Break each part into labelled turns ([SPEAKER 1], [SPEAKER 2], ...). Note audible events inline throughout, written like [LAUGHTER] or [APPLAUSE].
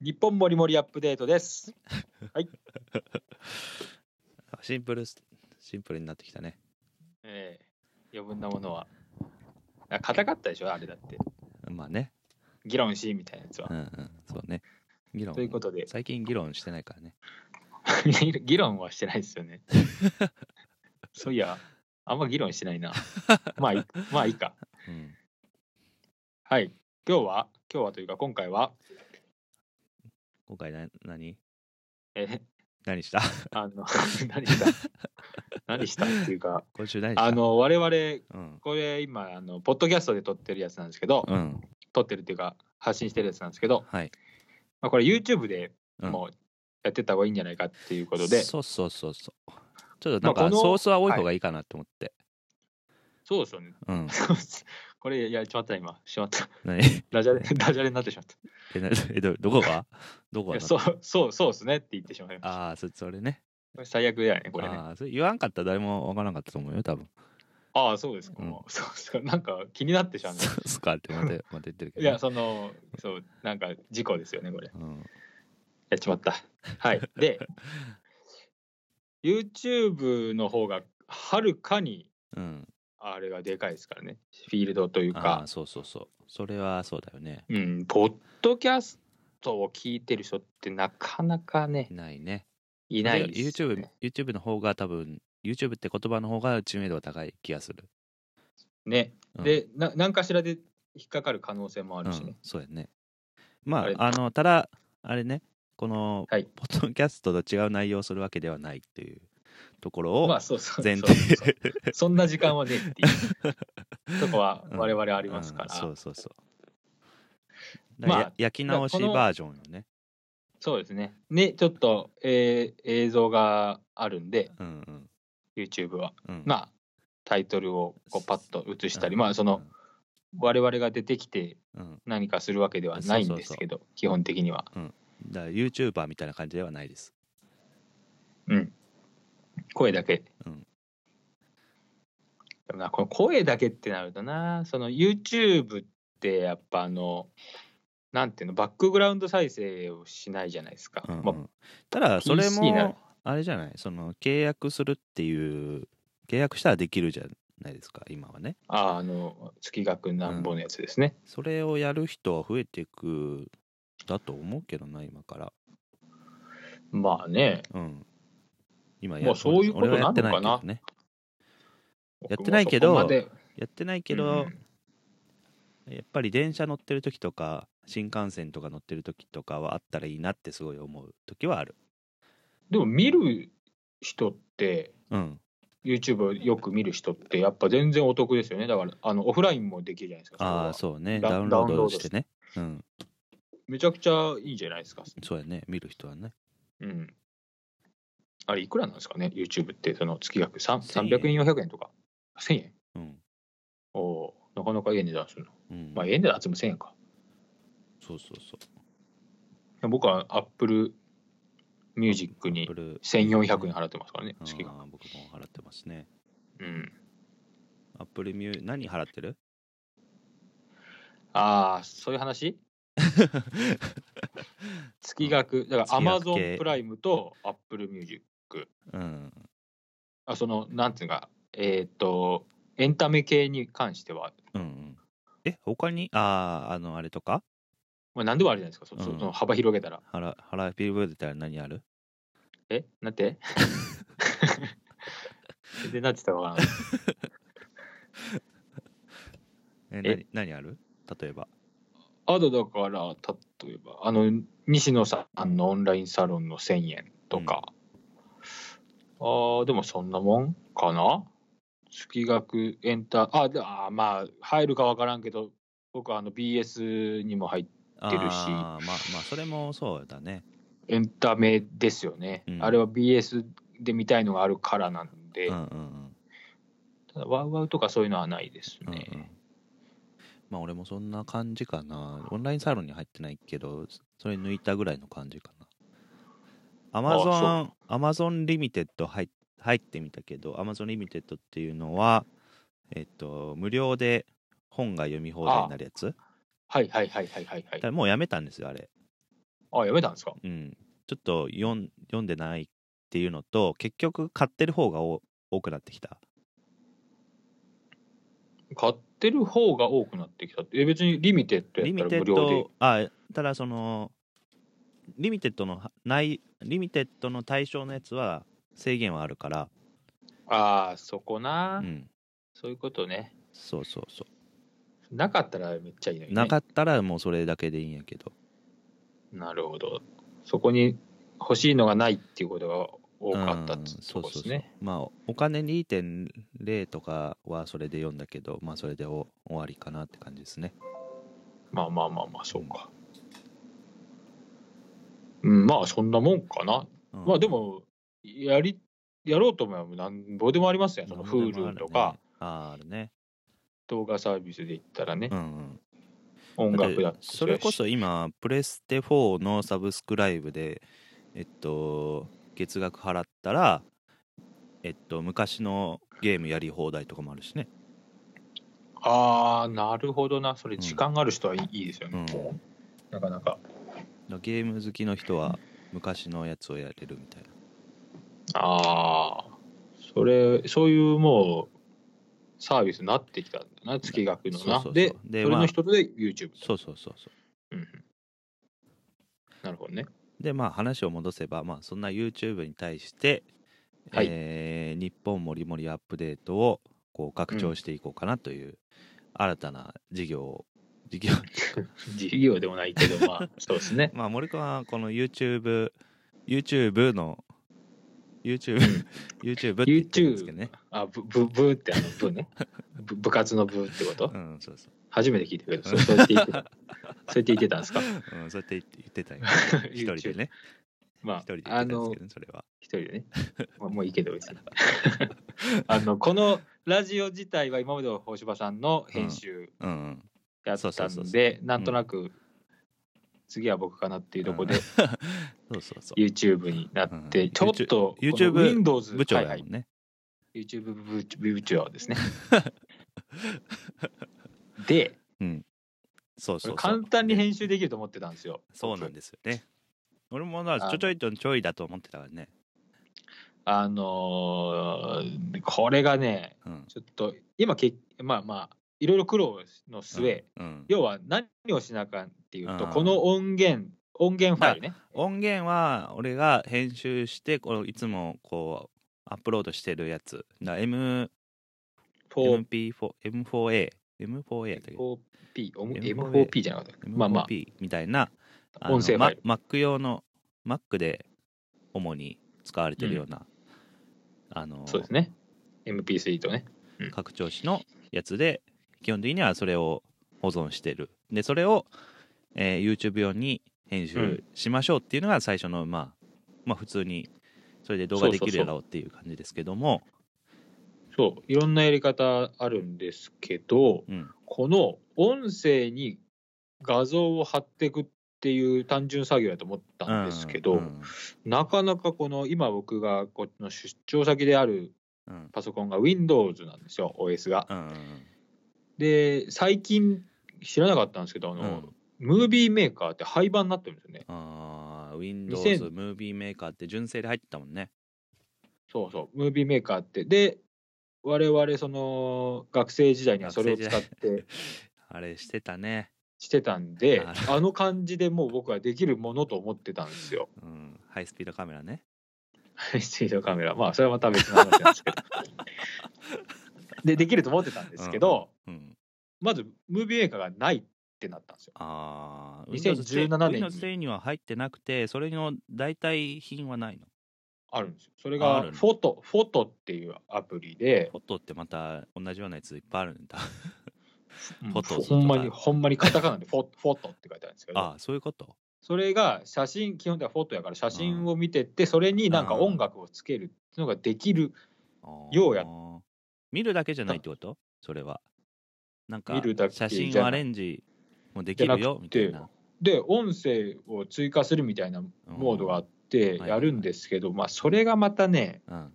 [SPEAKER 1] 日本もりもりアップデートです。
[SPEAKER 2] あシンプルす、シンプルになってきたね。
[SPEAKER 1] ええ余分なものは。あ硬かったでしょあれだって。
[SPEAKER 2] まあね。
[SPEAKER 1] 議論しみたいなやつは
[SPEAKER 2] う。んうん。そうね。議論
[SPEAKER 1] ということで、 [LAUGHS]
[SPEAKER 2] 最近議論してないからね。
[SPEAKER 1] 議論はしてないですよね。
[SPEAKER 2] [LAUGHS]
[SPEAKER 1] そういや、あんま議論してな
[SPEAKER 2] [LAUGHS]
[SPEAKER 1] いな。まあいい、まあいいか。
[SPEAKER 2] うん。
[SPEAKER 1] はい。今日は、今日はというか、今回は、
[SPEAKER 2] 今回な何
[SPEAKER 1] えー
[SPEAKER 2] 何した [LAUGHS]
[SPEAKER 1] あの、 [LAUGHS] 何した何したっていうか、
[SPEAKER 2] 今週何した
[SPEAKER 1] あ、の、我々、
[SPEAKER 2] うん。
[SPEAKER 1] これ今、あの、ポッドキャストで撮ってるやつなんですけど、
[SPEAKER 2] うん。
[SPEAKER 1] 撮ってるっていうか、発信してるやつなんですけど、
[SPEAKER 2] はい。
[SPEAKER 1] まあ、これ YouTube で
[SPEAKER 2] うん
[SPEAKER 1] もうやってった方がいいんじゃないかっていうことで、
[SPEAKER 2] そうそうそうそう。ちょっとなん
[SPEAKER 1] まあ
[SPEAKER 2] か
[SPEAKER 1] この
[SPEAKER 2] ソースは多い方がいいかなと思って。
[SPEAKER 1] そうですよね。
[SPEAKER 2] うん。
[SPEAKER 1] [LAUGHS] これやっちまった、今。しまった。 [LAUGHS]
[SPEAKER 2] 何 [LAUGHS]
[SPEAKER 1] ダジャレ、ダジャレになってしまった。
[SPEAKER 2] えな [LAUGHS] えどどこがどこ
[SPEAKER 1] い
[SPEAKER 2] が
[SPEAKER 1] や
[SPEAKER 2] な
[SPEAKER 1] そう、そう、そうですねって言ってしまいまし
[SPEAKER 2] ああ、そそれね。
[SPEAKER 1] た。最悪だよね、これね。
[SPEAKER 2] ああ、それ言わんかったら誰もわからんかったと思うよ、多分。
[SPEAKER 1] ああ、そうですか。
[SPEAKER 2] うん
[SPEAKER 1] もうそうそう。なんか気になってしまうね。
[SPEAKER 2] そうっすかってまた [LAUGHS] また言ってるけど
[SPEAKER 1] い
[SPEAKER 2] ね。
[SPEAKER 1] や、その、そう、なんか事故ですよね、これ。
[SPEAKER 2] うん。
[SPEAKER 1] やっち
[SPEAKER 2] [LAUGHS]
[SPEAKER 1] まった。はい。で、YouTube の方がはるかに
[SPEAKER 2] うん。
[SPEAKER 1] あれがでかいですからね。フィールドという
[SPEAKER 2] あ
[SPEAKER 1] か
[SPEAKER 2] あ、、そうそうそう。それはそうだよね。
[SPEAKER 1] うん、ポッドキャストを聞いてる人ってなかなかね
[SPEAKER 2] い、ないね。
[SPEAKER 1] いないですよ
[SPEAKER 2] YouTube
[SPEAKER 1] ね。、
[SPEAKER 2] YouTube の方が多分、YouTube って言葉の方が知名度が高い気がする。
[SPEAKER 1] ね。
[SPEAKER 2] うん
[SPEAKER 1] で、な何かしらで引っかかる可能性もあ
[SPEAKER 2] う
[SPEAKER 1] るしね
[SPEAKER 2] ん。、そうやね。ま
[SPEAKER 1] あれ
[SPEAKER 2] あ、あの、ただ、あれね、この、
[SPEAKER 1] はい
[SPEAKER 2] ポッドキャストと違う内容をするわけではないっていうところを
[SPEAKER 1] まあ、そうそう。
[SPEAKER 2] 前
[SPEAKER 1] そう
[SPEAKER 2] 提
[SPEAKER 1] そう
[SPEAKER 2] [LAUGHS]
[SPEAKER 1] そうそんな時間はねえっていうとこは
[SPEAKER 2] うん
[SPEAKER 1] 我々ありますから、
[SPEAKER 2] うんそうそうそう。
[SPEAKER 1] まあ
[SPEAKER 2] まあ、焼き直し
[SPEAKER 1] だからこの
[SPEAKER 2] バージョンよね。
[SPEAKER 1] そうですね。ね、ちょっと、えー映像があるんで、
[SPEAKER 2] うんうん。
[SPEAKER 1] YouTube は。
[SPEAKER 2] うん、
[SPEAKER 1] まあ、タイトルをこうパッと映したり、
[SPEAKER 2] うん
[SPEAKER 1] まあ、その、、我々が出てきて
[SPEAKER 2] うんうん
[SPEAKER 1] 何かするわけではないんですけど、基本的には。
[SPEAKER 2] だから YouTuber みたいな感じではないです。
[SPEAKER 1] うん。声だけ。
[SPEAKER 2] うん
[SPEAKER 1] でもな、この声だけってなるとな、その YouTube ってやっぱあの、なんていうの、バックグラウンド再生をしないじゃないですか。
[SPEAKER 2] うんうん
[SPEAKER 1] まあ
[SPEAKER 2] ただ、それ
[SPEAKER 1] PC な
[SPEAKER 2] も、あれじゃない、その契約するっていう、契約したらできるじゃないですか、今はね。
[SPEAKER 1] ああの月額なんぼのやつですね。
[SPEAKER 2] それをやる人は増えていくだと思うけどな、今から。
[SPEAKER 1] まあね、
[SPEAKER 2] うん。今
[SPEAKER 1] もうそういうこと
[SPEAKER 2] 俺はやってい
[SPEAKER 1] なのか
[SPEAKER 2] けどねやってないけど
[SPEAKER 1] 僕もそこまで
[SPEAKER 2] やってないけど、
[SPEAKER 1] うん
[SPEAKER 2] やっぱり電車乗ってる時とか新幹線とか乗ってる時とかはあったらいいなってすごい思う時はある
[SPEAKER 1] でも見る人って、
[SPEAKER 2] うん
[SPEAKER 1] YouTube をよく見る人って、やっぱ全然お得ですよね。だから、あのオフラインもできるじゃないですか。それは
[SPEAKER 2] ああそうね
[SPEAKER 1] ダ
[SPEAKER 2] ダウンロー
[SPEAKER 1] ダウンロー
[SPEAKER 2] ド
[SPEAKER 1] ド
[SPEAKER 2] してねうん
[SPEAKER 1] めちゃくちゃいいじゃないですか。
[SPEAKER 2] そうやね見る人はね
[SPEAKER 1] うん。あれ、いくらなんですかね、YouTube って、その月額さん
[SPEAKER 2] 1000
[SPEAKER 1] 300円、400円とか。1000円
[SPEAKER 2] うん
[SPEAKER 1] おおーなかなかいい値段するの。
[SPEAKER 2] うん、
[SPEAKER 1] まあ、いい値段集め1000円か。
[SPEAKER 2] そうそうそう
[SPEAKER 1] 僕は Apple Music に
[SPEAKER 2] ブルー
[SPEAKER 1] 1400円払ってますからね、
[SPEAKER 2] あ
[SPEAKER 1] 月額。
[SPEAKER 2] ー僕も払ってますね
[SPEAKER 1] うん。
[SPEAKER 2] アップルミュー何払ってる [LAUGHS]
[SPEAKER 1] ああ、そういう話月額、だから
[SPEAKER 2] 月額系
[SPEAKER 1] Amazon プライムと Apple Music。
[SPEAKER 2] うん
[SPEAKER 1] あ、その、なんていうか、えっ、と、エンタメ系に関しては、
[SPEAKER 2] うんうんえ他にあああのあれとか
[SPEAKER 1] まあ、何でもあるじゃないですか、そ
[SPEAKER 2] うん
[SPEAKER 1] その幅広げたら。
[SPEAKER 2] 払払ピルブーたら何ある
[SPEAKER 1] えな
[SPEAKER 2] [LAUGHS]
[SPEAKER 1] んて全然なってたわからんない。
[SPEAKER 2] え
[SPEAKER 1] え
[SPEAKER 2] 何何ある例えば
[SPEAKER 1] あとだから、例えば、あの、西野さんのオンラインサロンの1000円とか、あーでもそんなもんかな月額エンタ、あ、であーまあ、入るかわからんけど、僕はあの BS にも入って、
[SPEAKER 2] あ
[SPEAKER 1] てるし
[SPEAKER 2] あまあまあそれもそうだね
[SPEAKER 1] エンタメですよね。
[SPEAKER 2] うん
[SPEAKER 1] あれは BS で見たいのがあるからなんで、
[SPEAKER 2] うんうんうん
[SPEAKER 1] ただワウワウとかそういうのはないです
[SPEAKER 2] うんう
[SPEAKER 1] ね。
[SPEAKER 2] んまあ俺もそんな感じかな。オンラインサロンに入ってないけど、それ抜いたぐらいの感じかな。アマゾ
[SPEAKER 1] あ
[SPEAKER 2] ン、アマゾンリミテッド入っ入ってみたけど、アマゾンリミテッドっていうのは、えっと、無料で本が読み放題になるやつ。
[SPEAKER 1] はいはいはいはいはい、はい
[SPEAKER 2] だからもうやめたんですよ、あれ。
[SPEAKER 1] あ、やめたんですか
[SPEAKER 2] うん、ちょっと読ん読んでないっていうのと結局買ってる方がお多くなってきた
[SPEAKER 1] 買ってる方が多くなってきたって。え、別にリミテッドや
[SPEAKER 2] リミ
[SPEAKER 1] った
[SPEAKER 2] テ
[SPEAKER 1] ら無
[SPEAKER 2] ッ
[SPEAKER 1] 料で
[SPEAKER 2] ド。あただそのリミテッドのないリミテッドの対象のやつは制限はあるから、
[SPEAKER 1] ああ、そこな、
[SPEAKER 2] うん、
[SPEAKER 1] そういうことね。
[SPEAKER 2] そうそうそ
[SPEAKER 1] なかったらめっちゃいいのに、
[SPEAKER 2] う
[SPEAKER 1] ね。
[SPEAKER 2] なかったらもうそれだけでいいんやけど
[SPEAKER 1] なるほど。そこに欲しいのがないっていうことが多かったっ
[SPEAKER 2] うん
[SPEAKER 1] て
[SPEAKER 2] そ
[SPEAKER 1] こ
[SPEAKER 2] う
[SPEAKER 1] と
[SPEAKER 2] そうそう
[SPEAKER 1] ですね。
[SPEAKER 2] まあお金2.0とかはそれで読んだけどまあそれでお終わりかなって感じですね
[SPEAKER 1] まあまあまあまあ、そうか。うん、まあそんなもんかな。
[SPEAKER 2] うん
[SPEAKER 1] まあでも、やり、やろうと思えばなんぼでもありますね。その
[SPEAKER 2] なんでもあ
[SPEAKER 1] Hulu
[SPEAKER 2] るね
[SPEAKER 1] とか
[SPEAKER 2] あーあるね
[SPEAKER 1] 動画サービスで言ったらね
[SPEAKER 2] う、んうん
[SPEAKER 1] 音楽だって
[SPEAKER 2] でそれこそ今プレステ4のサブスクライブでえっと月額払ったらえっと昔のゲームやり放題とかもあるしね
[SPEAKER 1] ああ、なるほどな。それ
[SPEAKER 2] うん
[SPEAKER 1] 時間がある人はいい,、ですよね。
[SPEAKER 2] うん
[SPEAKER 1] なかなか。
[SPEAKER 2] ゲーム好きの人は昔のやつをやれるみたいな
[SPEAKER 1] ああ、それ、そういうもう、サービスになってきたんだな、月額の
[SPEAKER 2] そ
[SPEAKER 1] な。
[SPEAKER 2] うそうそう
[SPEAKER 1] で、
[SPEAKER 2] で
[SPEAKER 1] それ
[SPEAKER 2] まあ
[SPEAKER 1] の一つで YouTube と。
[SPEAKER 2] そうそうそうそう
[SPEAKER 1] うんうんなるほどね。
[SPEAKER 2] でまあ話を戻せば、まあ、そんな YouTube に対して、
[SPEAKER 1] はい
[SPEAKER 2] えー日本もりもりアップデートをこう拡張していこうかなという新たな事業を事業
[SPEAKER 1] 事業でもないけど、ま
[SPEAKER 2] [LAUGHS]
[SPEAKER 1] あ、そうですね。
[SPEAKER 2] まあ森君はこの YouTubeYouTube の
[SPEAKER 1] [LAUGHS]
[SPEAKER 2] YouTubeYouTube って言ってるんですけどね、
[SPEAKER 1] あ、ぶ、ぶ、ぶーってあの、ぶね。ぶ部活のぶーってこと
[SPEAKER 2] うん、そうそ
[SPEAKER 1] 初めて聞いたけど、
[SPEAKER 2] [LAUGHS]
[SPEAKER 1] そうそうやって言ってた。そうやって言ってたんですか
[SPEAKER 2] う、うん、そうやって言って言ってたよ一
[SPEAKER 1] [LAUGHS] YouTube
[SPEAKER 2] 人でね一
[SPEAKER 1] ま
[SPEAKER 2] 人で
[SPEAKER 1] あ、
[SPEAKER 2] 言っ
[SPEAKER 1] あ
[SPEAKER 2] てたんですけ、どね
[SPEAKER 1] の
[SPEAKER 2] それは
[SPEAKER 1] 一人でね。 [LAUGHS] まあもういいけど別に。 [LAUGHS] あの、このラジオ自体は今までは大柴さんの編集
[SPEAKER 2] うんうん
[SPEAKER 1] やっ
[SPEAKER 2] そうそ
[SPEAKER 1] た
[SPEAKER 2] うそうそ
[SPEAKER 1] ん
[SPEAKER 2] う
[SPEAKER 1] で、なんとなく次は僕かなっていうとこ
[SPEAKER 2] う
[SPEAKER 1] で
[SPEAKER 2] ん [LAUGHS] そうそうそう
[SPEAKER 1] YouTube になって、
[SPEAKER 2] うん
[SPEAKER 1] ちょっと
[SPEAKER 2] YouTube-
[SPEAKER 1] この Windows
[SPEAKER 2] 部長
[SPEAKER 1] はい
[SPEAKER 2] や
[SPEAKER 1] は
[SPEAKER 2] も
[SPEAKER 1] い
[SPEAKER 2] んね、
[SPEAKER 1] YouTube 部部長です
[SPEAKER 2] [LAUGHS]
[SPEAKER 1] ね。で、
[SPEAKER 2] うんそう
[SPEAKER 1] こ
[SPEAKER 2] そうそ
[SPEAKER 1] れ
[SPEAKER 2] う
[SPEAKER 1] 簡単に編集できると思ってたんですよ。
[SPEAKER 2] そうなん
[SPEAKER 1] 僕
[SPEAKER 2] ですよね。俺もな
[SPEAKER 1] あの
[SPEAKER 2] ちょちょいちょいちょいだと思ってたからね。
[SPEAKER 1] あのーこれがね、
[SPEAKER 2] うん。
[SPEAKER 1] ちょっと今け、まあまあ、いろいろ苦労の末、
[SPEAKER 2] うん、
[SPEAKER 1] 要は何をしなあかんっていうと、
[SPEAKER 2] あー
[SPEAKER 1] この音源、音源ファイルね。
[SPEAKER 2] 音源は俺が編集してこのいつもこうアップロードしてるやつ。な M
[SPEAKER 1] 4
[SPEAKER 2] MP4 M4A M4A やったっけ
[SPEAKER 1] 4P、おも
[SPEAKER 2] M4A
[SPEAKER 1] M4P じゃなかったっけまあま
[SPEAKER 2] M4P みたいなあ
[SPEAKER 1] あ、
[SPEAKER 2] の
[SPEAKER 1] 音声フ
[SPEAKER 2] ま
[SPEAKER 1] ァイル。
[SPEAKER 2] Mac 用の Mac で主に使われてるような、あの
[SPEAKER 1] そうですね。MP3 とね。
[SPEAKER 2] 拡張子のやつで基本的にはそれを保存してるでそれを、えー YouTube 用に編集しましょうっていうのが最初の、まあ、まあ普通にそれで動画できるやろうっていう感じですけども
[SPEAKER 1] そう、いろんなやり方あるんですけど、
[SPEAKER 2] うん
[SPEAKER 1] この音声に画像を貼っていくっていう単純作業だと思ったんですけど、
[SPEAKER 2] うん
[SPEAKER 1] なかなかこの今僕がこっちの出張先である
[SPEAKER 2] うん
[SPEAKER 1] パソコンが Windows なんですよ、OS が。
[SPEAKER 2] うん
[SPEAKER 1] で、最近知らなかったんですけど、あ
[SPEAKER 2] うん
[SPEAKER 1] の、ムービーメーカーって廃盤になってるんですよね。
[SPEAKER 2] あー Windows ムービーメーカーって純正で入ってたもんね
[SPEAKER 1] そうそう、ムービーメーカーって。で、我々、その、学生時代にはそれを使って
[SPEAKER 2] あれしてたね、
[SPEAKER 1] してたんで
[SPEAKER 2] [LAUGHS] なる、
[SPEAKER 1] あの感じでもう僕はできるものと思ってたんで
[SPEAKER 2] [LAUGHS]
[SPEAKER 1] すよ。
[SPEAKER 2] うん、ハイスピードカメラね
[SPEAKER 1] ハイスピードカメラ。まあ、それはまた別の話
[SPEAKER 2] [LAUGHS]
[SPEAKER 1] なんですけど。で、できると思ってたんですけど、
[SPEAKER 2] うん
[SPEAKER 1] まず、ムービーメーカーがないってなったんですよ。
[SPEAKER 2] ああ
[SPEAKER 1] 2017年に
[SPEAKER 2] Windows 10には入ってなくてそれの代替品はないの
[SPEAKER 1] あるんですよ。それ
[SPEAKER 2] ああ
[SPEAKER 1] が、
[SPEAKER 2] るんだ
[SPEAKER 1] フォト、フォトっていうアプリで、
[SPEAKER 2] フォトってまた同じようなやついっぱいあるんだ。
[SPEAKER 1] うん
[SPEAKER 2] フォト
[SPEAKER 1] ほんまに、ほんまにカタカナでフォ、フォトって書いてあるんですけど、
[SPEAKER 2] ああ、そういうこと。
[SPEAKER 1] それが写真基本的にはフォトやから写真を見てってそれになんか音楽をつけるっていうのができる
[SPEAKER 2] あー
[SPEAKER 1] ようや
[SPEAKER 2] 見るだけじゃないってことそれは。なんか
[SPEAKER 1] 見るだ、けじゃ
[SPEAKER 2] 写
[SPEAKER 1] ない
[SPEAKER 2] 真をアレンジもできるよみたいな。
[SPEAKER 1] で音声を追加するみたいなモードがあって
[SPEAKER 2] うん
[SPEAKER 1] やるんですけどまあそれがまたね
[SPEAKER 2] うん、あ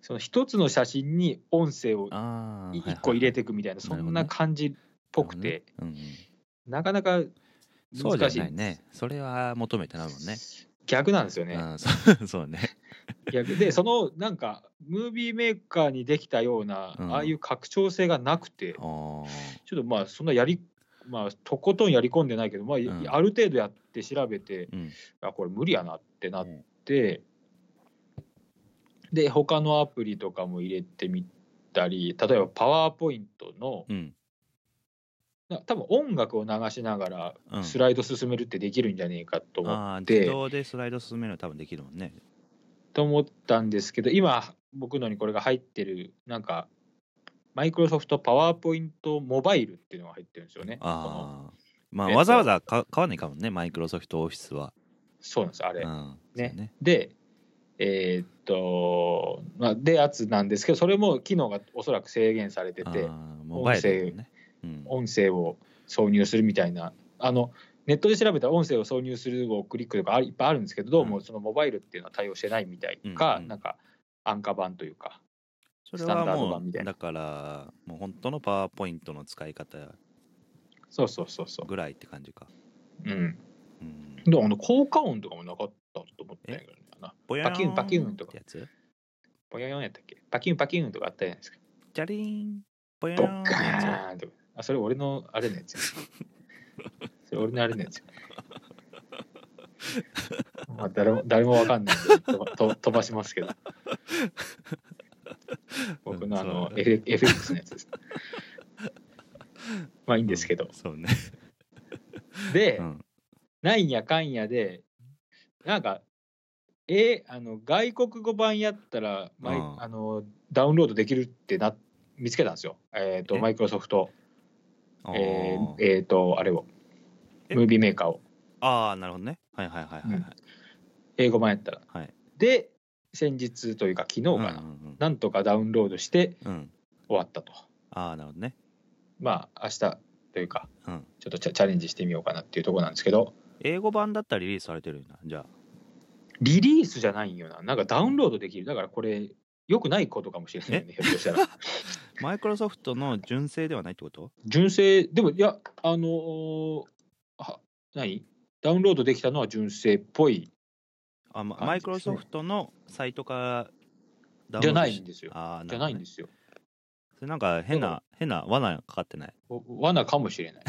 [SPEAKER 1] その一つの写真に音声を
[SPEAKER 2] あー。
[SPEAKER 1] 一個入れて
[SPEAKER 2] っ
[SPEAKER 1] いくみたいな
[SPEAKER 2] はいは
[SPEAKER 1] そ
[SPEAKER 2] いはい
[SPEAKER 1] んな感じっぽくて
[SPEAKER 2] うんうん
[SPEAKER 1] なかなか
[SPEAKER 2] そうじゃない
[SPEAKER 1] 難しい
[SPEAKER 2] ね。それは求めてないもんね。
[SPEAKER 1] 逆なんですよね。
[SPEAKER 2] うん、そう [LAUGHS] そうね。
[SPEAKER 1] 逆で、そのなんか、ムービーメーカーにできたような、
[SPEAKER 2] うん
[SPEAKER 1] ああいう拡張性がなくて、
[SPEAKER 2] おー
[SPEAKER 1] ちょっとまあ、そんなやり、まあ、とことんやり込んでないけど、まあ、
[SPEAKER 2] ん
[SPEAKER 1] ある程度やって調べて、
[SPEAKER 2] うん
[SPEAKER 1] あこれ無理やなってなって、で他のアプリとかも入れてみたり例えばパワーポイントの
[SPEAKER 2] うん
[SPEAKER 1] な多分音楽を流しなが
[SPEAKER 2] う
[SPEAKER 1] ら
[SPEAKER 2] ん
[SPEAKER 1] スライド進めるってできるんじゃねえかと思,、
[SPEAKER 2] ああ
[SPEAKER 1] で
[SPEAKER 2] 自動でスライド進めるの多分できるもんね。
[SPEAKER 1] と思ったんですけど今僕のにこれが入ってるなんかマイクロソフトパワーポイントモバイルっていうのが入ってるんですよね。この
[SPEAKER 2] ああまあ
[SPEAKER 1] えっと
[SPEAKER 2] わざわざか買わないかもねマイクロソフトオフィスは。
[SPEAKER 1] そうなんですあれ、
[SPEAKER 2] うん
[SPEAKER 1] ね
[SPEAKER 2] そうね
[SPEAKER 1] で、えーっと、まあ、でやつなんですけど、それも機能がおそらく制限されて
[SPEAKER 2] あ
[SPEAKER 1] て、
[SPEAKER 2] ーモバイルだもんね。うん
[SPEAKER 1] 音声を挿入するみたいな、あの、ネットで調べたら音声を挿入するをクリックとかあいっぱいあるんですけど、どう
[SPEAKER 2] う
[SPEAKER 1] も
[SPEAKER 2] ん
[SPEAKER 1] そのモバイルっていうのは対応してないみたいか、
[SPEAKER 2] うんうん
[SPEAKER 1] なんか、安価版というか、
[SPEAKER 2] それ
[SPEAKER 1] スタンダ
[SPEAKER 2] は
[SPEAKER 1] ード
[SPEAKER 2] も
[SPEAKER 1] 版
[SPEAKER 2] う
[SPEAKER 1] みたいな
[SPEAKER 2] だからもう本当のパワーポイントの使い方
[SPEAKER 1] そうそうそうそ
[SPEAKER 2] ぐらいって感じか。
[SPEAKER 1] う。うん。
[SPEAKER 2] うん、
[SPEAKER 1] でも、あの、効果音とかもなかったと思ってないけどね。あの
[SPEAKER 2] ボヤ
[SPEAKER 1] パキュンパキュンとか
[SPEAKER 2] ってやつ
[SPEAKER 1] ポヨヨンやったっけパキュンパキュンとかあったじゃないですか。
[SPEAKER 2] チャリーンボヤ
[SPEAKER 1] ド
[SPEAKER 2] ーン
[SPEAKER 1] ッ
[SPEAKER 2] って
[SPEAKER 1] カ
[SPEAKER 2] や
[SPEAKER 1] ーンとか。あ、それ俺のあ
[SPEAKER 2] [LAUGHS]
[SPEAKER 1] れのやつや。それ俺のあれのやつや。まあ、誰も誰もわかんないんで飛ばと飛ばしますけど。僕のあ
[SPEAKER 2] う
[SPEAKER 1] の
[SPEAKER 2] んそう
[SPEAKER 1] F- FX のやつです。まあいいん
[SPEAKER 2] つ
[SPEAKER 1] ですけど
[SPEAKER 2] うん。そうね。
[SPEAKER 1] で、
[SPEAKER 2] うん
[SPEAKER 1] なんやかんやで、なんか、えあの外国語版やったら、まい
[SPEAKER 2] うん
[SPEAKER 1] あのダウンロードできるってな見つけたんですよ。えっ、と、
[SPEAKER 2] え
[SPEAKER 1] マイクロソフト。え
[SPEAKER 2] あ
[SPEAKER 1] ーえーと、あれを、
[SPEAKER 2] え
[SPEAKER 1] ムービーメーカーを、
[SPEAKER 2] あーなるほどね。はいはいはいはいはい。
[SPEAKER 1] うん英語版やったら。
[SPEAKER 2] はい
[SPEAKER 1] で、先日というか、昨日かな、
[SPEAKER 2] うんうん
[SPEAKER 1] なんとかダウンロードして
[SPEAKER 2] うんうん
[SPEAKER 1] 終わったと。
[SPEAKER 2] ああなるほどね。
[SPEAKER 1] まあ、明日というか、
[SPEAKER 2] うん
[SPEAKER 1] ちょっとチャチャレンジしてみようかなっていうところなんですけど、
[SPEAKER 2] 英語版だったらリリースされてるんだ。じゃあ。
[SPEAKER 1] リリースじゃないんよな、なんかダウンロードできる、だからこれ、良くないことかもしれないよね、ひょっとしたら。
[SPEAKER 2] マイクロソフトの純正ではないってこと
[SPEAKER 1] 純正、でも、いや、あのーは何ダウンロードできたのは純正っぽい
[SPEAKER 2] あ、ま、
[SPEAKER 1] 感じですね
[SPEAKER 2] マイクロソフトのサイトからダウンロードし
[SPEAKER 1] じゃないんですよ。
[SPEAKER 2] あー
[SPEAKER 1] じゃない
[SPEAKER 2] るほどね
[SPEAKER 1] んですよ。
[SPEAKER 2] それなんか変な、変な罠かかってない。
[SPEAKER 1] お罠かもし
[SPEAKER 2] [LAUGHS]
[SPEAKER 1] れない。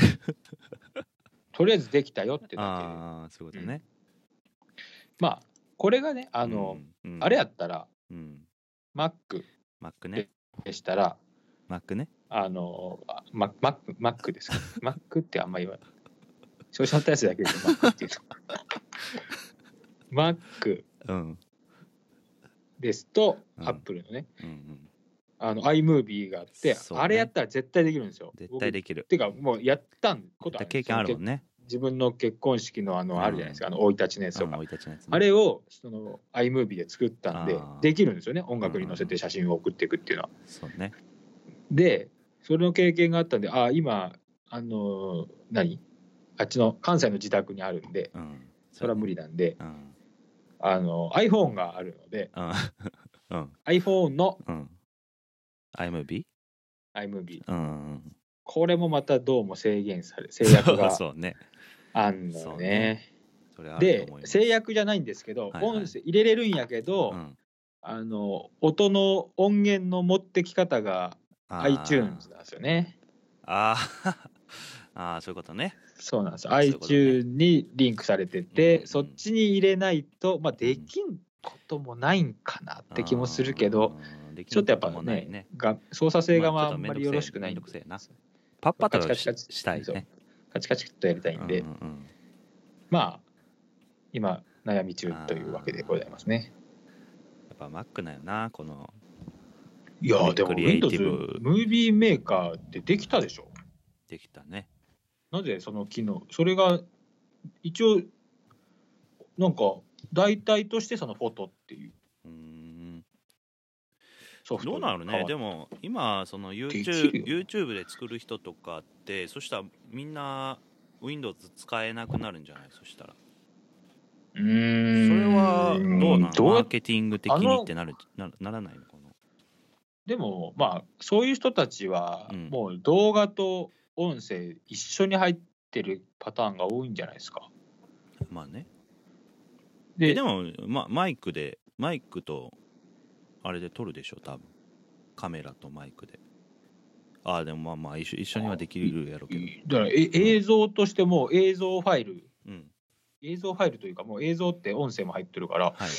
[SPEAKER 1] とりあえずできたよってだけで。
[SPEAKER 2] ああ、そういうことね。
[SPEAKER 1] まあ、これがね、あの、
[SPEAKER 2] うん、うん
[SPEAKER 1] あれや、ったら、
[SPEAKER 2] うん。
[SPEAKER 1] Mac
[SPEAKER 2] Mac ね。
[SPEAKER 1] でしたら、
[SPEAKER 2] Mac ね。
[SPEAKER 1] あの、あママック、マック
[SPEAKER 2] [LAUGHS]
[SPEAKER 1] ですか。マックってあんま言わない。少子の対策だけでマックっていうの。マック
[SPEAKER 2] うん。
[SPEAKER 1] ですと、
[SPEAKER 2] うん
[SPEAKER 1] Apple のね、
[SPEAKER 2] うんうん。
[SPEAKER 1] あの iMovie があって、
[SPEAKER 2] そうね
[SPEAKER 1] あれやったら絶対できるんですよ。
[SPEAKER 2] 絶対できる
[SPEAKER 1] 僕。てか、もうやったんことあるん
[SPEAKER 2] 経
[SPEAKER 1] ですよ
[SPEAKER 2] 験あるもんね。
[SPEAKER 1] 自分の結婚式のあ
[SPEAKER 2] うん
[SPEAKER 1] の、あるじゃないですか、あの、生い立ちのやつ
[SPEAKER 2] う
[SPEAKER 1] と
[SPEAKER 2] ん
[SPEAKER 1] か
[SPEAKER 2] 生。い立ちのやつね
[SPEAKER 1] あれをその iMovie で作ったん
[SPEAKER 2] あ
[SPEAKER 1] で
[SPEAKER 2] ー
[SPEAKER 1] できるんですよね音楽に乗せて写真を送っていくっていうのは。
[SPEAKER 2] そうね。
[SPEAKER 1] でそれの経験があったんでああ今あのー何あっちの関西の自宅にあるんで
[SPEAKER 2] うん。
[SPEAKER 1] それは無理なんで
[SPEAKER 2] うん。
[SPEAKER 1] あの iPhone があるので
[SPEAKER 2] うん。うん。
[SPEAKER 1] iPhone の
[SPEAKER 2] うん。IMB?
[SPEAKER 1] iMovie
[SPEAKER 2] うん。
[SPEAKER 1] これもまたどうも制限
[SPEAKER 2] [LAUGHS]
[SPEAKER 1] され制約が
[SPEAKER 2] そうね。
[SPEAKER 1] あんの
[SPEAKER 2] そう
[SPEAKER 1] よ
[SPEAKER 2] ね
[SPEAKER 1] ね。
[SPEAKER 2] それはあると
[SPEAKER 1] で
[SPEAKER 2] 思います
[SPEAKER 1] 制約じゃないんですけど
[SPEAKER 2] はいはい
[SPEAKER 1] 音声入れれるんやけど、
[SPEAKER 2] うん
[SPEAKER 1] あの音の音源の持ってき方が
[SPEAKER 2] あー
[SPEAKER 1] iTunes なんですよね。
[SPEAKER 2] あー [LAUGHS] あーそういうことね
[SPEAKER 1] そうなんで
[SPEAKER 2] そ
[SPEAKER 1] す。
[SPEAKER 2] ういうことね
[SPEAKER 1] iTune にリンクされて
[SPEAKER 2] うん
[SPEAKER 1] て、
[SPEAKER 2] うん
[SPEAKER 1] そっちに入れないと、まあ、できんこともないんかなって気もするけど、
[SPEAKER 2] あーでき
[SPEAKER 1] ちょっとやっぱ
[SPEAKER 2] ることもない
[SPEAKER 1] ねが、操作性が
[SPEAKER 2] まあ
[SPEAKER 1] あ
[SPEAKER 2] ちょっと
[SPEAKER 1] ん
[SPEAKER 2] めんどくせえ
[SPEAKER 1] まりよろしくな
[SPEAKER 2] め
[SPEAKER 1] い
[SPEAKER 2] んど
[SPEAKER 1] ん
[SPEAKER 2] くせえな
[SPEAKER 1] です
[SPEAKER 2] パッパと
[SPEAKER 1] カチカチカチ
[SPEAKER 2] したいね
[SPEAKER 1] カチカチっとやりたいんで、
[SPEAKER 2] うんうん
[SPEAKER 1] まあ、今、悩み中というわけでございますね。
[SPEAKER 2] やっぱ Mac なんよなこの
[SPEAKER 1] いやー、でも
[SPEAKER 2] クリエイテ
[SPEAKER 1] Windows
[SPEAKER 2] ィブ
[SPEAKER 1] ムービーメーカーってできたでしょ
[SPEAKER 2] できたね
[SPEAKER 1] なぜその機能、それが一応、なんか、代替としてそのフォトっていう
[SPEAKER 2] うーん
[SPEAKER 1] ソフト
[SPEAKER 2] どうなる
[SPEAKER 1] に変わ
[SPEAKER 2] ね
[SPEAKER 1] っ
[SPEAKER 2] でも今その
[SPEAKER 1] で
[SPEAKER 2] YouTube,
[SPEAKER 1] きるよ
[SPEAKER 2] YouTube で作る人とかってそしたらみんな Windows 使えなくなるんじゃないそしたら
[SPEAKER 1] それ
[SPEAKER 2] それはどうなの
[SPEAKER 1] どう
[SPEAKER 2] マ
[SPEAKER 1] や
[SPEAKER 2] ーケティング的にってなるなならないのこの
[SPEAKER 1] でもまあそういう人たちは
[SPEAKER 2] うん
[SPEAKER 1] もう動画と音声一緒に入っってるパターンが多いんじゃないですか。
[SPEAKER 2] まあね
[SPEAKER 1] で
[SPEAKER 2] えでも、ま、マイクでマイクとあれで撮るでしょ多分カメラとマイクでああでもまあまあ一緒一緒にはできるやろうけど
[SPEAKER 1] だからえ映像としても映像ファイル
[SPEAKER 2] うん
[SPEAKER 1] 映像ファイルというかもう映像って音声も入ってるから
[SPEAKER 2] はい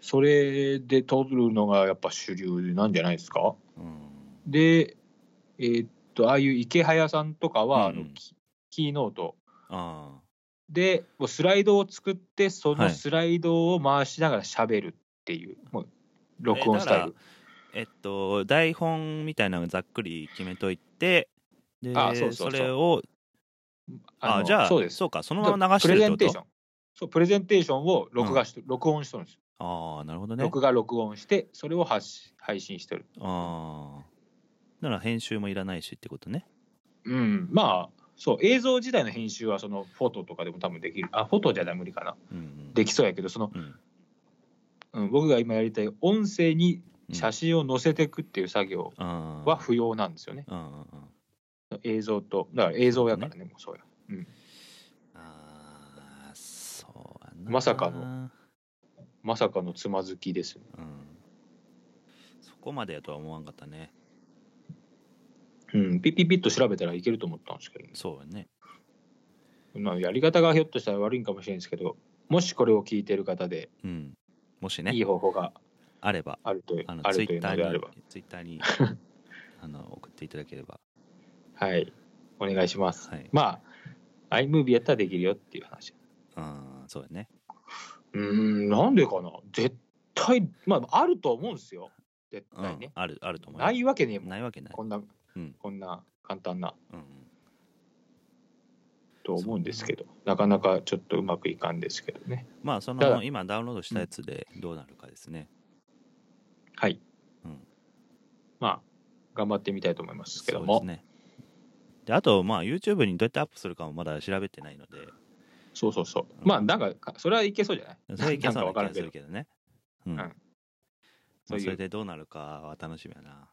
[SPEAKER 1] それで撮るのがやっぱ主流なんじゃないですか
[SPEAKER 2] うん
[SPEAKER 1] でえーっとああいう池早さんとかは、
[SPEAKER 2] うんうん
[SPEAKER 1] あのキキーノート
[SPEAKER 2] あ
[SPEAKER 1] でもうスライドを作ってそ
[SPEAKER 2] は
[SPEAKER 1] の
[SPEAKER 2] い
[SPEAKER 1] スライドを回しながら喋るっていう,、もう録音スタイル、
[SPEAKER 2] あえっと台本みたいなのざっくり決めといてで
[SPEAKER 1] あそうそうそう
[SPEAKER 2] れをあ
[SPEAKER 1] の
[SPEAKER 2] じゃあ
[SPEAKER 1] そうです
[SPEAKER 2] そうかそのまま流して
[SPEAKER 1] プ
[SPEAKER 2] る
[SPEAKER 1] レ
[SPEAKER 2] っ
[SPEAKER 1] ゼ
[SPEAKER 2] てこ
[SPEAKER 1] ンテーシ
[SPEAKER 2] と
[SPEAKER 1] ョンそうプレゼンテーションを録画して、録音してるんですよ、
[SPEAKER 2] ああなるほどね
[SPEAKER 1] 録画録音してそれを発し配信してる
[SPEAKER 2] ああなら編集もいらないしってことね
[SPEAKER 1] うんまあそう映像自体の編集はそのフォトとかでも多分できるあフォトじゃない無理かな
[SPEAKER 2] うんうん
[SPEAKER 1] できそうやけどその、
[SPEAKER 2] うん
[SPEAKER 1] うん、僕が今やりたい音声に
[SPEAKER 2] うん
[SPEAKER 1] 写真を載せていくっていう作業
[SPEAKER 2] あー
[SPEAKER 1] は不要なんですよね、
[SPEAKER 2] うんうんうん
[SPEAKER 1] 映像とだから映像やからねもうそうや
[SPEAKER 2] あーそうやな
[SPEAKER 1] まさかのまさかのつまずきですね
[SPEAKER 2] うんそこまでやとは思わんかったね
[SPEAKER 1] うんピッピッピッと調べたらいけると思ったんですけどね、
[SPEAKER 2] そうやね
[SPEAKER 1] まあ、やり方がひょっとしたら悪いんかもしれないですけどもしこれを聞いてる方で
[SPEAKER 2] うんもし
[SPEAKER 1] い
[SPEAKER 2] ね
[SPEAKER 1] い方法が
[SPEAKER 2] あれば
[SPEAKER 1] あるという
[SPEAKER 2] あの
[SPEAKER 1] あ
[SPEAKER 2] ツイ
[SPEAKER 1] るとい
[SPEAKER 2] ッ
[SPEAKER 1] う
[SPEAKER 2] タ
[SPEAKER 1] のであ
[SPEAKER 2] ーに
[SPEAKER 1] れば
[SPEAKER 2] ツイッターに
[SPEAKER 1] [LAUGHS]
[SPEAKER 2] あの送っていただければ
[SPEAKER 1] はいお願いします、
[SPEAKER 2] はい
[SPEAKER 1] まあ iMovie やったらできるよっていう話
[SPEAKER 2] うんそうやね
[SPEAKER 1] うーんなんでかな絶対まああると思うんですよ絶
[SPEAKER 2] うん
[SPEAKER 1] 対ね、
[SPEAKER 2] あるあると思うよ
[SPEAKER 1] ないわけねえもん
[SPEAKER 2] ないわけない
[SPEAKER 1] こんな、
[SPEAKER 2] うん
[SPEAKER 1] こんな簡単な
[SPEAKER 2] うん
[SPEAKER 1] と思うんですけど、なかなかちょっとうまくいかんですけどね。
[SPEAKER 2] まあそ
[SPEAKER 1] ただ
[SPEAKER 2] の今ダウンロードしたやつでどうなるかですね
[SPEAKER 1] はい。
[SPEAKER 2] うん
[SPEAKER 1] まあ、頑張ってみたいと思いますけど
[SPEAKER 2] そう
[SPEAKER 1] も。
[SPEAKER 2] ですねであとまあ YouTube にどうやってアップするかもまだ調べてないので
[SPEAKER 1] そうそうそう
[SPEAKER 2] うん
[SPEAKER 1] まあ、なんか、それはいけそうじゃない
[SPEAKER 2] それいけそう
[SPEAKER 1] な
[SPEAKER 2] なん気
[SPEAKER 1] かわから
[SPEAKER 2] がす
[SPEAKER 1] んけ
[SPEAKER 2] る
[SPEAKER 1] ど。
[SPEAKER 2] けどね。うん。
[SPEAKER 1] ん
[SPEAKER 2] まあ
[SPEAKER 1] そ
[SPEAKER 2] そう
[SPEAKER 1] いう
[SPEAKER 2] れでどうなるかは楽しみやな。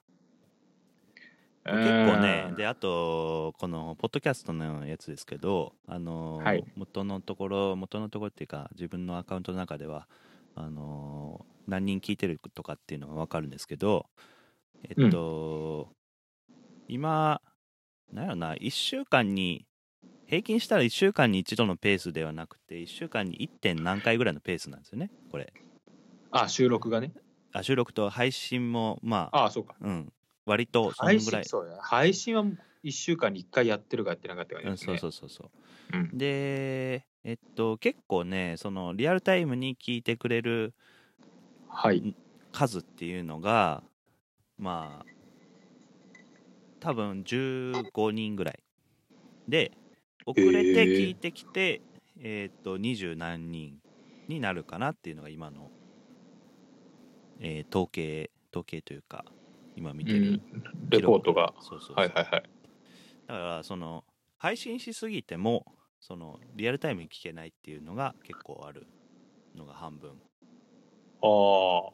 [SPEAKER 1] 結
[SPEAKER 2] 結構ね、で、あと、この、ポッドキャストのやつですけど、あのー
[SPEAKER 1] はい
[SPEAKER 2] 元のところ、元のところっていうか、自分のアカウントの中では、あのー何人聞いてるとかっていうのがわかるんですけど、えっと、今、なんやろな、1週間に、平均したら1週間に1度のペースではなくて、1週間に 1. 点何回ぐらいのペースなんですよね、これ。
[SPEAKER 1] あ、収録がね。
[SPEAKER 2] あ収録と配信もまあ
[SPEAKER 1] ああ、そうか。
[SPEAKER 2] うん割とその
[SPEAKER 1] 配
[SPEAKER 2] ぐら
[SPEAKER 1] 信、
[SPEAKER 2] い
[SPEAKER 1] そうや。配信は1週間に1回やってるかやってなかったか
[SPEAKER 2] うん
[SPEAKER 1] ですね。
[SPEAKER 2] そうそうそうそう
[SPEAKER 1] う。ん。
[SPEAKER 2] でえっと結構ねそのリアルタイムに聞いてくれる
[SPEAKER 1] はい。
[SPEAKER 2] 数っていうのがまあ多分15人ぐらいで遅れて聞いてきてえっと20何人になるかなっていうのが今の、えー統計統計というか今見て
[SPEAKER 1] う
[SPEAKER 2] る
[SPEAKER 1] んレポートが。
[SPEAKER 2] そうそうそう
[SPEAKER 1] はいはいはい。
[SPEAKER 2] だからその配信しすぎてもそのリアルタイムに聞けないっていうのが結構あるのが半分っ
[SPEAKER 1] ああ。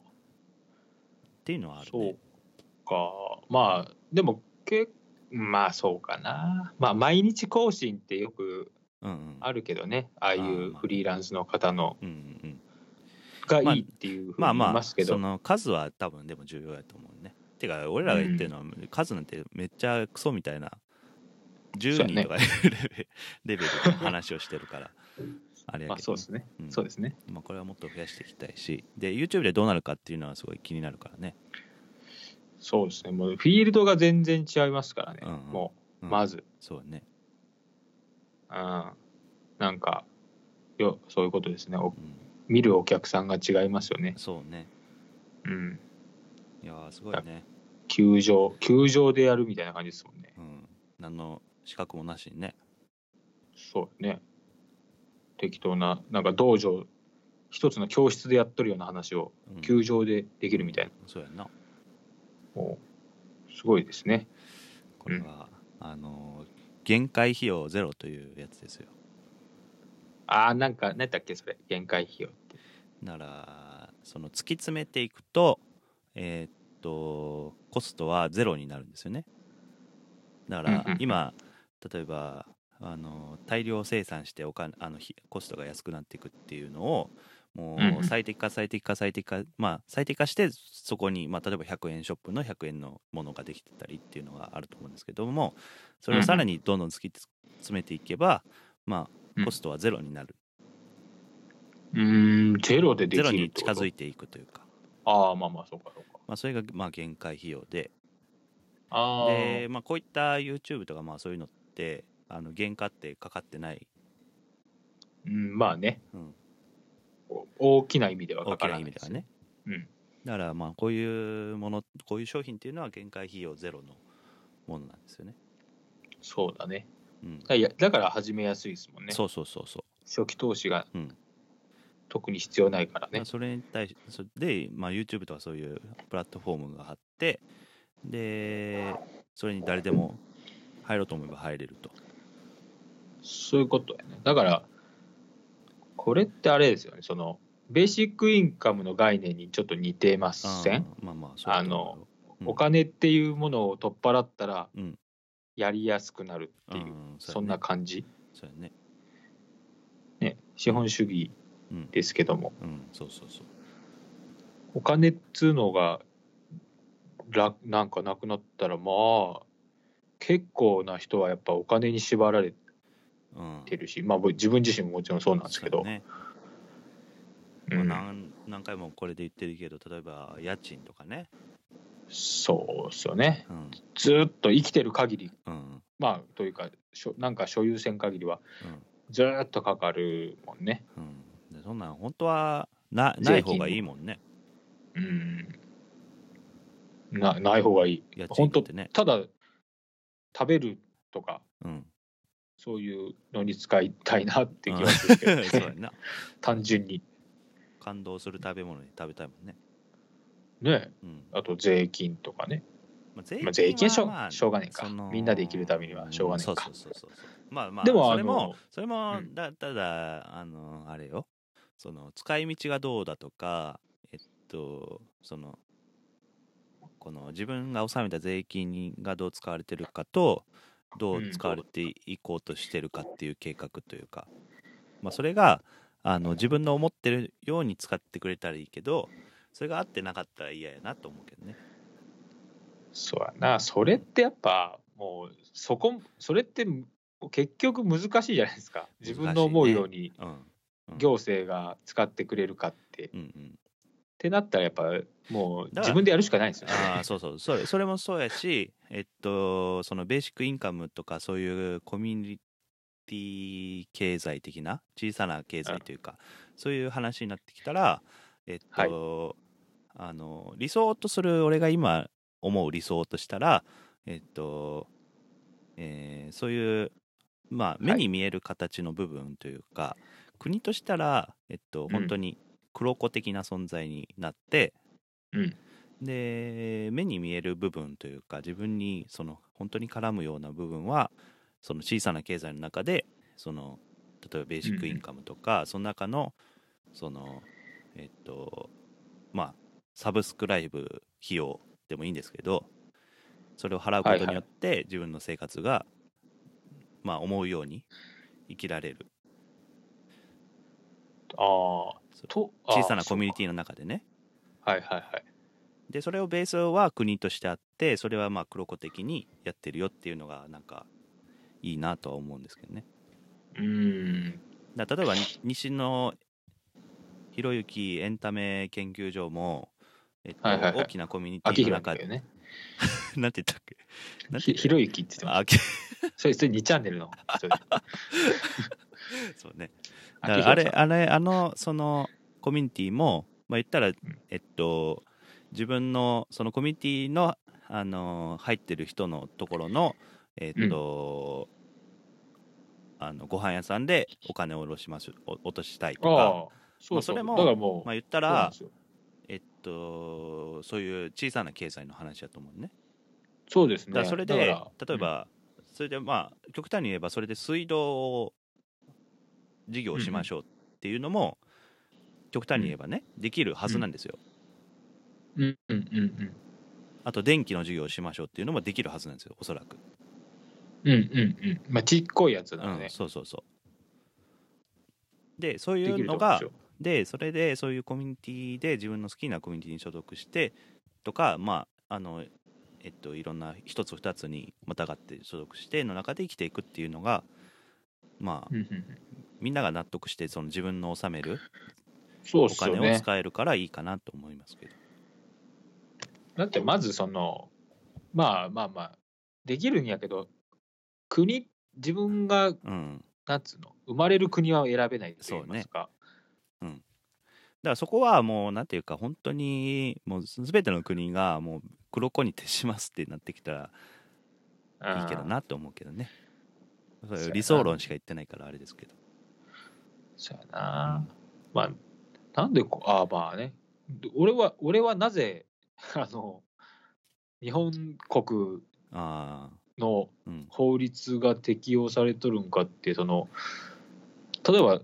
[SPEAKER 2] ていうのはある
[SPEAKER 1] そ
[SPEAKER 2] ね
[SPEAKER 1] うかまあでもけまあそうかなまあ毎日更新ってよく
[SPEAKER 2] うんうん
[SPEAKER 1] あるけどねああい
[SPEAKER 2] あー
[SPEAKER 1] う
[SPEAKER 2] まあ
[SPEAKER 1] フリーランスの方の
[SPEAKER 2] うんうんうん
[SPEAKER 1] が
[SPEAKER 2] まあ
[SPEAKER 1] いいっていうふうに
[SPEAKER 2] まあ
[SPEAKER 1] 言い
[SPEAKER 2] まあ
[SPEAKER 1] ますけど、
[SPEAKER 2] その数は多分でも重要やと思うねてか俺らが言ってるのは数なんてめっちゃクソみたいな10人とか [LAUGHS] いうレベルレベルの話をしてる
[SPEAKER 1] [LAUGHS]
[SPEAKER 2] からあれ
[SPEAKER 1] ま
[SPEAKER 2] や
[SPEAKER 1] あ
[SPEAKER 2] け
[SPEAKER 1] そ
[SPEAKER 2] ど
[SPEAKER 1] うですね、
[SPEAKER 2] うん
[SPEAKER 1] そうですね
[SPEAKER 2] まあこれはもっと増やしていきたいしで YouTube でどうなるかっていうのはすごい気になるからね
[SPEAKER 1] そうですねもうフィールドが全然違いますからね、
[SPEAKER 2] うんうん
[SPEAKER 1] もう
[SPEAKER 2] うん
[SPEAKER 1] まず、
[SPEAKER 2] そうね
[SPEAKER 1] うん、なんかよそういうことですねお
[SPEAKER 2] うん
[SPEAKER 1] 見るお客さんが違いますよね、
[SPEAKER 2] そうね
[SPEAKER 1] うん、
[SPEAKER 2] いやーすごいね
[SPEAKER 1] 球場球場でやるみたいな感じですもんね
[SPEAKER 2] うん、何の資格もなしにね。
[SPEAKER 1] そうね適当ななんか道場一つの教室でやっとるような話を
[SPEAKER 2] うん
[SPEAKER 1] 球場でできるみたいな、
[SPEAKER 2] そうやんな。
[SPEAKER 1] もうすごいですね
[SPEAKER 2] これは、あのー限界費用ゼロというやつですよ。
[SPEAKER 1] ああなんか何だっけそれ限界費用って
[SPEAKER 2] なら、その突き詰めていくと、えーっと、コストはゼロになるんですよね。だか
[SPEAKER 1] うんうん
[SPEAKER 2] ら
[SPEAKER 1] うん、
[SPEAKER 2] 今、例えば、あの大量生産してお金あのひコストが安くなっていくっていうのをも
[SPEAKER 1] うんう
[SPEAKER 2] うん最適化最適化最適化まあ最適化してそこに、まあ、例えば100円ショップの100円のものができてたりっていうのがあると思うんですけどもそれをさらにどんどん突き詰めていけば、ま
[SPEAKER 1] う
[SPEAKER 2] あ、
[SPEAKER 1] ん
[SPEAKER 2] コストはゼロになる、
[SPEAKER 1] うーん、ゼロででき
[SPEAKER 2] ゼ
[SPEAKER 1] る
[SPEAKER 2] ロに近づ
[SPEAKER 1] い
[SPEAKER 2] いていくというか、
[SPEAKER 1] ああ、まあまあ、そうか、そうか。
[SPEAKER 2] まあ、それがまあ限界費用で
[SPEAKER 1] ああ、
[SPEAKER 2] で、まあ、こういった YouTube とかまあそういうのってあの原価ってかかってない、
[SPEAKER 1] うん、まあね、
[SPEAKER 2] うん、
[SPEAKER 1] お大きな意味では
[SPEAKER 2] 大
[SPEAKER 1] か
[SPEAKER 2] き
[SPEAKER 1] から
[SPEAKER 2] な
[SPEAKER 1] な
[SPEAKER 2] 意
[SPEAKER 1] い
[SPEAKER 2] 味で
[SPEAKER 1] です
[SPEAKER 2] はね。
[SPEAKER 1] うん。
[SPEAKER 2] だからまあこういうものこういう商品っていうのは限界費用ゼロのものなんですよね。
[SPEAKER 1] そうだね。
[SPEAKER 2] うん、
[SPEAKER 1] いやだから始めやすいですもんね。
[SPEAKER 2] そうそうそうそ
[SPEAKER 1] 初期投資が
[SPEAKER 2] う。うん
[SPEAKER 1] 特に必要ないから
[SPEAKER 2] ま
[SPEAKER 1] ね
[SPEAKER 2] あ、。それに対しそで、まあ、YouTube とかそういうプラットフォームがあってでそれに誰でも入ろうと思えば入れると。
[SPEAKER 1] そういうことやね。だから、これってあれですよね、その、ベーシックインカムの概念にちょっと似てません、
[SPEAKER 2] あーまあまあそうだと思うようん
[SPEAKER 1] お金っていうものを取っ払ったら
[SPEAKER 2] うん、
[SPEAKER 1] やりやすくなるっていう、
[SPEAKER 2] うん
[SPEAKER 1] そんな感じ、
[SPEAKER 2] そうやね。
[SPEAKER 1] ね。資本主義
[SPEAKER 2] うん
[SPEAKER 1] ですけども、
[SPEAKER 2] うん、そうそうそう。
[SPEAKER 1] お金っつうのが、らなんかなくなったら、まあ、結構な人はやっぱお金に縛られ
[SPEAKER 2] うん、
[SPEAKER 1] てるし、まあ、僕自分自身ももちろんそうなんですけど、
[SPEAKER 2] そうねまあ、
[SPEAKER 1] うん
[SPEAKER 2] 何何回もこれで言ってるけど例えば家賃とかね、
[SPEAKER 1] そうっすよね。
[SPEAKER 2] うん
[SPEAKER 1] ずーっと生きてる限り
[SPEAKER 2] うん
[SPEAKER 1] まあというかしょなんか所有せん限りはずーっとかかるもんね
[SPEAKER 2] うんうん、でそんなん本当はなない方がいいもんね
[SPEAKER 1] うんなない方がいい
[SPEAKER 2] 家賃
[SPEAKER 1] 本
[SPEAKER 2] だ
[SPEAKER 1] 当
[SPEAKER 2] ってね、
[SPEAKER 1] ただ食べるとか
[SPEAKER 2] うん、
[SPEAKER 1] そういうのに使いたいなって気はするけ
[SPEAKER 2] [LAUGHS]
[SPEAKER 1] ど、
[SPEAKER 2] そうやな
[SPEAKER 1] 単純に
[SPEAKER 2] 感動する食べ物に食べたいもんね、
[SPEAKER 1] ね
[SPEAKER 2] うん
[SPEAKER 1] あと税金とかね、
[SPEAKER 2] まあ、税
[SPEAKER 1] まあ、税金はしょ,、
[SPEAKER 2] まあ
[SPEAKER 1] しょうがないか
[SPEAKER 2] その
[SPEAKER 1] みんなで生きるためにはしょうがないか、
[SPEAKER 2] んそうそうそうそうそうまあまあ
[SPEAKER 1] でも
[SPEAKER 2] それ
[SPEAKER 1] あ
[SPEAKER 2] も
[SPEAKER 1] の
[SPEAKER 2] それも
[SPEAKER 1] うん
[SPEAKER 2] だただあのあれよその使い道がどうだとかえっとそのこの自分が納めた税金がどう使われてるかとどう使われていこうとしてるかっていう計画というか、まあ、それがあの自分の思ってるように使ってくれたらいいけどそれが合ってなかったら嫌やなと思うけどね
[SPEAKER 1] そうやなそれってやっぱもうそこそれって結局難しいじゃないですか自分の思うように
[SPEAKER 2] うんうん
[SPEAKER 1] 行政が使ってくれるかって、
[SPEAKER 2] うんうん
[SPEAKER 1] ってなったらやっぱもう
[SPEAKER 2] だから
[SPEAKER 1] 自分でやるしかないんですよね。
[SPEAKER 2] ああそうそうそれそれもそうやしえっとそのベーシックインカムとかそういうコミュニティ経済的な小さな経済というかそういう話になってきたらえっと、あの理想とする俺が今思う理想としたらえっと、えーそういうまあ目
[SPEAKER 1] は
[SPEAKER 2] に
[SPEAKER 1] い
[SPEAKER 2] 見える形の部分というか、国としたらえっと
[SPEAKER 1] ん
[SPEAKER 2] 本当に黒子的な存在になって、
[SPEAKER 1] うん
[SPEAKER 2] で目に見える部分というか自分にその本当に絡むような部分はその小さな経済の中でその例えばベーシックインカムとか、その中のそのえっとまあサブスクライブ費用でもいいんですけどそれを払うことによって自分の生活が、まあ思うように生きられる
[SPEAKER 1] あ
[SPEAKER 2] そう
[SPEAKER 1] ーと
[SPEAKER 2] 小さなコミュニ
[SPEAKER 1] ィ
[SPEAKER 2] ティの中でね
[SPEAKER 1] はいはいはい。
[SPEAKER 2] でそれをベースは国としてあってそれはまあ黒子的にやってるよっていうのがなんかいいなとは思うんですけどね
[SPEAKER 1] うーん
[SPEAKER 2] だから例えばに西のひろゆきエンタメ研究所も、えっと
[SPEAKER 1] はいはいはい
[SPEAKER 2] 大きなコミュニテ
[SPEAKER 1] 秋
[SPEAKER 2] ィの
[SPEAKER 1] 広
[SPEAKER 2] 中
[SPEAKER 1] だけ
[SPEAKER 2] で、
[SPEAKER 1] どね。
[SPEAKER 2] [LAUGHS] なんて言ったっけなんて
[SPEAKER 1] ひ
[SPEAKER 2] 言
[SPEAKER 1] ひろゆきって言って
[SPEAKER 2] あ
[SPEAKER 1] ま
[SPEAKER 2] 秋
[SPEAKER 1] す。それそれ2チャンネルの。それ
[SPEAKER 2] そうねだか
[SPEAKER 1] 秋
[SPEAKER 2] らあ
[SPEAKER 1] 広
[SPEAKER 2] れ
[SPEAKER 1] さん
[SPEAKER 2] あれあのそのコミュニティもまあ言ったら、えっと自分のそのコミュニティのあの入ってる人のところのえっと、あのご飯屋さんでお金を下ろしますお落としたいとか
[SPEAKER 1] ああそう
[SPEAKER 2] まあそ
[SPEAKER 1] そう。
[SPEAKER 2] れ
[SPEAKER 1] だ
[SPEAKER 2] も
[SPEAKER 1] からもう
[SPEAKER 2] まあ言った
[SPEAKER 1] そうなん
[SPEAKER 2] ら
[SPEAKER 1] ですよ
[SPEAKER 2] えっとそういう小さな経済の話だと思うね。
[SPEAKER 1] そうです
[SPEAKER 2] だか
[SPEAKER 1] ね。
[SPEAKER 2] らそれで、
[SPEAKER 1] だから
[SPEAKER 2] 例え、ば、それでまあ極端に言えばそれで水道を事業しましょうっていうのも、極端に言えばねできるはずなんですよ、
[SPEAKER 1] うんうんうんうん
[SPEAKER 2] あと電気の事業をしましょうっていうのもできるはずなんですよおそらく
[SPEAKER 1] うんうんうん。まあ、ちっこいやつだ
[SPEAKER 2] うん
[SPEAKER 1] ね。
[SPEAKER 2] そうそうそうでそうい
[SPEAKER 1] でき
[SPEAKER 2] う
[SPEAKER 1] ると
[SPEAKER 2] の
[SPEAKER 1] こで
[SPEAKER 2] が
[SPEAKER 1] しょ。
[SPEAKER 2] でそれでそういうコミュニティで自分の好きなコミュニティに所属してとかまああのえっといろんな一つ二つにまたがって所属しての中で生きていくっていうのがまあ
[SPEAKER 1] うんうんうん
[SPEAKER 2] みんなが納得してその自分の納める
[SPEAKER 1] そう
[SPEAKER 2] お
[SPEAKER 1] っすよ
[SPEAKER 2] 金を
[SPEAKER 1] ね。
[SPEAKER 2] 使えるからいいかなと思いますけど
[SPEAKER 1] だってまずその、まあまあまあ、できるんやけど、国、自分が、
[SPEAKER 2] うん
[SPEAKER 1] なんつうの、生まれる国は選べないと言いますか。
[SPEAKER 2] だからそこはもうなんていうか本当にもう全ての国がもう黒子に徹しますってなってきたらいいけど
[SPEAKER 1] うん
[SPEAKER 2] なと思うけどねそう
[SPEAKER 1] そうや
[SPEAKER 2] いう
[SPEAKER 1] な
[SPEAKER 2] 理想論しか言ってないからあれですけど
[SPEAKER 1] そうやな。まあ、なんでこう、ああまあね。俺は、俺はなぜ、あの、日本国
[SPEAKER 2] ああ
[SPEAKER 1] の
[SPEAKER 2] うん
[SPEAKER 1] 法律が適用されとるんかって、その、例えば、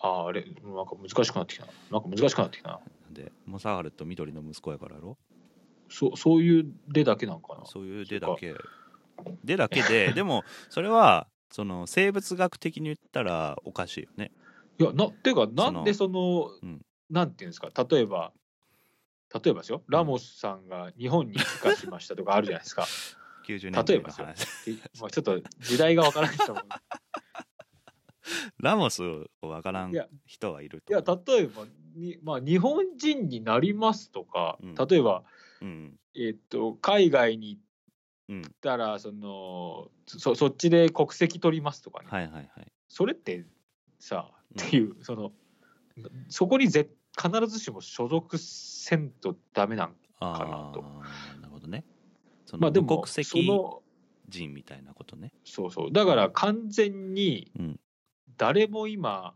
[SPEAKER 1] あーあれ、なんか難しくなってきたな。なんか難しくなってきたな。
[SPEAKER 2] なんでモサハルと緑の息子やからやろ
[SPEAKER 1] そそういう例だけなんかな。
[SPEAKER 2] そういう出だけ出だけ
[SPEAKER 1] [LAUGHS]
[SPEAKER 2] ででもそれはその生物学的に言ったらおかしいよね
[SPEAKER 1] いや、な、てか、
[SPEAKER 2] の
[SPEAKER 1] なんでその、
[SPEAKER 2] うん
[SPEAKER 1] なんていうんですか、例えば、例えばですよ、ラモスさんが日本に帰化しましたとかあるじゃないです
[SPEAKER 2] [LAUGHS]
[SPEAKER 1] か。
[SPEAKER 2] 90年代の
[SPEAKER 1] 例えば
[SPEAKER 2] 話
[SPEAKER 1] でまあちょっと時代がわからない人も。
[SPEAKER 2] ラモスを分からん
[SPEAKER 1] いや、
[SPEAKER 2] 人はいる
[SPEAKER 1] い
[SPEAKER 2] と
[SPEAKER 1] や
[SPEAKER 2] 思う
[SPEAKER 1] 例えばに、まあ、日本人になりますとか、
[SPEAKER 2] うん
[SPEAKER 1] 例えば、
[SPEAKER 2] うん
[SPEAKER 1] えっと海外に行っ
[SPEAKER 2] うん
[SPEAKER 1] たらそのそ、そっちで国籍取りますとかね、
[SPEAKER 2] はいはいはい
[SPEAKER 1] それってさ、
[SPEAKER 2] うん
[SPEAKER 1] っていう、そのそこにぜ必ずしも所属せんとダメなん
[SPEAKER 2] あ
[SPEAKER 1] なと
[SPEAKER 2] あなるほどねそ
[SPEAKER 1] ま
[SPEAKER 2] の
[SPEAKER 1] あで
[SPEAKER 2] 無
[SPEAKER 1] も
[SPEAKER 2] 国
[SPEAKER 1] そ
[SPEAKER 2] 籍
[SPEAKER 1] の
[SPEAKER 2] 人みたいなことね
[SPEAKER 1] そうそうだから完全に
[SPEAKER 2] うん
[SPEAKER 1] 誰も今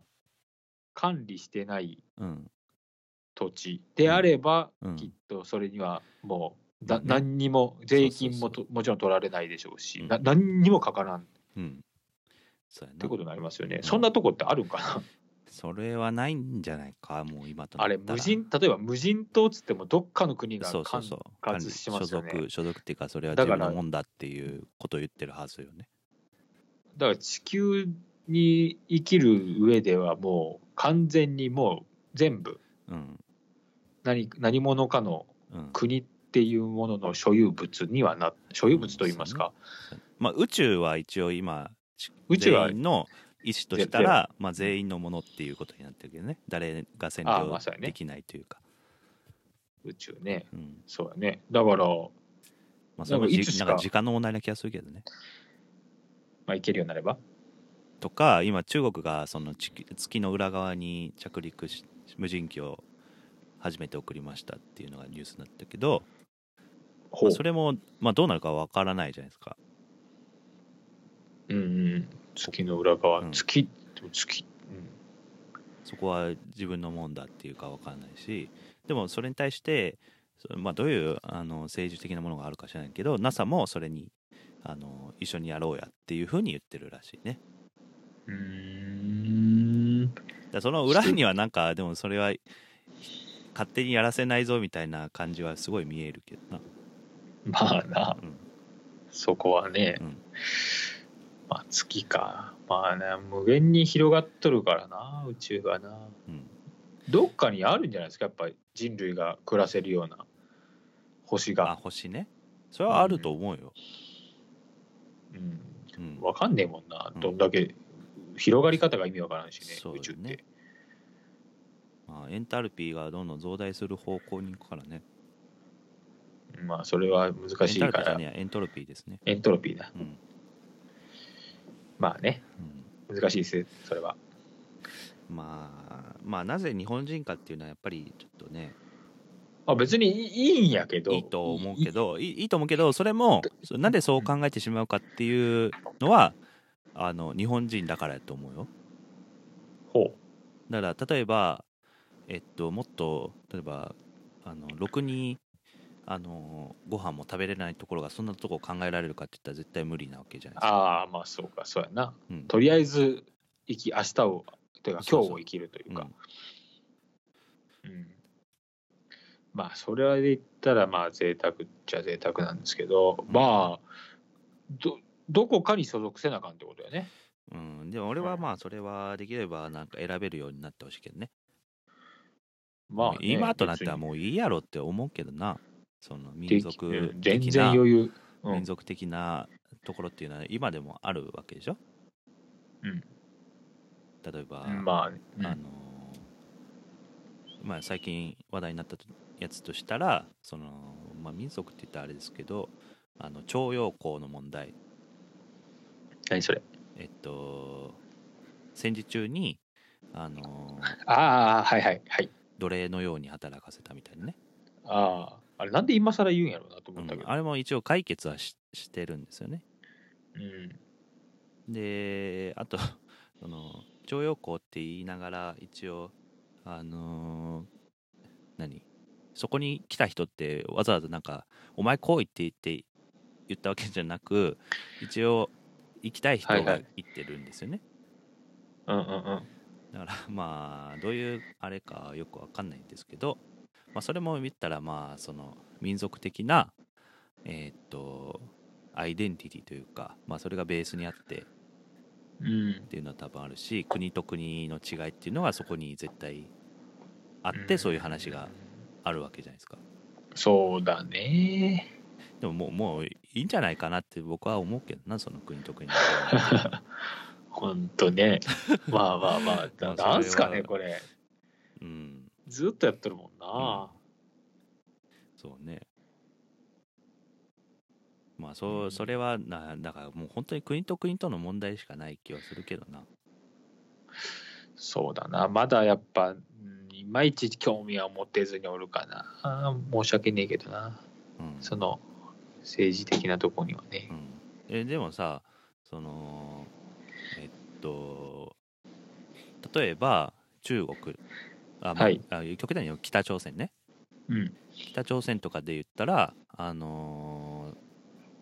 [SPEAKER 1] 管理してない
[SPEAKER 2] うん
[SPEAKER 1] 土地であれば、
[SPEAKER 2] うんうん
[SPEAKER 1] きっとそれにはもう
[SPEAKER 2] まあ
[SPEAKER 1] だ、
[SPEAKER 2] ね
[SPEAKER 1] 何にも税金も
[SPEAKER 2] そ
[SPEAKER 1] ともちろん取られないでしょうし、
[SPEAKER 2] うん
[SPEAKER 1] な何にもかからんっ
[SPEAKER 2] うんそうや
[SPEAKER 1] て
[SPEAKER 2] な
[SPEAKER 1] ことになりますよね、
[SPEAKER 2] ん
[SPEAKER 1] そんなとこってあるんかな、
[SPEAKER 2] それはないんじゃないかもう今とな
[SPEAKER 1] あ
[SPEAKER 2] った
[SPEAKER 1] れ
[SPEAKER 2] ら
[SPEAKER 1] 無人例えば無人島っつってもどっかの国が
[SPEAKER 2] そうそう
[SPEAKER 1] 管
[SPEAKER 2] そう
[SPEAKER 1] 管
[SPEAKER 2] 管理
[SPEAKER 1] 轄しますよね
[SPEAKER 2] 所属所属っていうかそれは
[SPEAKER 1] だ
[SPEAKER 2] 自
[SPEAKER 1] から
[SPEAKER 2] 分のもんだっていうことを言ってるはずよね
[SPEAKER 1] だから地球に生きる上ではもう完全にもう全部
[SPEAKER 2] うん
[SPEAKER 1] 何何者かの
[SPEAKER 2] うん
[SPEAKER 1] 国っていうものの所有物にはな所有物と言いますか、
[SPEAKER 2] まあ宇宙は一応今ち
[SPEAKER 1] 宇宙は
[SPEAKER 2] 全員の意思としたら、まあ、全員のものっていうことになってるけどね誰が占
[SPEAKER 1] ああまあそう
[SPEAKER 2] 領
[SPEAKER 1] やね
[SPEAKER 2] できないというか
[SPEAKER 1] 宇宙ね
[SPEAKER 2] うん
[SPEAKER 1] そうだねだから、
[SPEAKER 2] まあそれも
[SPEAKER 1] でもいつ
[SPEAKER 2] じ
[SPEAKER 1] しか
[SPEAKER 2] なんか時間の問題な気がするけどね
[SPEAKER 1] まあ、行けるようになれば
[SPEAKER 2] とか今中国がその地球月の裏側に着陸し無人機を初めて送りましたっていうのがニュースになったけど、
[SPEAKER 1] ほ
[SPEAKER 2] ま
[SPEAKER 1] う
[SPEAKER 2] あ、それも、まあ、どうなるかわからないじゃないですか
[SPEAKER 1] うんうん月の裏側、
[SPEAKER 2] うん
[SPEAKER 1] 月でも月、
[SPEAKER 2] そこは自分のもんだっていうか分かんないしでもそれに対して、そまあ、どういうあの政治的なものがあるか知らないけど NASA もそれにあの一緒にやろうやっていうふうに言ってるらしいね
[SPEAKER 1] うん、うん
[SPEAKER 2] だからその裏にはなんかでもそれは勝手にやらせないぞみたいな感じはすごい見えるけどな、
[SPEAKER 1] まあな
[SPEAKER 2] うん
[SPEAKER 1] そこはね、
[SPEAKER 2] うん
[SPEAKER 1] まあ、月かまあね無限に広がっとるからな宇宙がな
[SPEAKER 2] うん、
[SPEAKER 1] どっかにあるんじゃないですかやっぱり人類が暮らせるような星
[SPEAKER 2] あ
[SPEAKER 1] が、
[SPEAKER 2] 星ねそれはあると思うよ、
[SPEAKER 1] うん、
[SPEAKER 2] うん
[SPEAKER 1] わかんねえもんな、
[SPEAKER 2] うん
[SPEAKER 1] どんだけ広がり方が意味わからんしね、
[SPEAKER 2] そう
[SPEAKER 1] 宇
[SPEAKER 2] だ
[SPEAKER 1] 宙っ
[SPEAKER 2] よ
[SPEAKER 1] て
[SPEAKER 2] ね。まあ、エンタルピーがどんどん増大する方向に行くからね
[SPEAKER 1] まあ、それは難しいか
[SPEAKER 2] エンタルピーじゃ
[SPEAKER 1] ら
[SPEAKER 2] ね、えやエントロピーですね
[SPEAKER 1] エントロピーだ。
[SPEAKER 2] うん、
[SPEAKER 1] まあね、
[SPEAKER 2] うん
[SPEAKER 1] 難しいです、それは。
[SPEAKER 2] まあ、まあなぜ日本人かっていうのはやっぱりちょっとね
[SPEAKER 1] あ別にいいいいんやけど。
[SPEAKER 2] いいと思うけどいいいいと思うけどそれもそなんでそう考えてしまうかっていうのはあの日本人だからやと思うよ
[SPEAKER 1] ほ
[SPEAKER 2] だから例えばえっともっと例えばあのろくにあのご飯も食べれないところがそんなとこ考えられるかって言ったら絶対無理なわけじゃな
[SPEAKER 1] う。
[SPEAKER 2] いですか、
[SPEAKER 1] ああ、まあそうか、そうやな。
[SPEAKER 2] うん
[SPEAKER 1] とりあえず、生き、明日を、というか、
[SPEAKER 2] そうそう
[SPEAKER 1] 今日を生きるという
[SPEAKER 2] う
[SPEAKER 1] か
[SPEAKER 2] ん。
[SPEAKER 1] うんまあ、それで言ったら、まあ、贅沢っちゃ贅沢なんですけど、まあ、どどこかに所属せなあかんってことやね。
[SPEAKER 2] うん、でも俺はまあそれはできればなんか選べるようになってほしいけどね。
[SPEAKER 1] まあね、
[SPEAKER 2] 今となっては
[SPEAKER 1] 別に
[SPEAKER 2] もういいやろって思うけどな。その民族
[SPEAKER 1] でき全
[SPEAKER 2] 的
[SPEAKER 1] 然
[SPEAKER 2] な、
[SPEAKER 1] 余裕。うん
[SPEAKER 2] 民族的なところっていうのは今でもあるわけでしょ
[SPEAKER 1] うん。
[SPEAKER 2] 例えば、
[SPEAKER 1] まあね、うん
[SPEAKER 2] あのーまあ、最近話題になったやつとしたらその、まあ、民族って言ったらあれですけどあの徴用工の問題
[SPEAKER 1] 何それ。
[SPEAKER 2] えっと戦時中にあのー
[SPEAKER 1] ああ、はいはいはい。
[SPEAKER 2] 奴隷のように働かせたみたいなね、
[SPEAKER 1] ああ、あれなんで今更言うんやろうなと
[SPEAKER 2] う
[SPEAKER 1] 思った
[SPEAKER 2] ん
[SPEAKER 1] け、ど。
[SPEAKER 2] あれも一応解決はししてるんですよね
[SPEAKER 1] うん。
[SPEAKER 2] であと [LAUGHS] その徴用工って言いながら一応あのー何そこに来た人ってわざわざなんか「お前来い」って言って言ったわけじゃなく一応行きたい人
[SPEAKER 1] はいは
[SPEAKER 2] が
[SPEAKER 1] い
[SPEAKER 2] 行ってるんですよね、
[SPEAKER 1] うんうんうん。
[SPEAKER 2] だからまあどういうあれかよくわかんないんですけど、まあ、それも見たらまあその民族的なえーっとアイデンティティというか、まあ、それがベースにあって
[SPEAKER 1] うん
[SPEAKER 2] っ、ていうのは多分あるし国と国の違いっていうのはそこに絶対あって、
[SPEAKER 1] うん
[SPEAKER 2] そういう話があるわけじゃないですか
[SPEAKER 1] そうだね。 [LAUGHS]
[SPEAKER 2] でももうもういいんじゃないかなって僕は思うけどなその国と国
[SPEAKER 1] [LAUGHS]
[SPEAKER 2] の違いっていうのは
[SPEAKER 1] ほんとね。まあまあまあ、
[SPEAKER 2] まあ
[SPEAKER 1] ななんすか
[SPEAKER 2] それ
[SPEAKER 1] ね、
[SPEAKER 2] は
[SPEAKER 1] これ。
[SPEAKER 2] うん
[SPEAKER 1] ずっとやってるもんな。
[SPEAKER 2] そうねまあそうそれはなだからもう本当に国と国との問題しかない気はするけどな
[SPEAKER 1] そうだな。まだやっぱ、うんいまいち興味は持てずにおるかな。あー申し訳ねえけどな。
[SPEAKER 2] うん
[SPEAKER 1] その、政治的なとこにはね
[SPEAKER 2] う。ん、えでもさそのえっと例えば中国あ、まあ
[SPEAKER 1] はい
[SPEAKER 2] あ極端に言うと北朝鮮ね
[SPEAKER 1] うん。
[SPEAKER 2] 北朝鮮とかで言ったらあの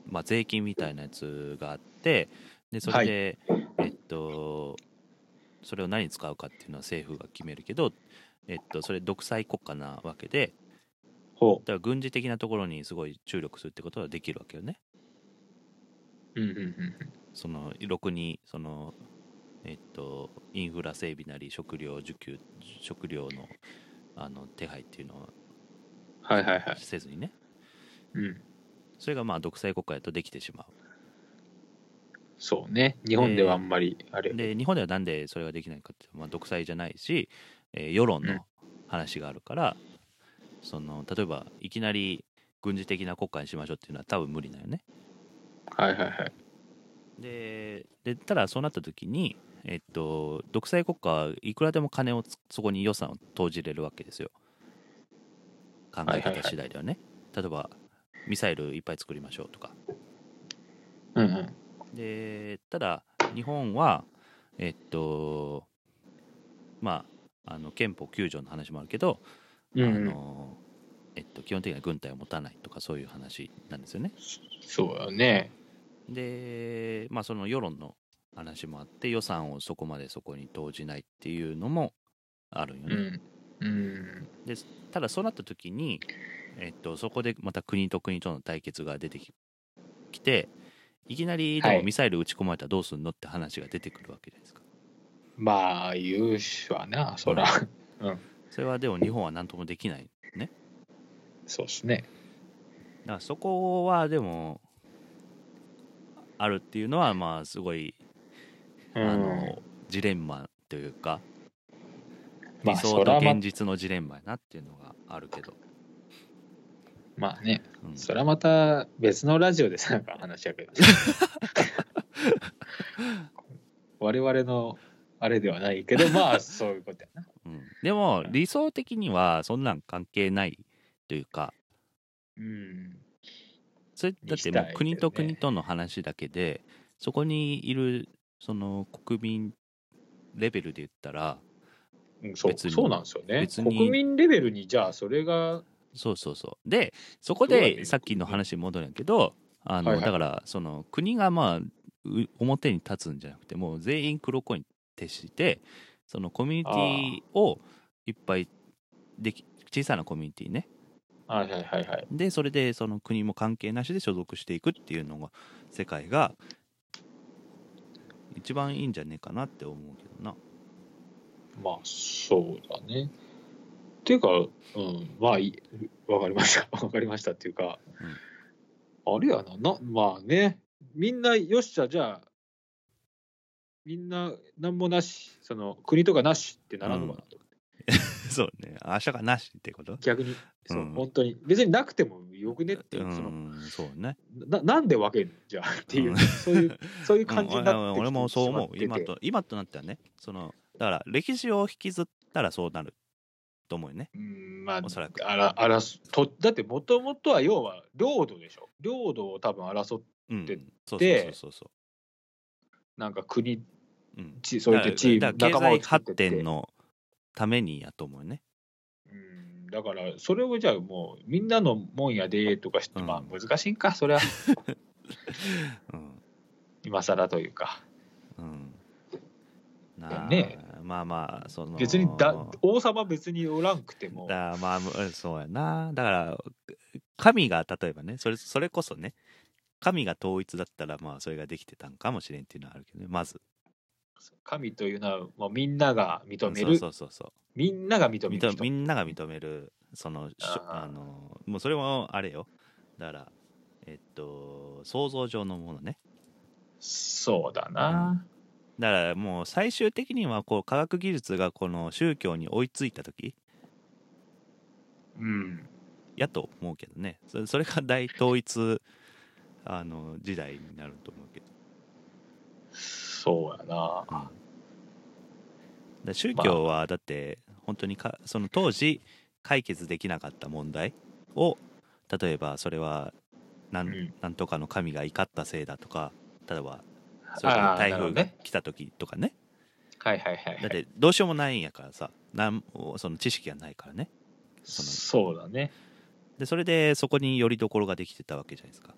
[SPEAKER 2] ーまあ、税金みたいなやつがあってでそれで、えっとそれを何に使うかっていうのは政府が決めるけど、えっと、それ独裁国家なわけで
[SPEAKER 1] ほ
[SPEAKER 2] だから軍事的なところにすごい注力するってことはできるわけよね。
[SPEAKER 1] う。うんうんうん
[SPEAKER 2] そのろくにそのえっとインフラ整備なり食料需給食料のあの手配っていうのを
[SPEAKER 1] うん。はいはいはい。
[SPEAKER 2] せずにね、
[SPEAKER 1] うん。
[SPEAKER 2] それがまあ独裁国家だとできてしま
[SPEAKER 1] そうね。日本ではあんまり、あれ
[SPEAKER 2] う。で日本ではなんでそれができないかっていうと、まあ、独裁じゃないし、えー世論
[SPEAKER 1] うん
[SPEAKER 2] の話があるから、その例えばいきなり軍事的な国家にしましょうっていうのは多分無理だよね
[SPEAKER 1] はいはいはい。
[SPEAKER 2] ででただそうなった時にえっと独裁国家はいくらでも金をつそこに予算を投じれるわけですよ考え
[SPEAKER 1] はいはい
[SPEAKER 2] 方
[SPEAKER 1] はい
[SPEAKER 2] 次第ではね、例えばミサイルいっぱい作りましょうとか
[SPEAKER 1] うんうん。
[SPEAKER 2] でただ日本はえっとまああの憲法9条の話もあるけど、
[SPEAKER 1] うん
[SPEAKER 2] あ
[SPEAKER 1] うん、
[SPEAKER 2] のえっと、基本的には軍隊を持たないとかそういう話なんですよね
[SPEAKER 1] そうだね。
[SPEAKER 2] で、まあ、その世論の話もあって予算をそこまでそこに投じないっていうのもあるよ
[SPEAKER 1] う
[SPEAKER 2] ね、
[SPEAKER 1] ん。うん。
[SPEAKER 2] ただそうなった時に、えっと、そこでまた国と国との対決が出てききていきなりで
[SPEAKER 1] は
[SPEAKER 2] も
[SPEAKER 1] い
[SPEAKER 2] ミサイル撃ち込まれたらどうすんのって話が出てくるわけじゃないですか、
[SPEAKER 1] まあ、言うしはな、そら。
[SPEAKER 2] それはでも日本は何ともできない
[SPEAKER 1] そうっすね。
[SPEAKER 2] だからそこはでもあるっていうのはまあすごい、
[SPEAKER 1] う
[SPEAKER 2] あ
[SPEAKER 1] ん。
[SPEAKER 2] のジレンマというか理
[SPEAKER 1] まあ、
[SPEAKER 2] 想
[SPEAKER 1] そ
[SPEAKER 2] と
[SPEAKER 1] らま
[SPEAKER 2] 現、実のジレンマやなっていうのがあるけど、
[SPEAKER 1] まあね、
[SPEAKER 2] うん
[SPEAKER 1] そらまた別のラジオでさ、なんか話やけ
[SPEAKER 2] [LAUGHS]
[SPEAKER 1] ど。我々のあれではないけど、まあ、そういうことやな。
[SPEAKER 2] うんでも理想的にはそんなん関係ないというか
[SPEAKER 1] うん。
[SPEAKER 2] それだっても
[SPEAKER 1] にしたいけど
[SPEAKER 2] う
[SPEAKER 1] ね
[SPEAKER 2] 国と国との話だけでそこにいるその国民レベルで言ったら
[SPEAKER 1] うんそう
[SPEAKER 2] 別に
[SPEAKER 1] そうなんですよね。
[SPEAKER 2] 別に
[SPEAKER 1] 国民レベルに、じゃあ、それが、
[SPEAKER 2] そうそうそうでそこ
[SPEAKER 1] そうだよ
[SPEAKER 2] で
[SPEAKER 1] ね
[SPEAKER 2] さっきの話に戻るんやけどあの、
[SPEAKER 1] はいはい
[SPEAKER 2] だからその国がまあう表に立つんじゃなくてもう全員黒子に徹してそのコミュニティをいっぱいでき小さなコミュニティね
[SPEAKER 1] はいはいはいはい。
[SPEAKER 2] でそれでその国も関係なしで所属していくっていうのが世界が一番いいんじゃねえかなって思うけどな [LAUGHS]
[SPEAKER 1] まあ、そうだね。っていうか、うん、まあいい、わかりました。 [LAUGHS] わかりましたっていうか、あれやな、な、まあね、みんな、よっしゃ、じゃあ、みんな、なんもなし、その、国とかなしってならんのかなと、
[SPEAKER 2] そうね明日がなしってこと
[SPEAKER 1] 逆に、そう、
[SPEAKER 2] うん
[SPEAKER 1] 本当に、別になくてもよくねっていうう、その、
[SPEAKER 2] んそうね
[SPEAKER 1] ななんで分けんのじゃあっていう、
[SPEAKER 2] うん
[SPEAKER 1] そういう、そういう
[SPEAKER 2] う
[SPEAKER 1] 感
[SPEAKER 2] ん
[SPEAKER 1] じに
[SPEAKER 2] 俺
[SPEAKER 1] なっ
[SPEAKER 2] も
[SPEAKER 1] てきて
[SPEAKER 2] 俺もそう思う
[SPEAKER 1] しま
[SPEAKER 2] 今
[SPEAKER 1] ってて
[SPEAKER 2] と今となってはねそのだから歴史を引きずったらそうなると思うよね
[SPEAKER 1] うんまあ、
[SPEAKER 2] おそらく
[SPEAKER 1] あらあらすとだってもともとは要は領土でしょ領土を多分争っ
[SPEAKER 2] うん
[SPEAKER 1] で
[SPEAKER 2] そうそうそ
[SPEAKER 1] で
[SPEAKER 2] うそうそ
[SPEAKER 1] なんか国
[SPEAKER 2] ううん
[SPEAKER 1] ちそういったチーム
[SPEAKER 2] だからだ
[SPEAKER 1] 仲
[SPEAKER 2] から
[SPEAKER 1] 間
[SPEAKER 2] 経
[SPEAKER 1] を
[SPEAKER 2] 済
[SPEAKER 1] 作って
[SPEAKER 2] 発
[SPEAKER 1] って
[SPEAKER 2] 展のためにやと思うね
[SPEAKER 1] うんだからそれをじゃあもうみんなのもんやでとかして、
[SPEAKER 2] うん
[SPEAKER 1] まあ難しいんかそ
[SPEAKER 2] [LAUGHS]
[SPEAKER 1] れは
[SPEAKER 2] うん
[SPEAKER 1] 今更というか
[SPEAKER 2] うんなあ
[SPEAKER 1] ね
[SPEAKER 2] まあまあその
[SPEAKER 1] 別にだ王様別におらんくても
[SPEAKER 2] だまあうんそうやなだから神が例えばねそれそれこそね神が統一だったらまあそれができてたんかもしれんっていうのはあるけどねまず
[SPEAKER 1] 神というのはもうみんなが認め
[SPEAKER 2] そう
[SPEAKER 1] る
[SPEAKER 2] そうそうそう
[SPEAKER 1] みんなが認める
[SPEAKER 2] 認
[SPEAKER 1] 人
[SPEAKER 2] みんなが認めるそのしょ
[SPEAKER 1] あー
[SPEAKER 2] あのもうそれもあれよだからえっと想像上のものね
[SPEAKER 1] そうだな、
[SPEAKER 2] だからもう最終的にはこう科学技術がこの宗教に追いついた時
[SPEAKER 1] うん、
[SPEAKER 2] やと思うけどねそれそれが大統一あの時代になると思うけど
[SPEAKER 1] そう
[SPEAKER 2] う
[SPEAKER 1] やな、
[SPEAKER 2] んだから宗教はだって本当にかその当時解決できなかった問題を例えばそれはな
[SPEAKER 1] うんん、
[SPEAKER 2] なんとかの神が怒ったせいだとか例えばそれ
[SPEAKER 1] あ
[SPEAKER 2] から
[SPEAKER 1] あ
[SPEAKER 2] 台
[SPEAKER 1] なるほ
[SPEAKER 2] 風
[SPEAKER 1] ど
[SPEAKER 2] が
[SPEAKER 1] ね
[SPEAKER 2] 来た時とかね
[SPEAKER 1] はいはいはい、はい、
[SPEAKER 2] だってどうしようもないんやからさなんその知識がないからねその
[SPEAKER 1] そうだね
[SPEAKER 2] でそれでそこによりどころができてたわけじゃないですか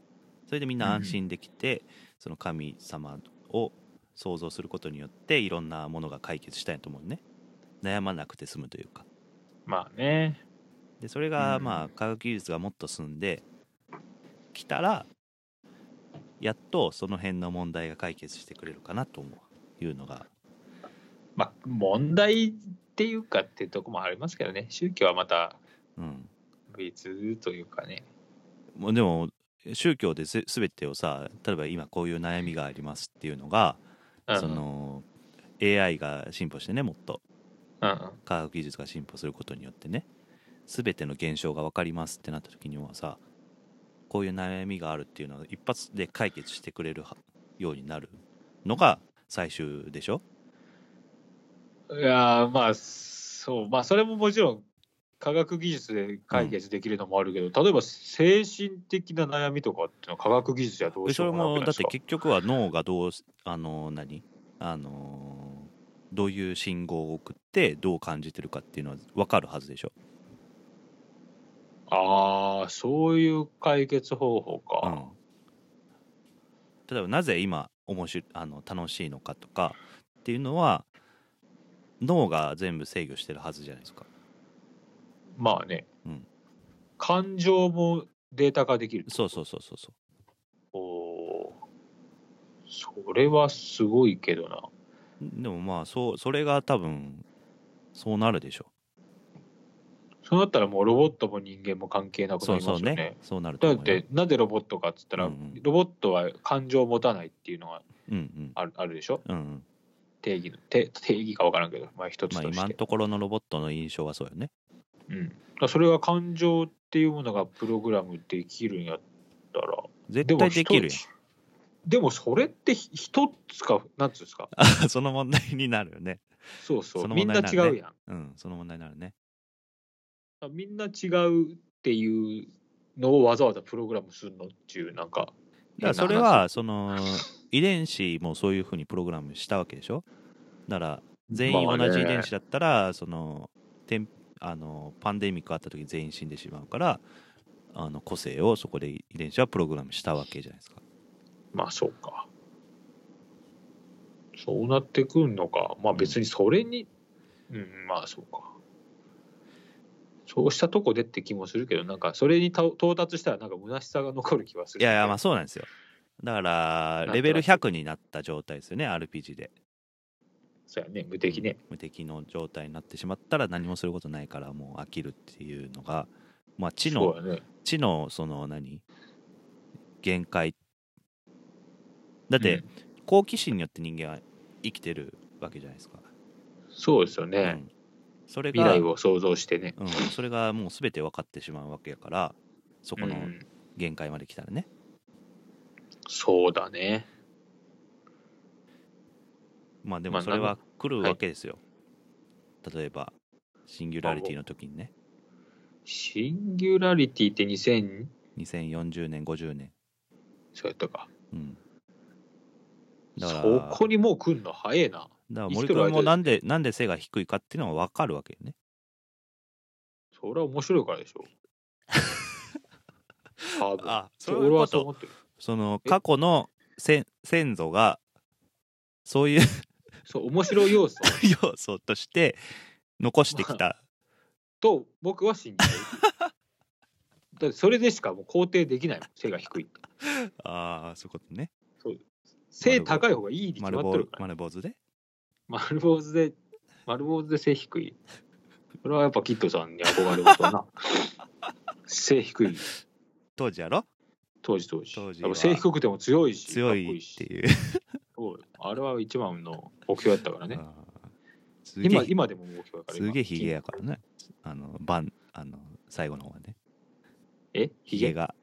[SPEAKER 2] それでみんな安心できて、その神様を想像することによっていろんなものが解決したいと思うね悩まなくて済むというか
[SPEAKER 1] まあね
[SPEAKER 2] でそれが
[SPEAKER 1] うん
[SPEAKER 2] まあ科学技術がもっと進んできたらやっとその辺の問題が解決してくれるかなと思ういうのが
[SPEAKER 1] まあ問題っていうかってとこもありますけどね宗教はまた
[SPEAKER 2] うん
[SPEAKER 1] 別というかね
[SPEAKER 2] もうでも宗教でぜ全てをさ例えば今こういう悩みがありますっていうのが、
[SPEAKER 1] うん
[SPEAKER 2] その AI が進歩してねもっと
[SPEAKER 1] うんうん
[SPEAKER 2] 科学技術が進歩することによってね全ての現象が分かりますってなった時にはさこういう悩みがあるっていうのは一発で解決してくれるはようになるのが最終でしょ
[SPEAKER 1] いやーまあそうまあそれももちろん科学技術で解決できるのもあるけど、例えば精神的な悩みとかっていうのは科学技術じゃどう
[SPEAKER 2] で
[SPEAKER 1] し
[SPEAKER 2] そ
[SPEAKER 1] よ
[SPEAKER 2] れ
[SPEAKER 1] うもなく
[SPEAKER 2] も
[SPEAKER 1] ない
[SPEAKER 2] だ
[SPEAKER 1] で
[SPEAKER 2] っ
[SPEAKER 1] す
[SPEAKER 2] て
[SPEAKER 1] か
[SPEAKER 2] 結局は脳がどうしあの何あのどういう信号を送ってどう感じてるかっていうのは分かるはずでしょ、
[SPEAKER 1] ああそういう解決方法
[SPEAKER 2] う
[SPEAKER 1] か、
[SPEAKER 2] ん、例えばなぜ今面白いあの楽しいのかとかっていうのは脳が全部制御してるはずじゃないですか
[SPEAKER 1] まあね、
[SPEAKER 2] うん
[SPEAKER 1] 感情もデータ化できる
[SPEAKER 2] そうそうそうそうそ
[SPEAKER 1] おーそれはすごいけどな
[SPEAKER 2] うでもまあそうそれが多分そうなるでしょ
[SPEAKER 1] そうなったらもうロボットも人間も関係なく
[SPEAKER 2] そ
[SPEAKER 1] な
[SPEAKER 2] う
[SPEAKER 1] りま
[SPEAKER 2] そう
[SPEAKER 1] すよね
[SPEAKER 2] ねそうなると
[SPEAKER 1] だっ
[SPEAKER 2] 思うよ
[SPEAKER 1] てなぜロボットかっつったら、
[SPEAKER 2] うんうん
[SPEAKER 1] ロボットは感情を持たないっていうのが
[SPEAKER 2] うん
[SPEAKER 1] あるあるでしょ
[SPEAKER 2] うんうん
[SPEAKER 1] 定義の定定義か分からんけど、まあ、一つ
[SPEAKER 2] まあ
[SPEAKER 1] として、
[SPEAKER 2] 今のところのロボットの印象はそうよね
[SPEAKER 1] うん、だからそれが感情っていうものがプログラムできるんやったら
[SPEAKER 2] 絶対できる
[SPEAKER 1] 人でもそれってひ一つかなんつうんですか
[SPEAKER 2] やん [LAUGHS] その問題になるよね
[SPEAKER 1] そうそう
[SPEAKER 2] その
[SPEAKER 1] み
[SPEAKER 2] 問題
[SPEAKER 1] んな
[SPEAKER 2] にな
[SPEAKER 1] 違
[SPEAKER 2] るね
[SPEAKER 1] うやん
[SPEAKER 2] うんその問題になるね
[SPEAKER 1] みんな違うっていうのをわざわざプログラムするのっていうなん
[SPEAKER 2] だ
[SPEAKER 1] か
[SPEAKER 2] からそれはその遺伝子もそういうふうにプログラムしたわけでしょだから全員同じ遺伝子だったらそのてんあのパンデミックあった時に全員死んでしまうからあの個性をそこで遺伝子はプログラムしたわけじゃないですか
[SPEAKER 1] まあそうかそうなってくんのかまあ別にそれにうん、まあそうかそうしたとこでって気もするけどなんかそれにた到達したらなんか虚しさが残る気はする
[SPEAKER 2] いやいやまあ
[SPEAKER 1] そ
[SPEAKER 2] そうなんですよだから
[SPEAKER 1] な、
[SPEAKER 2] レベル100になった状態ですよね、RPG で。
[SPEAKER 1] そうやね、無敵ね。
[SPEAKER 2] 無敵の状態になってしまったら何もすることないからもう飽きるっていうのが、まあ、知
[SPEAKER 1] そ
[SPEAKER 2] の
[SPEAKER 1] うやね。
[SPEAKER 2] 知のその何限界だって、
[SPEAKER 1] うん
[SPEAKER 2] 好奇心によって人間は生きてるわけじゃないですか、
[SPEAKER 1] そうですよ
[SPEAKER 2] う
[SPEAKER 1] ね。
[SPEAKER 2] ん、それ
[SPEAKER 1] 未
[SPEAKER 2] が、
[SPEAKER 1] 来
[SPEAKER 2] う
[SPEAKER 1] を想像してね。
[SPEAKER 2] ん、それがもう全て分かってしまうわけやからそこの
[SPEAKER 1] うん
[SPEAKER 2] 限界まで来たらね、
[SPEAKER 1] そうだね。
[SPEAKER 2] まあでも
[SPEAKER 1] まあ
[SPEAKER 2] それ
[SPEAKER 1] な
[SPEAKER 2] は来る
[SPEAKER 1] はい
[SPEAKER 2] わけですよ、例えばシンギュラリティの時にね
[SPEAKER 1] シンギュラリティって2000、
[SPEAKER 2] 2040年50年
[SPEAKER 1] そうやったか。
[SPEAKER 2] うんだから
[SPEAKER 1] そこにもう来んの早いな。
[SPEAKER 2] だから
[SPEAKER 1] 生き
[SPEAKER 2] 森
[SPEAKER 1] てる間
[SPEAKER 2] 君もなんでなんで背が低いかっていうのは分かるわけよね
[SPEAKER 1] それは面白いからでし
[SPEAKER 2] [LAUGHS]
[SPEAKER 1] ょ。多分。
[SPEAKER 2] あ
[SPEAKER 1] それ俺はそう思ってる。
[SPEAKER 2] その
[SPEAKER 1] え
[SPEAKER 2] 過去の先先祖がそういう
[SPEAKER 1] そう、面白い要
[SPEAKER 2] [LAUGHS]
[SPEAKER 1] 素
[SPEAKER 2] 要素として残してきた、
[SPEAKER 1] と僕は信じてる。だってそれでしかもう肯定できないもん、背が低いって。
[SPEAKER 2] ああそういうことね
[SPEAKER 1] 背高い方がいいに決ま
[SPEAKER 2] 丸
[SPEAKER 1] っ
[SPEAKER 2] 坊
[SPEAKER 1] てるから。
[SPEAKER 2] 丸坊主で
[SPEAKER 1] 丸坊主で、丸坊主で背低い。これはやっぱキッドさんに憧れることだな。背低い。
[SPEAKER 2] 当時やろ
[SPEAKER 1] 当時当時。
[SPEAKER 2] 当時
[SPEAKER 1] や
[SPEAKER 2] は
[SPEAKER 1] っぱ背低くても強いし、
[SPEAKER 2] 強
[SPEAKER 1] かっこ
[SPEAKER 2] い
[SPEAKER 1] いい
[SPEAKER 2] って
[SPEAKER 1] し。
[SPEAKER 2] いう。
[SPEAKER 1] そうよあれは一番の目標だったからね
[SPEAKER 2] あーすげ
[SPEAKER 1] 今
[SPEAKER 2] え
[SPEAKER 1] 今でも目標だから。今
[SPEAKER 2] すげえひげやからねあの晩あの最後の方はね
[SPEAKER 1] え
[SPEAKER 2] ひ
[SPEAKER 1] ひ
[SPEAKER 2] げ
[SPEAKER 1] げ
[SPEAKER 2] が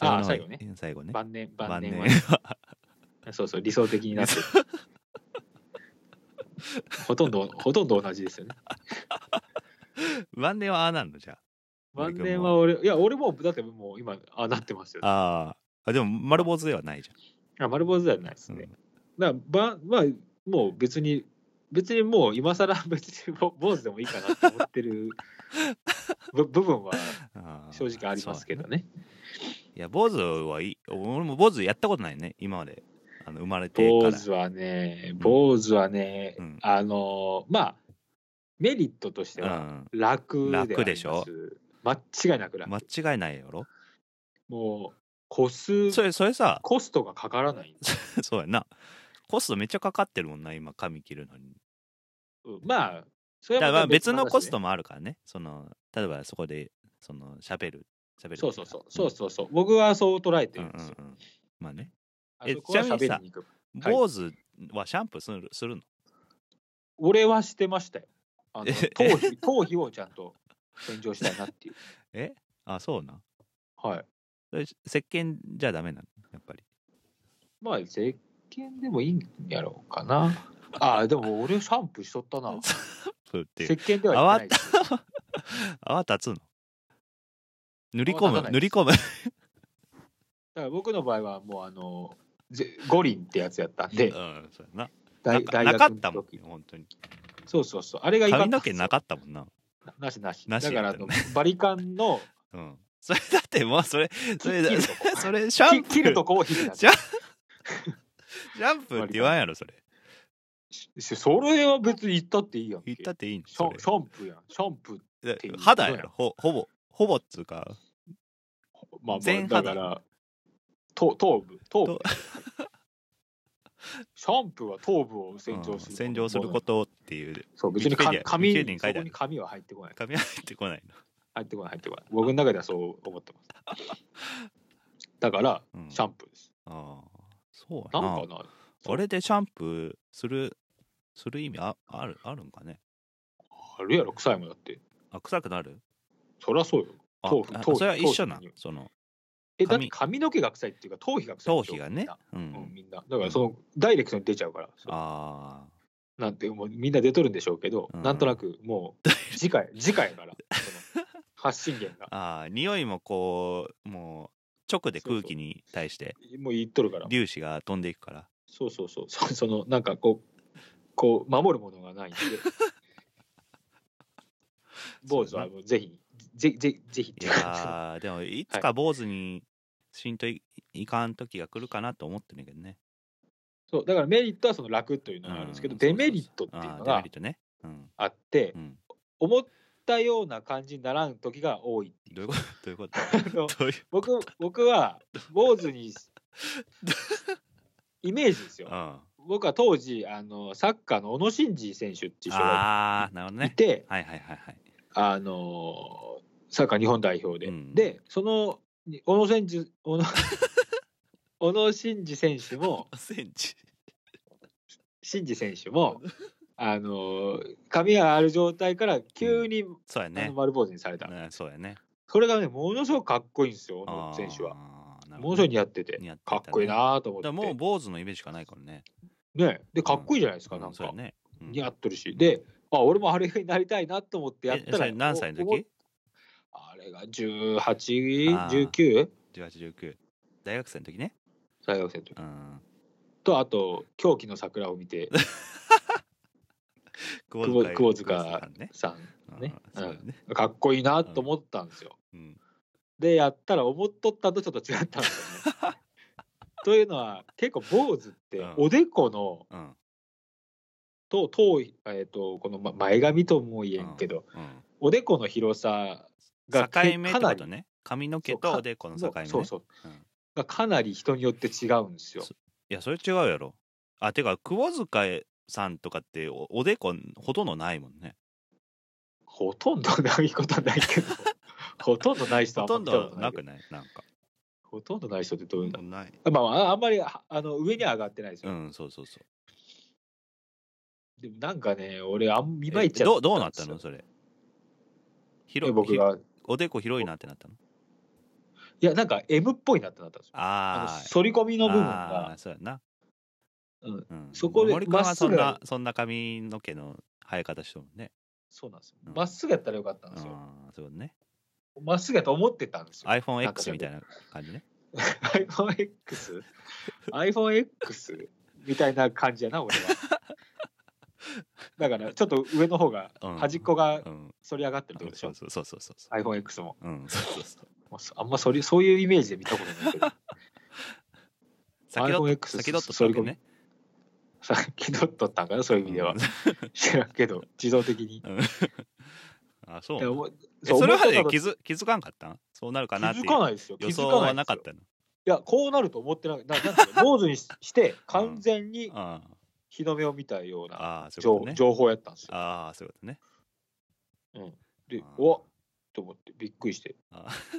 [SPEAKER 1] あー
[SPEAKER 2] 最後の方
[SPEAKER 1] 最
[SPEAKER 2] 最後ね
[SPEAKER 1] 晩年晩
[SPEAKER 2] 晩
[SPEAKER 1] 年
[SPEAKER 2] 年
[SPEAKER 1] は、 [LAUGHS] そうそう理想的になってる [LAUGHS] ほとんどほとんど同じですよね
[SPEAKER 2] 晩年はああなるのじゃ
[SPEAKER 1] 晩年は俺いや俺もだってもう今あなってますよ
[SPEAKER 2] ああーあでも丸坊主ではないじ
[SPEAKER 1] あ丸坊主ではないです
[SPEAKER 2] ゃん、う
[SPEAKER 1] ね
[SPEAKER 2] ん、
[SPEAKER 1] だからばまあもう別に別にもう今更 [LAUGHS] 別にぼ坊主でもいいかなと思って
[SPEAKER 2] [LAUGHS]
[SPEAKER 1] るぶ部分は
[SPEAKER 2] あー
[SPEAKER 1] 正直ありますけどね
[SPEAKER 2] いや、坊主はいい。俺も坊主やったことないね、今まで。あの生まれてか
[SPEAKER 1] 坊
[SPEAKER 2] ら。
[SPEAKER 1] 主はね
[SPEAKER 2] ん
[SPEAKER 1] 坊主はね、
[SPEAKER 2] うん
[SPEAKER 1] あのまあメリットとして
[SPEAKER 2] う
[SPEAKER 1] は、
[SPEAKER 2] ん、
[SPEAKER 1] 楽であります
[SPEAKER 2] 楽でしょ
[SPEAKER 1] 間違いなく楽、
[SPEAKER 2] 間違いないやろ。
[SPEAKER 1] もう個数
[SPEAKER 2] それ、それさ、 [LAUGHS]
[SPEAKER 1] コストがかからない
[SPEAKER 2] そうやな。コストめっちゃかかってるもんな、今、髪切るのに。
[SPEAKER 1] うんまあそれ
[SPEAKER 2] だからま
[SPEAKER 1] はま
[SPEAKER 2] あ
[SPEAKER 1] た
[SPEAKER 2] 別のコスト
[SPEAKER 1] も
[SPEAKER 2] もあるからね。その、例えばそこで、その、喋る。喋る。
[SPEAKER 1] そうそうそうそうそうそう僕はそう捉えて
[SPEAKER 2] うん。
[SPEAKER 1] る
[SPEAKER 2] うんん
[SPEAKER 1] で
[SPEAKER 2] う
[SPEAKER 1] す
[SPEAKER 2] ん
[SPEAKER 1] よ、
[SPEAKER 2] うん。まあね。
[SPEAKER 1] あ
[SPEAKER 2] え
[SPEAKER 1] そこは
[SPEAKER 2] ちなみにさ
[SPEAKER 1] 喋りに行くはい
[SPEAKER 2] 坊主はシャンプーするするの
[SPEAKER 1] 俺はしてましたよあの
[SPEAKER 2] え
[SPEAKER 1] 頭皮 [LAUGHS] 頭皮をちゃんと洗浄したいなっていう
[SPEAKER 2] えあ、そうな。
[SPEAKER 1] はい
[SPEAKER 2] それ石鹸じゃダメなのやっぱり。
[SPEAKER 1] まあ石鹸でもいいんやろうかなああでも俺シャンプーしとったな
[SPEAKER 2] [LAUGHS] そうって
[SPEAKER 1] 石鹸では言ってないし
[SPEAKER 2] 泡立つの塗り込
[SPEAKER 1] 泡立
[SPEAKER 2] む、
[SPEAKER 1] たない
[SPEAKER 2] 塗り込む。
[SPEAKER 1] だから僕の場合はもうあのぜ五輪ってやつやったん
[SPEAKER 2] う
[SPEAKER 1] で
[SPEAKER 2] ん、そうやな。
[SPEAKER 1] 大
[SPEAKER 2] なか
[SPEAKER 1] 大
[SPEAKER 2] なか
[SPEAKER 1] 学
[SPEAKER 2] っ
[SPEAKER 1] の
[SPEAKER 2] たもん
[SPEAKER 1] 時、
[SPEAKER 2] 本当に。
[SPEAKER 1] そうそうそうあれがいか
[SPEAKER 2] 髪の毛な
[SPEAKER 1] な
[SPEAKER 2] かったもんな。
[SPEAKER 1] なしなし
[SPEAKER 2] なし
[SPEAKER 1] だからあのバリカンの
[SPEAKER 2] うん。それだって、まあ、
[SPEAKER 1] [LAUGHS]
[SPEAKER 2] それ、 [LAUGHS] そ
[SPEAKER 1] 切
[SPEAKER 2] れ、
[SPEAKER 1] るとこ
[SPEAKER 2] [LAUGHS] それ、シャン
[SPEAKER 1] 切
[SPEAKER 2] プー、
[SPEAKER 1] 切るとこを引くな
[SPEAKER 2] シャシャンプーって言わんやろ、それ。
[SPEAKER 1] それは別に言ったっていいやん
[SPEAKER 2] 言
[SPEAKER 1] け
[SPEAKER 2] ったっていいん
[SPEAKER 1] シ
[SPEAKER 2] そ
[SPEAKER 1] ャン
[SPEAKER 2] れ
[SPEAKER 1] シ。ャンプーやんシャンプー
[SPEAKER 2] だ
[SPEAKER 1] ていう
[SPEAKER 2] 肌やろ、ほほぼ、ほぼっつうか、
[SPEAKER 1] まあま
[SPEAKER 2] 全
[SPEAKER 1] あ
[SPEAKER 2] 肌
[SPEAKER 1] だから頭頭部頭部
[SPEAKER 2] と
[SPEAKER 1] [LAUGHS] シャンプーは頭部を洗
[SPEAKER 2] う
[SPEAKER 1] 浄
[SPEAKER 2] ん
[SPEAKER 1] する
[SPEAKER 2] 洗浄することっていう、
[SPEAKER 1] そう別
[SPEAKER 2] ウ
[SPEAKER 1] に
[SPEAKER 2] ィキペ
[SPEAKER 1] か
[SPEAKER 2] ディア
[SPEAKER 1] 紙
[SPEAKER 2] ウィキペディアに書い
[SPEAKER 1] にそ
[SPEAKER 2] て
[SPEAKER 1] こ
[SPEAKER 2] ある
[SPEAKER 1] に紙は入ってこない
[SPEAKER 2] 髪入ってこない
[SPEAKER 1] 入ってこない入ってこない僕の中ではそう
[SPEAKER 2] [LAUGHS]
[SPEAKER 1] 思ってますだから
[SPEAKER 2] の。うん、
[SPEAKER 1] シャ
[SPEAKER 2] ン
[SPEAKER 1] ンプーです
[SPEAKER 2] プー。ああ、そう
[SPEAKER 1] な
[SPEAKER 2] や
[SPEAKER 1] ん
[SPEAKER 2] な
[SPEAKER 1] か。な
[SPEAKER 2] それでシャンプーする、する意味あある、あるんかね。
[SPEAKER 1] あるやろ臭いもんだって
[SPEAKER 2] あ、臭くなる
[SPEAKER 1] そりゃそうよ
[SPEAKER 2] あ
[SPEAKER 1] 頭皮
[SPEAKER 2] あ
[SPEAKER 1] 頭皮
[SPEAKER 2] それは一緒な
[SPEAKER 1] 頭皮に。
[SPEAKER 2] その、
[SPEAKER 1] えだっ
[SPEAKER 2] 髪
[SPEAKER 1] て髪の毛が臭いっていうか頭皮が臭い
[SPEAKER 2] 頭
[SPEAKER 1] でしょ
[SPEAKER 2] 皮がね。う
[SPEAKER 1] みんなうん
[SPEAKER 2] ん。
[SPEAKER 1] みんなだからそのダイレクトに出ちゃうからそう
[SPEAKER 2] ああ。
[SPEAKER 1] なんてもうみんな出とるんでしょうけど、
[SPEAKER 2] うん
[SPEAKER 1] なんとなくもう次回次回からそ
[SPEAKER 2] [LAUGHS]
[SPEAKER 1] の発信源が
[SPEAKER 2] ああ匂いもこうもう直で空気に対して
[SPEAKER 1] もう言っとるから
[SPEAKER 2] 粒子が飛んでいくから
[SPEAKER 1] そうそうそうそそのなんかこうこう守るもの
[SPEAKER 2] [LAUGHS]
[SPEAKER 1] がないんで坊主はもうぜひぜぜぜひっ
[SPEAKER 2] い
[SPEAKER 1] ていうか
[SPEAKER 2] やー
[SPEAKER 1] [LAUGHS]
[SPEAKER 2] でもいつか坊主にしんといいかん時が来るかなと思ってるんだけどね
[SPEAKER 1] そうだからメリットはその楽というのがあるんですけど、
[SPEAKER 2] うん
[SPEAKER 1] デメリットっていうの
[SPEAKER 2] ああデメ
[SPEAKER 1] が
[SPEAKER 2] リットねうん、
[SPEAKER 1] あって
[SPEAKER 2] うん、
[SPEAKER 1] 思ったような感じになら [LAUGHS] ん時が多いってい
[SPEAKER 2] [LAUGHS] ど
[SPEAKER 1] う
[SPEAKER 2] ういうことどういうこと
[SPEAKER 1] あの
[SPEAKER 2] どういう
[SPEAKER 1] 僕僕は坊主にイメージです
[SPEAKER 2] う
[SPEAKER 1] よ
[SPEAKER 2] ん。。あ
[SPEAKER 1] 僕は当時、あの、サッカーの小野伸二選手っていう人が
[SPEAKER 2] あー、なるほど
[SPEAKER 1] い
[SPEAKER 2] ね。
[SPEAKER 1] て、
[SPEAKER 2] はいはいはいはい。
[SPEAKER 1] あのサッカー日本代表で、
[SPEAKER 2] うん
[SPEAKER 1] でそのに小野選手小
[SPEAKER 2] [LAUGHS]
[SPEAKER 1] 野小野伸二選手も
[SPEAKER 2] センチ。
[SPEAKER 1] 伸二選手もあの髪がある状態から急に、
[SPEAKER 2] そうや
[SPEAKER 1] あ
[SPEAKER 2] ね
[SPEAKER 1] の。丸坊主にされた、
[SPEAKER 2] うんそうやね。
[SPEAKER 1] それがねものすごくかっこいいんですよ小野選手は
[SPEAKER 2] あー。なる
[SPEAKER 1] も
[SPEAKER 2] ほ
[SPEAKER 1] のす
[SPEAKER 2] どね
[SPEAKER 1] ごい似合ってて
[SPEAKER 2] 似合ってた
[SPEAKER 1] か
[SPEAKER 2] ね
[SPEAKER 1] っこいいなと思っ
[SPEAKER 2] だ
[SPEAKER 1] て
[SPEAKER 2] からもう坊主のイメージしかないからね。
[SPEAKER 1] ねでかっこいいじゃないですか、
[SPEAKER 2] うん
[SPEAKER 1] なん
[SPEAKER 2] そう
[SPEAKER 1] か、
[SPEAKER 2] やね。うん
[SPEAKER 1] 似合ってるしであ俺もあれになりたいなと思ってやっ
[SPEAKER 2] え
[SPEAKER 1] た
[SPEAKER 2] そ
[SPEAKER 1] ら
[SPEAKER 2] れ何歳の
[SPEAKER 1] おお
[SPEAKER 2] 時
[SPEAKER 1] あれが
[SPEAKER 2] あー
[SPEAKER 1] 1819
[SPEAKER 2] ?18、19。大学生の時ね。
[SPEAKER 1] 大学生の時
[SPEAKER 2] うん。
[SPEAKER 1] とあと「狂気の桜」を見
[SPEAKER 2] [LAUGHS]
[SPEAKER 1] て
[SPEAKER 2] 久
[SPEAKER 1] 久保
[SPEAKER 2] 保
[SPEAKER 1] 窪
[SPEAKER 2] 塚
[SPEAKER 1] 塚
[SPEAKER 2] ね。
[SPEAKER 1] さね
[SPEAKER 2] うんそうやね。
[SPEAKER 1] んかっこいいなと思ったんですよ。
[SPEAKER 2] うん。
[SPEAKER 1] でやったら思っとったんとちょっと違ったんです
[SPEAKER 2] [LAUGHS]
[SPEAKER 1] よね。というのは結構坊主って
[SPEAKER 2] うん
[SPEAKER 1] おでこの
[SPEAKER 2] うん。
[SPEAKER 1] と遠い、えー、とこのま前髪とも言えんけど、
[SPEAKER 2] うん
[SPEAKER 1] おでこの広さが
[SPEAKER 2] 境目って
[SPEAKER 1] かな
[SPEAKER 2] こ
[SPEAKER 1] り
[SPEAKER 2] とね。髪の毛
[SPEAKER 1] そう
[SPEAKER 2] と
[SPEAKER 1] か
[SPEAKER 2] おでこの境目ね。
[SPEAKER 1] そうそう、
[SPEAKER 2] うん
[SPEAKER 1] がかなり人によって違うんですよ。
[SPEAKER 2] そいや、それ違うやろ。あ、てか、窪塚さんとかっておおでこほとんどないもんね。
[SPEAKER 1] ほとんどないことはないけ
[SPEAKER 2] [LAUGHS]
[SPEAKER 1] どほとんどない
[SPEAKER 2] ほ
[SPEAKER 1] 人
[SPEAKER 2] と
[SPEAKER 1] はあん
[SPEAKER 2] んど
[SPEAKER 1] ま見たことな
[SPEAKER 2] ないく
[SPEAKER 1] けど
[SPEAKER 2] ないなんか。
[SPEAKER 1] ほとんどない人ってどういうの
[SPEAKER 2] ない。
[SPEAKER 1] まあまあ、あんまりはあの上には上がってないです
[SPEAKER 2] う
[SPEAKER 1] よ。
[SPEAKER 2] ん、そうそうそう。
[SPEAKER 1] でもなんかね、俺、あん見
[SPEAKER 2] え
[SPEAKER 1] まいちゃ
[SPEAKER 2] どうどうなった
[SPEAKER 1] ん
[SPEAKER 2] の
[SPEAKER 1] です
[SPEAKER 2] それ。
[SPEAKER 1] よ
[SPEAKER 2] 広
[SPEAKER 1] え
[SPEAKER 2] い
[SPEAKER 1] 僕が。
[SPEAKER 2] おでこ広いなってなったの
[SPEAKER 1] いや、なんか M っぽいなってなったんですよ。あの
[SPEAKER 2] ああ。
[SPEAKER 1] 反り込みの部分
[SPEAKER 2] あ
[SPEAKER 1] が
[SPEAKER 2] ー。そうやな。
[SPEAKER 1] うん
[SPEAKER 2] うん
[SPEAKER 1] そこで
[SPEAKER 2] 森君はそん
[SPEAKER 1] ま
[SPEAKER 2] な、
[SPEAKER 1] っ
[SPEAKER 2] そんな髪の毛の生え方しとるもんね。
[SPEAKER 1] そうなんですよ
[SPEAKER 2] うん。
[SPEAKER 1] まっすぐやったらよかったんですよ。
[SPEAKER 2] ああ、そうね。
[SPEAKER 1] まっすぐやと思ってたんですよ。なんか
[SPEAKER 2] iPhoneX
[SPEAKER 1] ね
[SPEAKER 2] みたいな感じね。
[SPEAKER 1] iPhoneX?iPhoneX みたいな感じやな、俺は。だから、ちょっと上の方が、
[SPEAKER 2] うん
[SPEAKER 1] 端っこが
[SPEAKER 2] うん。
[SPEAKER 1] 反り上がってるってことでし
[SPEAKER 2] そ
[SPEAKER 1] ょ
[SPEAKER 2] う。そうそうそうそう。
[SPEAKER 1] iPhoneX も。
[SPEAKER 2] うん、そうそうそう。
[SPEAKER 1] もうそあんまそりそういうイメージで見たことないけど。 [LAUGHS]
[SPEAKER 2] 先取っ
[SPEAKER 1] iPhoneX
[SPEAKER 2] 先取っとったわけね。
[SPEAKER 1] さっき取っとったんかなそういう意味では、知らんけど自動的に
[SPEAKER 2] うん [LAUGHS] あ、そう
[SPEAKER 1] で。も
[SPEAKER 2] え
[SPEAKER 1] う
[SPEAKER 2] それまで
[SPEAKER 1] 思って
[SPEAKER 2] 気づ気づかんかったんそうなるか
[SPEAKER 1] た
[SPEAKER 2] な
[SPEAKER 1] の
[SPEAKER 2] ってい
[SPEAKER 1] 気づか
[SPEAKER 2] う
[SPEAKER 1] ないですよ
[SPEAKER 2] 予想はなか
[SPEAKER 1] 気づ
[SPEAKER 2] っ
[SPEAKER 1] い
[SPEAKER 2] たの。
[SPEAKER 1] ですよいやこうなると思ってなななんていうの坊主にしして完全に
[SPEAKER 2] あ
[SPEAKER 1] 日の目を見たような
[SPEAKER 2] あー、そういう
[SPEAKER 1] 情,、
[SPEAKER 2] ことね。
[SPEAKER 1] 情報やったんですよ
[SPEAKER 2] ああ、そういうことね。
[SPEAKER 1] で
[SPEAKER 2] あー
[SPEAKER 1] おっと思ってびっくりして
[SPEAKER 2] あー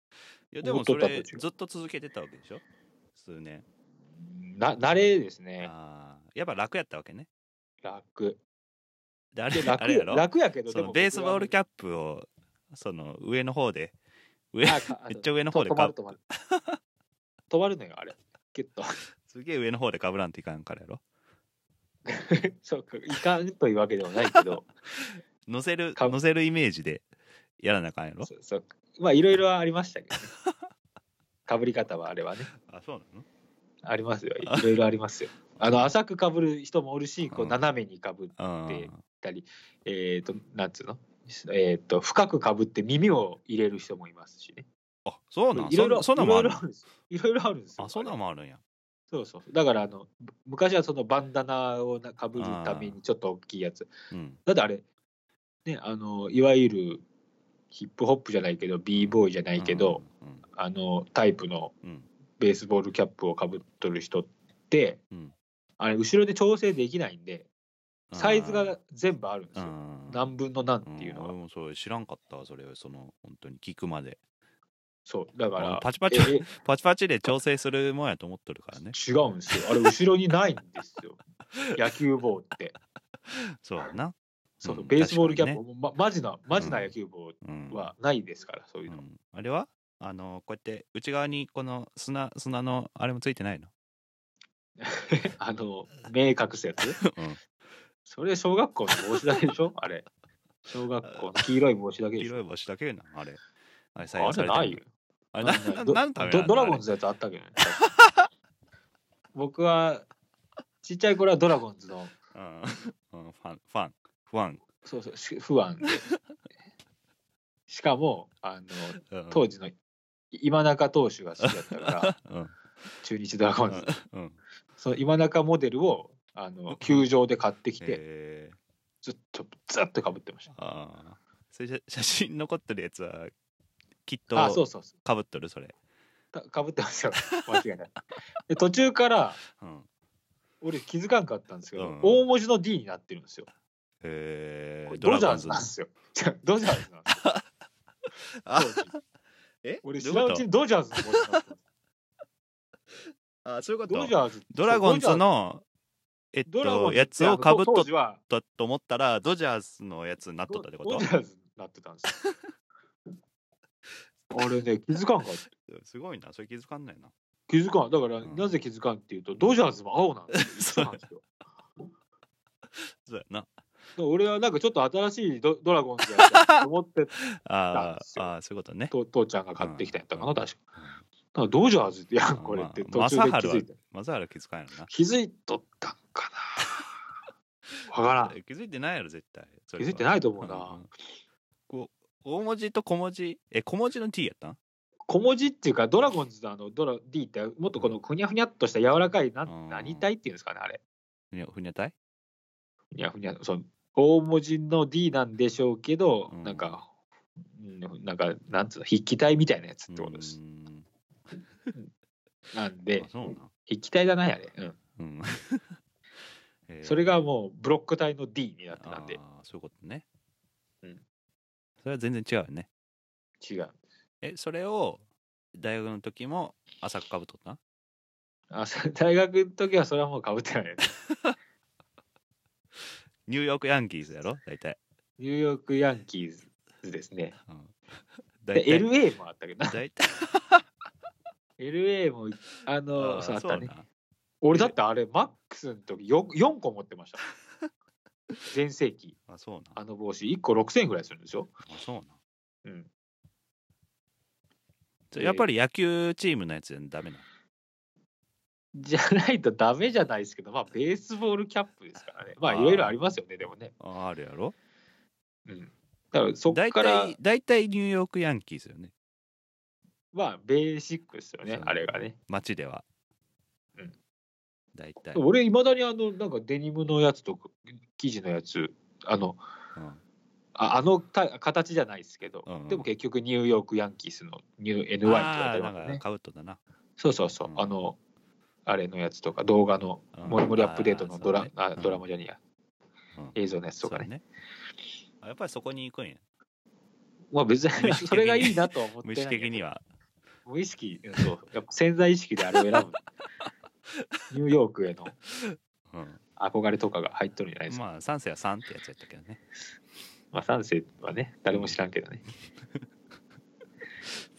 [SPEAKER 2] [LAUGHS] いや、でも
[SPEAKER 1] 思っと
[SPEAKER 2] そ
[SPEAKER 1] った
[SPEAKER 2] れ
[SPEAKER 1] と違う
[SPEAKER 2] ずっと続けてたわけでしょ数年。
[SPEAKER 1] な慣れですね
[SPEAKER 2] ああ、やっぱ楽やったわけね。
[SPEAKER 1] 楽
[SPEAKER 2] であれ
[SPEAKER 1] で
[SPEAKER 2] あれや
[SPEAKER 1] 楽
[SPEAKER 2] ろ
[SPEAKER 1] 楽やけど
[SPEAKER 2] そ
[SPEAKER 1] で
[SPEAKER 2] の
[SPEAKER 1] も
[SPEAKER 2] ベースボールキ
[SPEAKER 1] ャ
[SPEAKER 2] ャップをその上の方で上めっちゃ上の方で
[SPEAKER 1] 止ま
[SPEAKER 2] か
[SPEAKER 1] る止まる止まるのよあれキュッと [LAUGHS]
[SPEAKER 2] すげえ上の方でかぶらんといかんからやろ
[SPEAKER 1] そうかいかんというわけではない
[SPEAKER 2] [LAUGHS]
[SPEAKER 1] けど
[SPEAKER 2] 乗せる
[SPEAKER 1] かぶ
[SPEAKER 2] 乗せるイメージでやらなあかんやろ
[SPEAKER 1] そうそうまあいろいろありましたけどねかぶり方はあれはね
[SPEAKER 2] あそうなの
[SPEAKER 1] あ
[SPEAKER 2] [LAUGHS]
[SPEAKER 1] りますよいろいろありますよあの浅くかぶる人もおるしこ
[SPEAKER 2] う
[SPEAKER 1] うん斜めにかぶっ
[SPEAKER 2] あ
[SPEAKER 1] でたり、えっ、となんつうのえっ、と深くかぶって耳を入れる人もいますしね
[SPEAKER 2] あそうなん
[SPEAKER 1] いろいろ
[SPEAKER 2] そんなそんなんもあ
[SPEAKER 1] いろ
[SPEAKER 2] る
[SPEAKER 1] いろあるんですよいろいろあるんですよ
[SPEAKER 2] あそんなんもあるんや
[SPEAKER 1] そうそうだからあの昔はそのバンダナをなかぶるためにちょっと大きいやつ
[SPEAKER 2] うん
[SPEAKER 1] だってあれねあのいわゆるヒップホップじゃないけど b ボーイじゃないけど、
[SPEAKER 2] うん
[SPEAKER 1] あのタイプの
[SPEAKER 2] うん
[SPEAKER 1] ベースボールキャップをかぶっとる人って、
[SPEAKER 2] うん
[SPEAKER 1] あれ後ろで調整できないんで
[SPEAKER 2] うん
[SPEAKER 1] サイズが全部あるんで
[SPEAKER 2] う
[SPEAKER 1] すよ、
[SPEAKER 2] ん
[SPEAKER 1] 何分の何っていう
[SPEAKER 2] ん
[SPEAKER 1] のが、
[SPEAKER 2] 俺もそれ知らんかったわそれその本当に聞くまで
[SPEAKER 1] そうだから
[SPEAKER 2] パチパチ
[SPEAKER 1] え
[SPEAKER 2] パチパチで調整するもんやと思っとるからね
[SPEAKER 1] え違うんですよあれ後ろにないんです
[SPEAKER 2] [LAUGHS]
[SPEAKER 1] よ野球棒って
[SPEAKER 2] そうやな
[SPEAKER 1] そ
[SPEAKER 2] う
[SPEAKER 1] う、
[SPEAKER 2] ん
[SPEAKER 1] ベースボールキャップ、
[SPEAKER 2] 確
[SPEAKER 1] ま、マジなマジな野球棒
[SPEAKER 2] うん
[SPEAKER 1] はないですから、そういうの、
[SPEAKER 2] うんあれはあのこうやって内側にこの砂砂のあれもついてないの
[SPEAKER 1] [LAUGHS] あの明確すやつ
[SPEAKER 2] [LAUGHS] うん
[SPEAKER 1] それ小学校の帽子だけでしょあれ小学校の黄色い帽子だけ
[SPEAKER 2] 黄
[SPEAKER 1] でしょ
[SPEAKER 2] 色い星だけなあれあれ
[SPEAKER 1] あれないよ
[SPEAKER 2] あれな
[SPEAKER 1] なんだ
[SPEAKER 2] な
[SPEAKER 1] ド
[SPEAKER 2] なんのためな
[SPEAKER 1] ド
[SPEAKER 2] の
[SPEAKER 1] ドラゴンズのやつあったけどね。僕は、ちっちゃい頃はドラゴンズの、
[SPEAKER 2] あれうん、うんファンファンファン、
[SPEAKER 1] そうそうし、不安で。しかも、あの、
[SPEAKER 2] うん、
[SPEAKER 1] 当
[SPEAKER 2] 時
[SPEAKER 1] 時の今中投手が好きだった
[SPEAKER 2] [LAUGHS]
[SPEAKER 1] から、
[SPEAKER 2] うん
[SPEAKER 1] 中日ドラゴンズ。
[SPEAKER 2] うん
[SPEAKER 1] その今中モデルを、あの、球場で買ってきて、
[SPEAKER 2] えー
[SPEAKER 1] ずっと、ずっと被ってまし。
[SPEAKER 2] あーそれ写写真残ってるやつはきった
[SPEAKER 1] あ、そ
[SPEAKER 2] と
[SPEAKER 1] うそうそう。
[SPEAKER 2] かぶっとるそれ
[SPEAKER 1] かかぶってま
[SPEAKER 2] [LAUGHS]
[SPEAKER 1] すよ。間違いない。で途中から、
[SPEAKER 2] うん。
[SPEAKER 1] 俺気づかんかったんですけど、
[SPEAKER 2] うん
[SPEAKER 1] 大文字の D になってるんですよ。
[SPEAKER 2] えー、
[SPEAKER 1] これ
[SPEAKER 2] ド
[SPEAKER 1] ド
[SPEAKER 2] ラ
[SPEAKER 1] ジャ
[SPEAKER 2] ゴ
[SPEAKER 1] ー
[SPEAKER 2] ンズ
[SPEAKER 1] ズなんですよ。違うドジャーズなんですよ
[SPEAKER 2] [LAUGHS] あ
[SPEAKER 1] 当時。
[SPEAKER 2] え
[SPEAKER 1] 俺
[SPEAKER 2] ど
[SPEAKER 1] 知
[SPEAKER 2] うい
[SPEAKER 1] ら
[SPEAKER 2] うん
[SPEAKER 1] う
[SPEAKER 2] こ
[SPEAKER 1] ち
[SPEAKER 2] と
[SPEAKER 1] にドジャーズって思ってたんですよ
[SPEAKER 2] あ、そういうこ
[SPEAKER 1] ド
[SPEAKER 2] と
[SPEAKER 1] ジャーズって
[SPEAKER 2] ドラゴンズの、えっ
[SPEAKER 1] ドラゴン
[SPEAKER 2] と、
[SPEAKER 1] ズっ
[SPEAKER 2] や
[SPEAKER 1] て
[SPEAKER 2] つをかぶっ
[SPEAKER 1] あ
[SPEAKER 2] と
[SPEAKER 1] の当
[SPEAKER 2] っ
[SPEAKER 1] 時は
[SPEAKER 2] たと思ったら、ドジャースのやつになっとったってこ
[SPEAKER 1] ド
[SPEAKER 2] と
[SPEAKER 1] ドジャーズになってたんですよ。あれね、気づかんかった。
[SPEAKER 2] すごいな、それ気づかんないな。
[SPEAKER 1] 気づかん。だから、
[SPEAKER 2] うん
[SPEAKER 1] なぜ気づかんっていうと、ドジャーズも青なんで
[SPEAKER 2] [LAUGHS]
[SPEAKER 1] す
[SPEAKER 2] そう
[SPEAKER 1] よ。一緒なんですよ。
[SPEAKER 2] そうやな。
[SPEAKER 1] だから俺はなんかちょっと新しいドドラゴンズやったと思って、
[SPEAKER 2] あ
[SPEAKER 1] です
[SPEAKER 2] ー
[SPEAKER 1] よ
[SPEAKER 2] あー、そういうことね。
[SPEAKER 1] と父ちゃんが買ってきたんやったか
[SPEAKER 2] う
[SPEAKER 1] な、
[SPEAKER 2] ん
[SPEAKER 1] 確か。だからドジャーズってやん、これって途
[SPEAKER 2] まあ
[SPEAKER 1] 中で気づいた。
[SPEAKER 2] まさはら気づかんやろな。
[SPEAKER 1] 気づいとったんか
[SPEAKER 2] [LAUGHS]
[SPEAKER 1] な。わからん。
[SPEAKER 2] 気づいてないやろ、絶対。気
[SPEAKER 1] 気づいてないと思うな
[SPEAKER 2] こう大文字と小文字、え、小文字の T やったん
[SPEAKER 1] 小文字っていうか、ドラゴンズのあのドラ D って、もっとこのふにゃふにゃっとした柔らかい、な
[SPEAKER 2] うん
[SPEAKER 1] 何体っていうんですかね、あれ。
[SPEAKER 2] ふにゃふにゃたい
[SPEAKER 1] ふにゃふにゃ、その大文字の D なんでしょうけど、
[SPEAKER 2] うん
[SPEAKER 1] なんか、うんなんか、なんつうの、筆記体みたいなやつってことです。
[SPEAKER 2] うーん
[SPEAKER 1] なんで
[SPEAKER 2] あ、そうなん。
[SPEAKER 1] 筆記体だな、あれ。うん
[SPEAKER 2] うん。 [LAUGHS] えー
[SPEAKER 1] それがもうブロック体の D になってたんで、
[SPEAKER 2] あーそういうことね。
[SPEAKER 1] うん。
[SPEAKER 2] それは全然違うよね。
[SPEAKER 1] 違う。
[SPEAKER 2] え、それを大学の時も浅くかぶっとったん
[SPEAKER 1] あそ [LAUGHS] 大学の時はそれはもうかぶってないです。
[SPEAKER 2] ニューヨークヤンキーズやろ大体。
[SPEAKER 1] ニューヨークヤンキーズですね。
[SPEAKER 2] うん。
[SPEAKER 1] で
[SPEAKER 2] 大体。
[SPEAKER 1] LA もあったけどな、 [LAUGHS]
[SPEAKER 2] 大体。
[SPEAKER 1] LA も、あの、そうあったね
[SPEAKER 2] そう。なん
[SPEAKER 1] 俺だってあれ、マックスの時よ4個持ってました。全盛期、
[SPEAKER 2] あ、そうなん。
[SPEAKER 1] あの帽子、1個6000円ぐらいするんですよ。
[SPEAKER 2] あそうなん
[SPEAKER 1] うん。
[SPEAKER 2] じゃあやっぱり野球チームのやつじゃダメなの
[SPEAKER 1] じゃないとダメじゃないですけど、まあ、ベースボールキャップですからね。まあ、いろいろありますよね、でもね。
[SPEAKER 2] ああるやろ
[SPEAKER 1] うん。だから、そっ
[SPEAKER 2] 大
[SPEAKER 1] から
[SPEAKER 2] 体、大体ニューヨークヤンキーズよね
[SPEAKER 1] まあ、ベーシックですよ
[SPEAKER 2] そう
[SPEAKER 1] ね
[SPEAKER 2] ね、
[SPEAKER 1] あれがね。
[SPEAKER 2] 街では
[SPEAKER 1] うん
[SPEAKER 2] 大体、うん
[SPEAKER 1] 俺、いまだにあの、なんかデニムのやつとか、生地のやつ、あの、ああのた形じゃないですけど、
[SPEAKER 2] うんうん
[SPEAKER 1] でも結局ニューヨークヤンキースのニュー NY って言わ
[SPEAKER 2] あー
[SPEAKER 1] れて
[SPEAKER 2] な
[SPEAKER 1] ます
[SPEAKER 2] んか
[SPEAKER 1] ね。
[SPEAKER 2] カウトだな
[SPEAKER 1] そうそうそう、
[SPEAKER 2] うん
[SPEAKER 1] あの、あれのやつとか、動画の、
[SPEAKER 2] うん
[SPEAKER 1] もりもりアップデートのドラ,、
[SPEAKER 2] あーそう
[SPEAKER 1] あ
[SPEAKER 2] ねうん
[SPEAKER 1] ドラマじゃねえや、
[SPEAKER 2] うん
[SPEAKER 1] 映像のやつとかね。
[SPEAKER 2] そうやねあやっぱりそこに行くんや
[SPEAKER 1] まあ別
[SPEAKER 2] 無意識
[SPEAKER 1] に
[SPEAKER 2] 的に
[SPEAKER 1] それがいいなとは思って
[SPEAKER 2] 無
[SPEAKER 1] ない
[SPEAKER 2] 意
[SPEAKER 1] けど。
[SPEAKER 2] 識的には
[SPEAKER 1] 無意識、うんそう。やっぱ潜在意識であれを選ぶ。
[SPEAKER 2] [LAUGHS]
[SPEAKER 1] ニューヨークへの
[SPEAKER 2] うん、
[SPEAKER 1] 憧れとかが入っとるんじゃないですか。
[SPEAKER 2] まあ三世は3ってやつやったけどね
[SPEAKER 1] まあ、三世はね、誰も知らんけどね。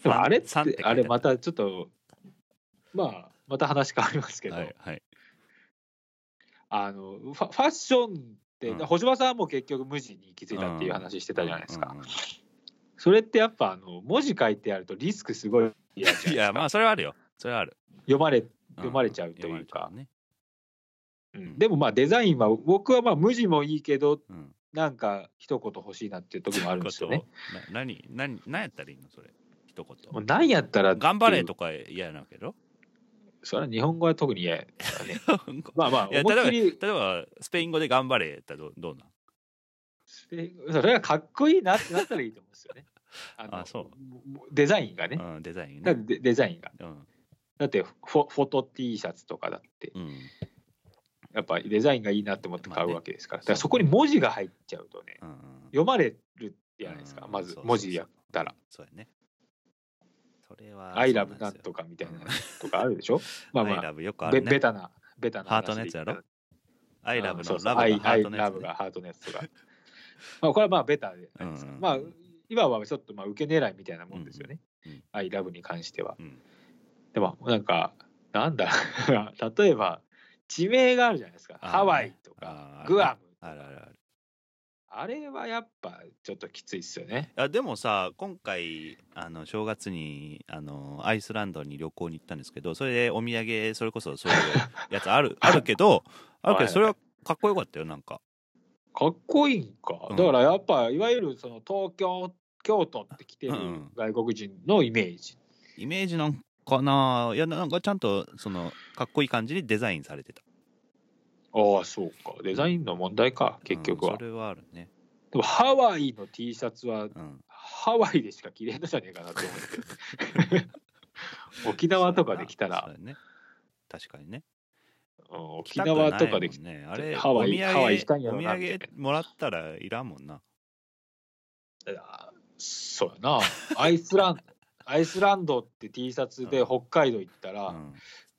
[SPEAKER 1] でもあれっ
[SPEAKER 2] 三
[SPEAKER 1] て、
[SPEAKER 2] 書い
[SPEAKER 1] あれ
[SPEAKER 2] てあ
[SPEAKER 1] またちょっと、まあ、また話変わりますけ
[SPEAKER 2] る
[SPEAKER 1] ど、
[SPEAKER 2] はいはい
[SPEAKER 1] あのファファッションって、
[SPEAKER 2] うん
[SPEAKER 1] 星葉さんはもう結局無地に気づいたっていう話してたじゃないですか。
[SPEAKER 2] うんうん
[SPEAKER 1] それってやっぱあの文字書いてあるとリスクすごい嫌じゃないです
[SPEAKER 2] うん
[SPEAKER 1] か
[SPEAKER 2] いやまあそれはあるよそれはある、
[SPEAKER 1] 読まれ、
[SPEAKER 2] ん
[SPEAKER 1] 読まれちゃうというか
[SPEAKER 2] 読まれち
[SPEAKER 1] うん
[SPEAKER 2] ん
[SPEAKER 1] でもまあデザインは僕はまあ無地もいいけど
[SPEAKER 2] ゃうね、うん、
[SPEAKER 1] なんか一言欲しいなっていう時もあるんですよね。
[SPEAKER 2] な何何何やったらいいのそれ一
[SPEAKER 1] もう
[SPEAKER 2] 言
[SPEAKER 1] 何やったら
[SPEAKER 2] 頑張れ
[SPEAKER 1] っていう
[SPEAKER 2] とか嫌なわけやろ [LAUGHS]
[SPEAKER 1] それは日本語は特に嫌やねまあまあ
[SPEAKER 2] いや
[SPEAKER 1] 思いっき
[SPEAKER 2] 例え
[SPEAKER 1] り
[SPEAKER 2] ばスペイン語で頑張れやったらどどうなん
[SPEAKER 1] それがかっこいいなってなったらいいと思うんです
[SPEAKER 2] [LAUGHS]
[SPEAKER 1] よね。あ
[SPEAKER 2] あそ
[SPEAKER 1] デザインがね。
[SPEAKER 2] うん、デザイン
[SPEAKER 1] だっ
[SPEAKER 2] ね
[SPEAKER 1] て。デデザインが。
[SPEAKER 2] うん。
[SPEAKER 1] だってフォフォト T シャツとかだって
[SPEAKER 2] うん。
[SPEAKER 1] やっぱデザインがいいなって思って買うわけですから、
[SPEAKER 2] まあね
[SPEAKER 1] だからそこに文字が入っちゃうとね
[SPEAKER 2] うんうん。
[SPEAKER 1] 読まれるじゃないですか、
[SPEAKER 2] うん
[SPEAKER 1] まず
[SPEAKER 2] そうそうそう
[SPEAKER 1] 文字やったら。
[SPEAKER 2] そうやね。それ
[SPEAKER 1] 「
[SPEAKER 2] は。
[SPEAKER 1] アイラブなんと
[SPEAKER 2] か。
[SPEAKER 1] か」みたいなやつとかあるでしょ [LAUGHS] まあ
[SPEAKER 2] アイ
[SPEAKER 1] ま
[SPEAKER 2] ラブよく
[SPEAKER 1] あ
[SPEAKER 2] あ
[SPEAKER 1] べ
[SPEAKER 2] る
[SPEAKER 1] ベ
[SPEAKER 2] ね。
[SPEAKER 1] タなベタな
[SPEAKER 2] ハートのやつやろア
[SPEAKER 1] ア
[SPEAKER 2] イラブのラブ
[SPEAKER 1] アイ
[SPEAKER 2] がハート
[SPEAKER 1] アイ
[SPEAKER 2] の
[SPEAKER 1] ラ
[SPEAKER 2] や
[SPEAKER 1] ブ
[SPEAKER 2] つ
[SPEAKER 1] が
[SPEAKER 2] ね。
[SPEAKER 1] ハートのやつとか [LAUGHS] まあこれはまあベタじゃないですか、
[SPEAKER 2] うんうん
[SPEAKER 1] まあ今はちょっとまあ受け狙いみたいなもんですよね
[SPEAKER 2] うんうんうん
[SPEAKER 1] 「アイラブに関しては
[SPEAKER 2] うん。
[SPEAKER 1] でもなんかなんだ [LAUGHS] 例えば地名があるじゃないですか
[SPEAKER 2] あー
[SPEAKER 1] ハワイと
[SPEAKER 2] あ
[SPEAKER 1] か
[SPEAKER 2] ー
[SPEAKER 1] グアム
[SPEAKER 2] あるあるある。
[SPEAKER 1] あれはやっぱちょっときついっすよね
[SPEAKER 2] あでもさ、今回、あの正月にあのアイスランドに旅行に行ったんですけど、それでお土産、それこそそういうやつあ
[SPEAKER 1] [LAUGHS]
[SPEAKER 2] るあるけど、あるけ
[SPEAKER 1] はい
[SPEAKER 2] ど、それはかっこよかったよ、なんか。
[SPEAKER 1] かっこいいんか、
[SPEAKER 2] うん
[SPEAKER 1] だからやっぱいわゆるその東京京都って来てる
[SPEAKER 2] うん
[SPEAKER 1] 外国人のイメージ、
[SPEAKER 2] イメージなんかないや、なんかちゃんと、その、かっこいい感じにデザインされてた。
[SPEAKER 1] ああそうかデザインの問題か結局
[SPEAKER 2] う
[SPEAKER 1] は、
[SPEAKER 2] んそれはあるね。
[SPEAKER 1] でもハワイの T シャツは
[SPEAKER 2] うん。 [LAUGHS]
[SPEAKER 1] ハワイでしか着れんのじゃねえかなと思って沖縄とかできたら、
[SPEAKER 2] そうやなそうやね確かにね
[SPEAKER 1] うん沖縄とかでき
[SPEAKER 2] 来
[SPEAKER 1] た
[SPEAKER 2] ねあれ
[SPEAKER 1] ハワイ
[SPEAKER 2] お土産
[SPEAKER 1] ハワイ行きたいんや
[SPEAKER 2] お
[SPEAKER 1] ろ
[SPEAKER 2] 土
[SPEAKER 1] なみたいな
[SPEAKER 2] 産もらったらいらんもんな
[SPEAKER 1] ら、そうやな、アイスランド。アイスランドって T シャツで北海道行ったら、
[SPEAKER 2] うん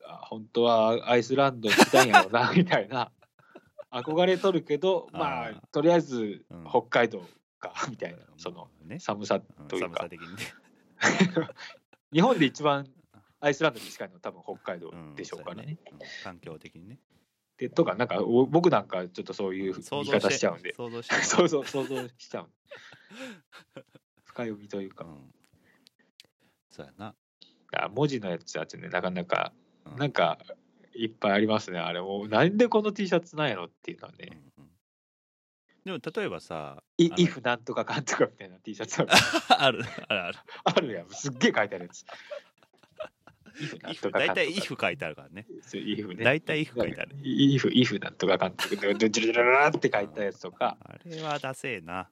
[SPEAKER 1] あ本当はアイスランド行きたいんや
[SPEAKER 2] [LAUGHS]
[SPEAKER 1] ろなみたいな憧れとるけどま
[SPEAKER 2] あ
[SPEAKER 1] あ
[SPEAKER 2] ー
[SPEAKER 1] とりあえず
[SPEAKER 2] うん
[SPEAKER 1] 北海道かみたいな、その
[SPEAKER 2] ね
[SPEAKER 1] 寒さ
[SPEAKER 2] うん
[SPEAKER 1] という
[SPEAKER 2] 寒
[SPEAKER 1] か
[SPEAKER 2] さ的にね
[SPEAKER 1] 日本で一番アイスランドに近いのは多分北海道でしょうかね。
[SPEAKER 2] うんそうやねうん環境的にね
[SPEAKER 1] でとかなんかお僕なんかちょっとそういう言い方しちゃうんで [LAUGHS]
[SPEAKER 2] 想像して
[SPEAKER 1] そうそう想像しちゃう深読みというか
[SPEAKER 2] うんそうやな
[SPEAKER 1] あ文字のやつやつねなかなか
[SPEAKER 2] うん
[SPEAKER 1] なんかいっぱいありますねあれもうなんでこの T シャツなんやろっていうのはね
[SPEAKER 2] うんうんでも例えばさ [LAUGHS] あ
[SPEAKER 1] 「い
[SPEAKER 2] の
[SPEAKER 1] if なんとかかんとか」みたいな T シャツある
[SPEAKER 2] あるあるある
[SPEAKER 1] あ
[SPEAKER 2] [LAUGHS]
[SPEAKER 1] るやん、すっげえ書いてあるやつ。イフなんとかか
[SPEAKER 2] 大
[SPEAKER 1] んとか。
[SPEAKER 2] 体「if」書いてあるからね
[SPEAKER 1] そうイフね。
[SPEAKER 2] 大体 if 書いてある。
[SPEAKER 1] イフ、イフなんとかかんとか、ドゥジュルルルルって書いたやつとか、
[SPEAKER 2] あれはダセえな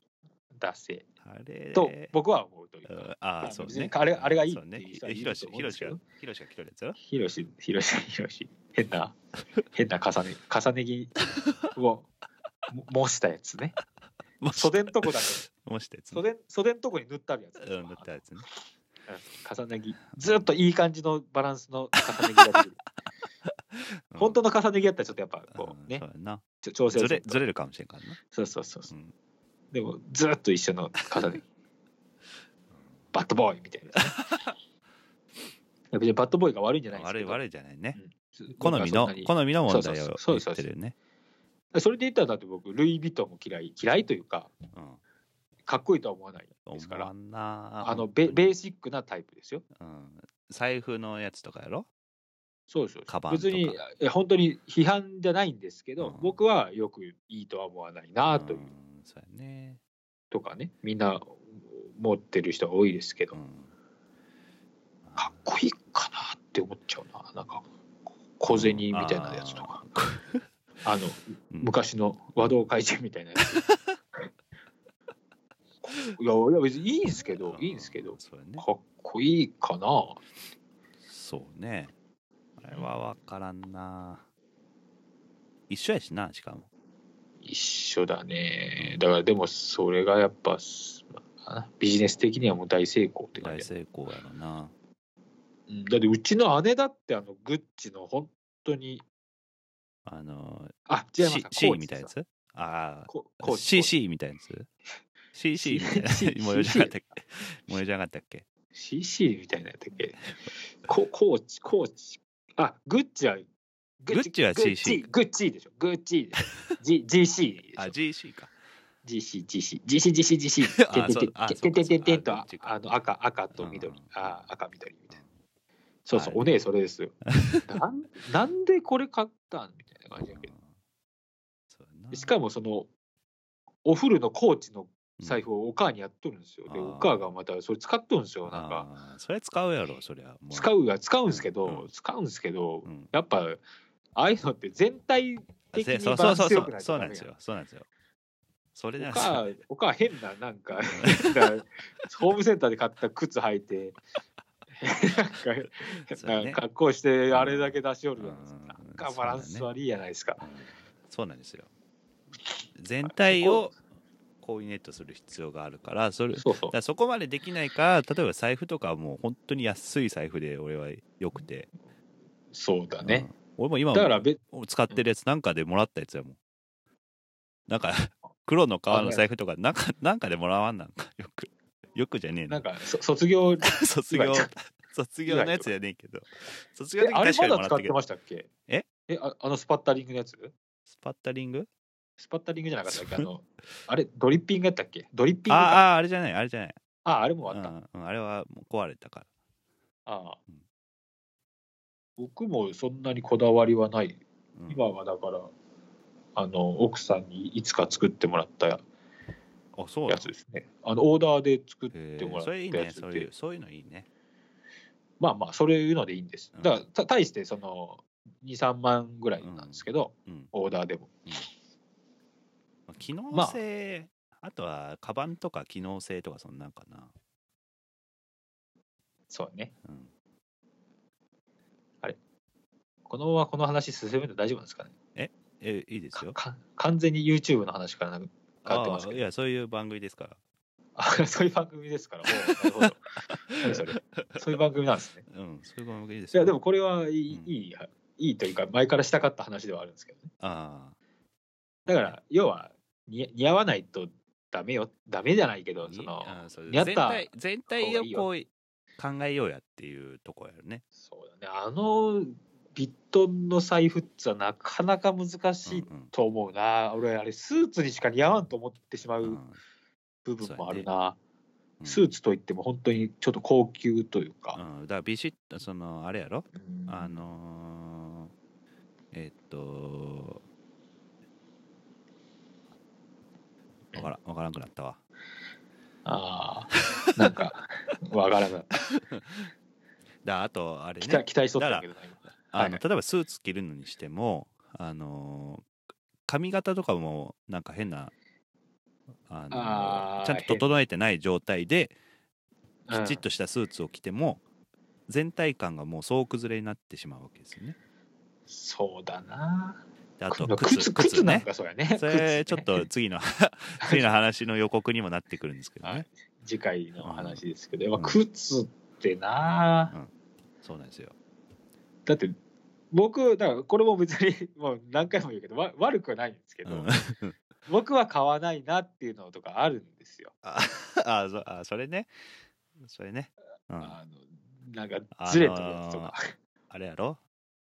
[SPEAKER 1] 出せ。
[SPEAKER 2] あれ
[SPEAKER 1] と、僕は思うという
[SPEAKER 2] う
[SPEAKER 1] か。
[SPEAKER 2] んああそう
[SPEAKER 1] 別
[SPEAKER 2] ね
[SPEAKER 1] にあれあれがいい
[SPEAKER 2] そうね
[SPEAKER 1] っていう人はい
[SPEAKER 2] ひ
[SPEAKER 1] る
[SPEAKER 2] ろし
[SPEAKER 1] と
[SPEAKER 2] ひ
[SPEAKER 1] 思う
[SPEAKER 2] ろ
[SPEAKER 1] んです
[SPEAKER 2] し
[SPEAKER 1] けど
[SPEAKER 2] がひろしが来てるやつやろ
[SPEAKER 1] ヒロシ、ヒロシ、ヒロシ。変な、変な
[SPEAKER 2] [LAUGHS]
[SPEAKER 1] 重ね、重ね着を、も模したやつね。
[SPEAKER 2] もし
[SPEAKER 1] 袖んとこだけ、
[SPEAKER 2] もしてやつね
[SPEAKER 1] 袖ん、袖んとこに塗ってあるやつ。
[SPEAKER 2] うん塗ったやつね
[SPEAKER 1] 重ね着。ずっといい感じのバランスの重ね着が出てる。
[SPEAKER 2] うん
[SPEAKER 1] 本当の重ね着やったらちょっとやっぱこうね
[SPEAKER 2] そ、うやな
[SPEAKER 1] ちょ調整
[SPEAKER 2] ず
[SPEAKER 1] す
[SPEAKER 2] れ
[SPEAKER 1] る
[SPEAKER 2] ずれるかもしれんからな
[SPEAKER 1] そうそうそうそううんでもずっと一緒の重
[SPEAKER 2] [LAUGHS]
[SPEAKER 1] ねバッドボーイみたいなね、いや別にバッドボーイが悪いんじゃないです
[SPEAKER 2] 悪い
[SPEAKER 1] けど
[SPEAKER 2] 悪いじゃないね
[SPEAKER 1] うん
[SPEAKER 2] 好みの
[SPEAKER 1] 僕はそんなに
[SPEAKER 2] 好みの問題を
[SPEAKER 1] そう
[SPEAKER 2] 言
[SPEAKER 1] そうそうそう
[SPEAKER 2] ってるよね
[SPEAKER 1] それで言ったらだって僕ルイ・ヴィトンも嫌い嫌いというか
[SPEAKER 2] うん
[SPEAKER 1] かっこいいとは思わないですか
[SPEAKER 2] 思
[SPEAKER 1] ら
[SPEAKER 2] わんな
[SPEAKER 1] あのベベー
[SPEAKER 2] ス
[SPEAKER 1] シックなタイプですよ
[SPEAKER 2] 財布のやつとかやろ
[SPEAKER 1] そうそうそ
[SPEAKER 2] カ
[SPEAKER 1] う
[SPEAKER 2] バンとか
[SPEAKER 1] 別にいや本当に批判じゃないんですけど、
[SPEAKER 2] うん
[SPEAKER 1] 僕はよくいいとは思わないなという、
[SPEAKER 2] うんそうやね
[SPEAKER 1] とかねみんな持ってる人が多いですけど、
[SPEAKER 2] うん
[SPEAKER 1] かっこいいかなって思っちゃうななんか小銭みたいなやつとか、 [LAUGHS] あの
[SPEAKER 2] うん
[SPEAKER 1] 昔の和道会社みたいなや
[SPEAKER 2] [LAUGHS]
[SPEAKER 1] ついやいや別にいいんですけどいいんですけど
[SPEAKER 2] う
[SPEAKER 1] か
[SPEAKER 2] そうやね
[SPEAKER 1] っこいいかな
[SPEAKER 2] そうねあれは分からんな一緒やしなしかも
[SPEAKER 1] 一緒だねだからでもそれがやっぱすあビジネス的にはもう大成功って感
[SPEAKER 2] 大
[SPEAKER 1] じだ,、
[SPEAKER 2] 成功やろな
[SPEAKER 1] うん、だってうちの姉だってあのグッチの本当に
[SPEAKER 2] あの
[SPEAKER 1] あ違います
[SPEAKER 2] ー C みたいなやつああ
[SPEAKER 1] こうこう
[SPEAKER 2] CC みたいなやつ CC みたいな
[SPEAKER 1] CC
[SPEAKER 2] もうよじゃなかったっけもうよじゃなかったっけ
[SPEAKER 1] CC みたいなやったっけココーチ、コーチ。あ、グッチは、グ
[SPEAKER 2] グッチは CC
[SPEAKER 1] グッチでしょ。グッチでしょ。G、GC でしょ。
[SPEAKER 2] あ GC か
[SPEAKER 1] GC、GC、GC、GC、GC。
[SPEAKER 2] あそうあ
[SPEAKER 1] てんてんてんてんてんてん
[SPEAKER 2] そうかそ
[SPEAKER 1] てんと、あ
[SPEAKER 2] うか
[SPEAKER 1] あの、赤、赤と
[SPEAKER 2] うん
[SPEAKER 1] 緑
[SPEAKER 2] うん。
[SPEAKER 1] あ、赤、緑みたいな。そうそう、
[SPEAKER 2] はい
[SPEAKER 1] お姉それで
[SPEAKER 2] [LAUGHS]
[SPEAKER 1] すよ。なんなんでこれ買ったんみたいな感じだけ
[SPEAKER 2] うんそうや
[SPEAKER 1] ど。
[SPEAKER 2] な
[SPEAKER 1] しかも、その、お古のコーチの財
[SPEAKER 2] うん
[SPEAKER 1] 布をお母にやっとるんですよ。で、
[SPEAKER 2] あー
[SPEAKER 1] お母がまたそれ使っとるんですよ。なんか、
[SPEAKER 2] あーそれ使うやろそりゃも
[SPEAKER 1] 使うが使うんですけ
[SPEAKER 2] う
[SPEAKER 1] ど
[SPEAKER 2] ん、
[SPEAKER 1] 使うんですけど
[SPEAKER 2] う、ん
[SPEAKER 1] やっぱああいうのって全体的
[SPEAKER 2] せ
[SPEAKER 1] に
[SPEAKER 2] そうそう
[SPEAKER 1] バラン
[SPEAKER 2] そう
[SPEAKER 1] ス
[SPEAKER 2] そ
[SPEAKER 1] 良くな
[SPEAKER 2] う
[SPEAKER 1] いと
[SPEAKER 2] そう
[SPEAKER 1] ダ
[SPEAKER 2] なんで
[SPEAKER 1] メ
[SPEAKER 2] す
[SPEAKER 1] やん
[SPEAKER 2] よそうなんですよそれ
[SPEAKER 1] お
[SPEAKER 2] なんですよ
[SPEAKER 1] 母お母変ななんか変なホームセンターで買った靴履いてなんか
[SPEAKER 2] [LAUGHS] そうやね
[SPEAKER 1] 変な格好してあれだけ出しおるじゃないですか
[SPEAKER 2] うん
[SPEAKER 1] なんかバランス悪いじゃないですか
[SPEAKER 2] うんそうなんですよ全体をコーディネートする必要があるからそれだか
[SPEAKER 1] そうそう
[SPEAKER 2] らそこまでできないから例えば財布とかはもう本当に安い財布で俺はよくて、
[SPEAKER 1] そうだね
[SPEAKER 2] うん俺も今
[SPEAKER 1] だからべ
[SPEAKER 2] 使ってるやつなんかでもらったやつやもんなん
[SPEAKER 1] [LAUGHS]
[SPEAKER 2] か黒の革の財布とかなんかなんかでもらわんなんかよくよくじゃねえ
[SPEAKER 1] なん
[SPEAKER 2] な
[SPEAKER 1] かそ卒業
[SPEAKER 2] [LAUGHS] 卒業
[SPEAKER 1] 意外
[SPEAKER 2] 卒業のやつやねえけど卒
[SPEAKER 1] え
[SPEAKER 2] 業の時
[SPEAKER 1] あれ
[SPEAKER 2] 確か
[SPEAKER 1] ま
[SPEAKER 2] にも
[SPEAKER 1] だ
[SPEAKER 2] らった
[SPEAKER 1] 使っ
[SPEAKER 2] け
[SPEAKER 1] て
[SPEAKER 2] ど
[SPEAKER 1] ましたっけ
[SPEAKER 2] え
[SPEAKER 1] えああのスパッタリングのやつ
[SPEAKER 2] スパッタリング
[SPEAKER 1] スパッタリングじゃなかったっけ
[SPEAKER 2] [LAUGHS]
[SPEAKER 1] あのあれドリッピングやったっけドリッピングかあ
[SPEAKER 2] ああーあれじゃないあれじゃない
[SPEAKER 1] ああれもあった
[SPEAKER 2] うんうん、あれはもう壊れたから
[SPEAKER 1] ああ
[SPEAKER 2] うん
[SPEAKER 1] 僕もそんなにこだわりはない
[SPEAKER 2] うん
[SPEAKER 1] 今はだからあの奥さんにいつか作ってもらったや
[SPEAKER 2] あそうだ
[SPEAKER 1] つですねあのオーダーで作っ
[SPEAKER 2] へ
[SPEAKER 1] て
[SPEAKER 2] ー
[SPEAKER 1] もらっ
[SPEAKER 2] そ
[SPEAKER 1] た
[SPEAKER 2] れいい
[SPEAKER 1] や
[SPEAKER 2] ね
[SPEAKER 1] つ
[SPEAKER 2] そうい
[SPEAKER 1] で
[SPEAKER 2] うそういうのいいね
[SPEAKER 1] まあまあそういうのでいいんです
[SPEAKER 2] うん
[SPEAKER 1] だからた対してその23万ぐらいなんですけど、
[SPEAKER 2] うん
[SPEAKER 1] オーダーでも
[SPEAKER 2] まあ機能性、あ、とはカバンとか機能性とかそんなんかな、
[SPEAKER 1] そうね
[SPEAKER 2] うん、
[SPEAKER 1] このままこの話進めて大丈夫なんですかね
[SPEAKER 2] えいいですよ
[SPEAKER 1] かか完全に YouTube の話からなく変わってます
[SPEAKER 2] あー
[SPEAKER 1] け
[SPEAKER 2] い
[SPEAKER 1] ど
[SPEAKER 2] やそういう番組ですから
[SPEAKER 1] あ [LAUGHS] そういう番組ですからお
[SPEAKER 2] [LAUGHS]
[SPEAKER 1] うなるほど何それそういう番組なんですね
[SPEAKER 2] うんそういう番組です
[SPEAKER 1] い
[SPEAKER 2] よ
[SPEAKER 1] やでもこれはいい,、
[SPEAKER 2] うん
[SPEAKER 1] いいいいというか前からしたかった話ではあるんですけどね
[SPEAKER 2] あ
[SPEAKER 1] だから要は似似合わないとダメよダメじゃないけ
[SPEAKER 2] ー
[SPEAKER 1] どその
[SPEAKER 2] あーそう
[SPEAKER 1] やった
[SPEAKER 2] 全体全体を
[SPEAKER 1] 方
[SPEAKER 2] こう考えようやっていうとこやるね
[SPEAKER 1] そうだねあのビットンの財布ってはなかなか難しい
[SPEAKER 2] うんうん
[SPEAKER 1] と思うな、俺あれスーツにしか似合わんと思ってしま
[SPEAKER 2] う
[SPEAKER 1] うん部分もあるな、
[SPEAKER 2] うん
[SPEAKER 1] スーツといっても本当にちょっと高級というか、
[SPEAKER 2] うん、だからビシッとそのあれやろ
[SPEAKER 1] うん
[SPEAKER 2] あのー、えっとわからんわからんくなったわ
[SPEAKER 1] あーなんかわからない
[SPEAKER 2] だあとあれ
[SPEAKER 1] 期
[SPEAKER 2] ね
[SPEAKER 1] 待期待しとったんやけどな
[SPEAKER 2] あ
[SPEAKER 1] は
[SPEAKER 2] の
[SPEAKER 1] い
[SPEAKER 2] 例えばスーツ着るのにしてもあのー髪型とかもなんか変なあのー
[SPEAKER 1] あー
[SPEAKER 2] ちゃんと整えてない状態でき
[SPEAKER 1] 今
[SPEAKER 2] ちっとしたスーツを着ても、全体感がもう総崩れになってしまうわけですよね。
[SPEAKER 1] うんそうだな
[SPEAKER 2] であと
[SPEAKER 1] 靴
[SPEAKER 2] 靴
[SPEAKER 1] 靴
[SPEAKER 2] 靴
[SPEAKER 1] なん
[SPEAKER 2] ね。
[SPEAKER 1] かそうやね
[SPEAKER 2] そ
[SPEAKER 1] 靴ね
[SPEAKER 2] れちょっと次の次の話の予告にもなってくるんですけど
[SPEAKER 1] はい
[SPEAKER 2] ね。
[SPEAKER 1] [LAUGHS] 次回の話ですけど、やっぱ
[SPEAKER 2] う
[SPEAKER 1] 靴ってな、
[SPEAKER 2] そうなんですよ。
[SPEAKER 1] だって僕だからこれも別に [LAUGHS] もう何回も言うけどわ悪くはないんですけ
[SPEAKER 2] う
[SPEAKER 1] ど、
[SPEAKER 2] ん
[SPEAKER 1] 僕は買わないなっていうのとかあるんですよ。
[SPEAKER 2] あ [LAUGHS] あそあそれね。それね。うん、
[SPEAKER 1] あのなんかずれてるやつとか、
[SPEAKER 2] あれやろ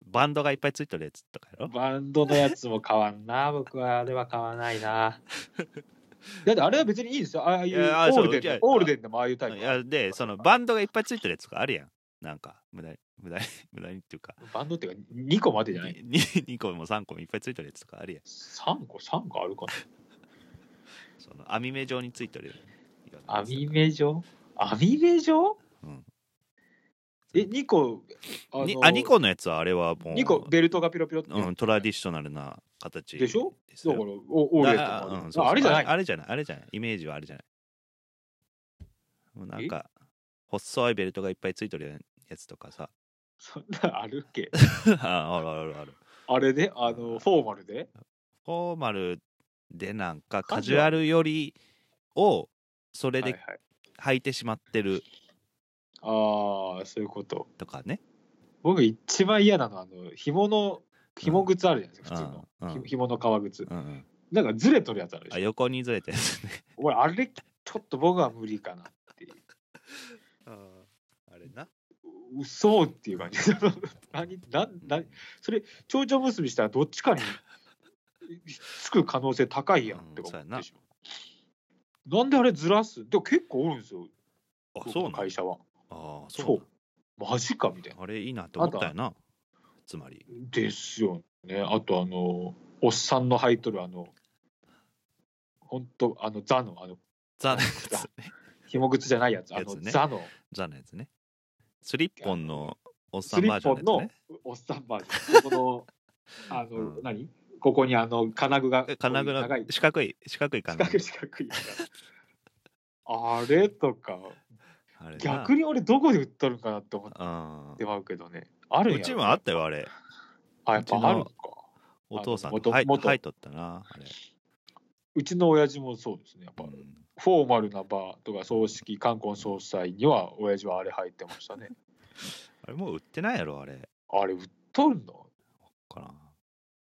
[SPEAKER 2] バンドがいっぱいついてるやつとかやろ
[SPEAKER 1] [LAUGHS] バンドのやつも買わんな僕はあれは買わない
[SPEAKER 2] [LAUGHS]
[SPEAKER 1] な。だってあれは別にいいんですよああい
[SPEAKER 2] いうやあ
[SPEAKER 1] オー
[SPEAKER 2] そう
[SPEAKER 1] ルデン
[SPEAKER 2] いや
[SPEAKER 1] でオールデンでもああいうタイ
[SPEAKER 2] い
[SPEAKER 1] プ
[SPEAKER 2] やでそのバンドがいっぱいついてるやつとかあるやん。なんか無駄に無駄に無駄にっていうか
[SPEAKER 1] バンドっていうか2個までじゃない
[SPEAKER 2] [LAUGHS] 2, 個も3個もいっぱいついてるやつとかあるやん。
[SPEAKER 1] 3個3個あるか
[SPEAKER 2] その網目状についてるような
[SPEAKER 1] な
[SPEAKER 2] やつとか
[SPEAKER 1] 網目状網目状、
[SPEAKER 2] うん
[SPEAKER 1] え2個あ
[SPEAKER 2] にあ2個のやつはあれはもう
[SPEAKER 1] 2個ベルトがピロピロって、
[SPEAKER 2] うん、トラディショナルな形
[SPEAKER 1] でしょ
[SPEAKER 2] す
[SPEAKER 1] だ
[SPEAKER 2] よ
[SPEAKER 1] からおオールデンと
[SPEAKER 2] あ
[SPEAKER 1] もあ
[SPEAKER 2] うん
[SPEAKER 1] る
[SPEAKER 2] そうそう
[SPEAKER 1] あれじゃない
[SPEAKER 2] あれじゃないあれじゃないイメージはあれじゃないもうなんか細いベルトがいっぱいついてるやつとかさ [LAUGHS]
[SPEAKER 1] そん [LAUGHS] なあるっけ
[SPEAKER 2] ああるあるある
[SPEAKER 1] あれであのフォーマルで
[SPEAKER 2] フォーマルでなんかカ
[SPEAKER 1] カ
[SPEAKER 2] ジ
[SPEAKER 1] ジ
[SPEAKER 2] ュ
[SPEAKER 1] ュ
[SPEAKER 2] ア
[SPEAKER 1] ア
[SPEAKER 2] ルよりをそれ
[SPEAKER 1] はい
[SPEAKER 2] で
[SPEAKER 1] はい、
[SPEAKER 2] 履いてしまってる
[SPEAKER 1] ああそういうこと
[SPEAKER 2] とかね、
[SPEAKER 1] 僕一番嫌なのはあの紐の紐靴あるじゃないですか、
[SPEAKER 2] うん
[SPEAKER 1] 普通
[SPEAKER 2] うん
[SPEAKER 1] の、ひ紐の革靴
[SPEAKER 2] うんうん
[SPEAKER 1] なんかずれとるやつあるで
[SPEAKER 2] あ
[SPEAKER 1] しょ
[SPEAKER 2] 横にずれてるやつね
[SPEAKER 1] 俺あれちょっと僕は無理かなっていう
[SPEAKER 2] ああれな
[SPEAKER 1] 嘘っていう感じ [LAUGHS] 何な何それ蝶々結びしたらどっちかにつく可能性高いやんって思ってしまう、なんであれずらすでも結構おるんですよ
[SPEAKER 2] あそうなん
[SPEAKER 1] 会社は
[SPEAKER 2] あそう
[SPEAKER 1] そうマジかみたいな
[SPEAKER 2] なんあれいいなと思ったよなつまり
[SPEAKER 1] ですよねあとあのおっさんの履いとるあの本当あのザのあの
[SPEAKER 2] ザ [LAUGHS] のやつね
[SPEAKER 1] 紐靴じゃないやつあ
[SPEAKER 2] やつ
[SPEAKER 1] の
[SPEAKER 2] ね
[SPEAKER 1] ザの
[SPEAKER 2] ザのやつねスリッポンのおっさ
[SPEAKER 1] ス
[SPEAKER 2] ん
[SPEAKER 1] リ
[SPEAKER 2] バー
[SPEAKER 1] ッ
[SPEAKER 2] ジョ
[SPEAKER 1] ポ
[SPEAKER 2] ン
[SPEAKER 1] ン
[SPEAKER 2] のやつ
[SPEAKER 1] の
[SPEAKER 2] ね
[SPEAKER 1] おっさんバージョンこのあの、
[SPEAKER 2] うん
[SPEAKER 1] 何ここにあの金具が
[SPEAKER 2] え金具の
[SPEAKER 1] 長い
[SPEAKER 2] 四角い四角い
[SPEAKER 1] 四
[SPEAKER 2] 金
[SPEAKER 1] 角
[SPEAKER 2] 具
[SPEAKER 1] い四角いやつ [LAUGHS] あれとか
[SPEAKER 2] あれな
[SPEAKER 1] 逆に俺どこで売っとるんかなって思っ
[SPEAKER 2] うん
[SPEAKER 1] てまうけどねあるんや
[SPEAKER 2] う
[SPEAKER 1] ろ
[SPEAKER 2] ちもあったよあれ
[SPEAKER 1] あやっぱあるん
[SPEAKER 2] う
[SPEAKER 1] か
[SPEAKER 2] ちお父さん
[SPEAKER 1] あの元
[SPEAKER 2] はい
[SPEAKER 1] 元
[SPEAKER 2] はいとったなあれ、
[SPEAKER 1] うちの親父もそうですねやっぱ、
[SPEAKER 2] うん
[SPEAKER 1] フォーマルなバーとか葬式冠婚葬祭には親父はあれ入ってましたね
[SPEAKER 2] あれもう売ってないやろあれ
[SPEAKER 1] あれ売っとるの
[SPEAKER 2] かな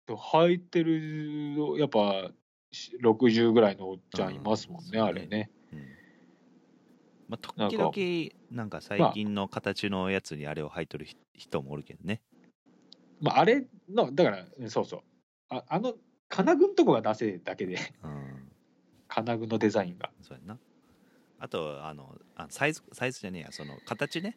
[SPEAKER 1] でも履いてるやっぱし60ぐらいのおっちゃんいますもんね、
[SPEAKER 2] うん
[SPEAKER 1] あれね
[SPEAKER 2] うんまあ
[SPEAKER 1] なんか
[SPEAKER 2] 時々なんか最近の形のやつにあれを履いとるひ人もおるけどね
[SPEAKER 1] まああれのだからうんそうそうああの金具のとこが出せだけで [LAUGHS]
[SPEAKER 2] うん
[SPEAKER 1] 金具のデザインが
[SPEAKER 2] そうやんなあとあのあサイズサイズじゃねえやその形ね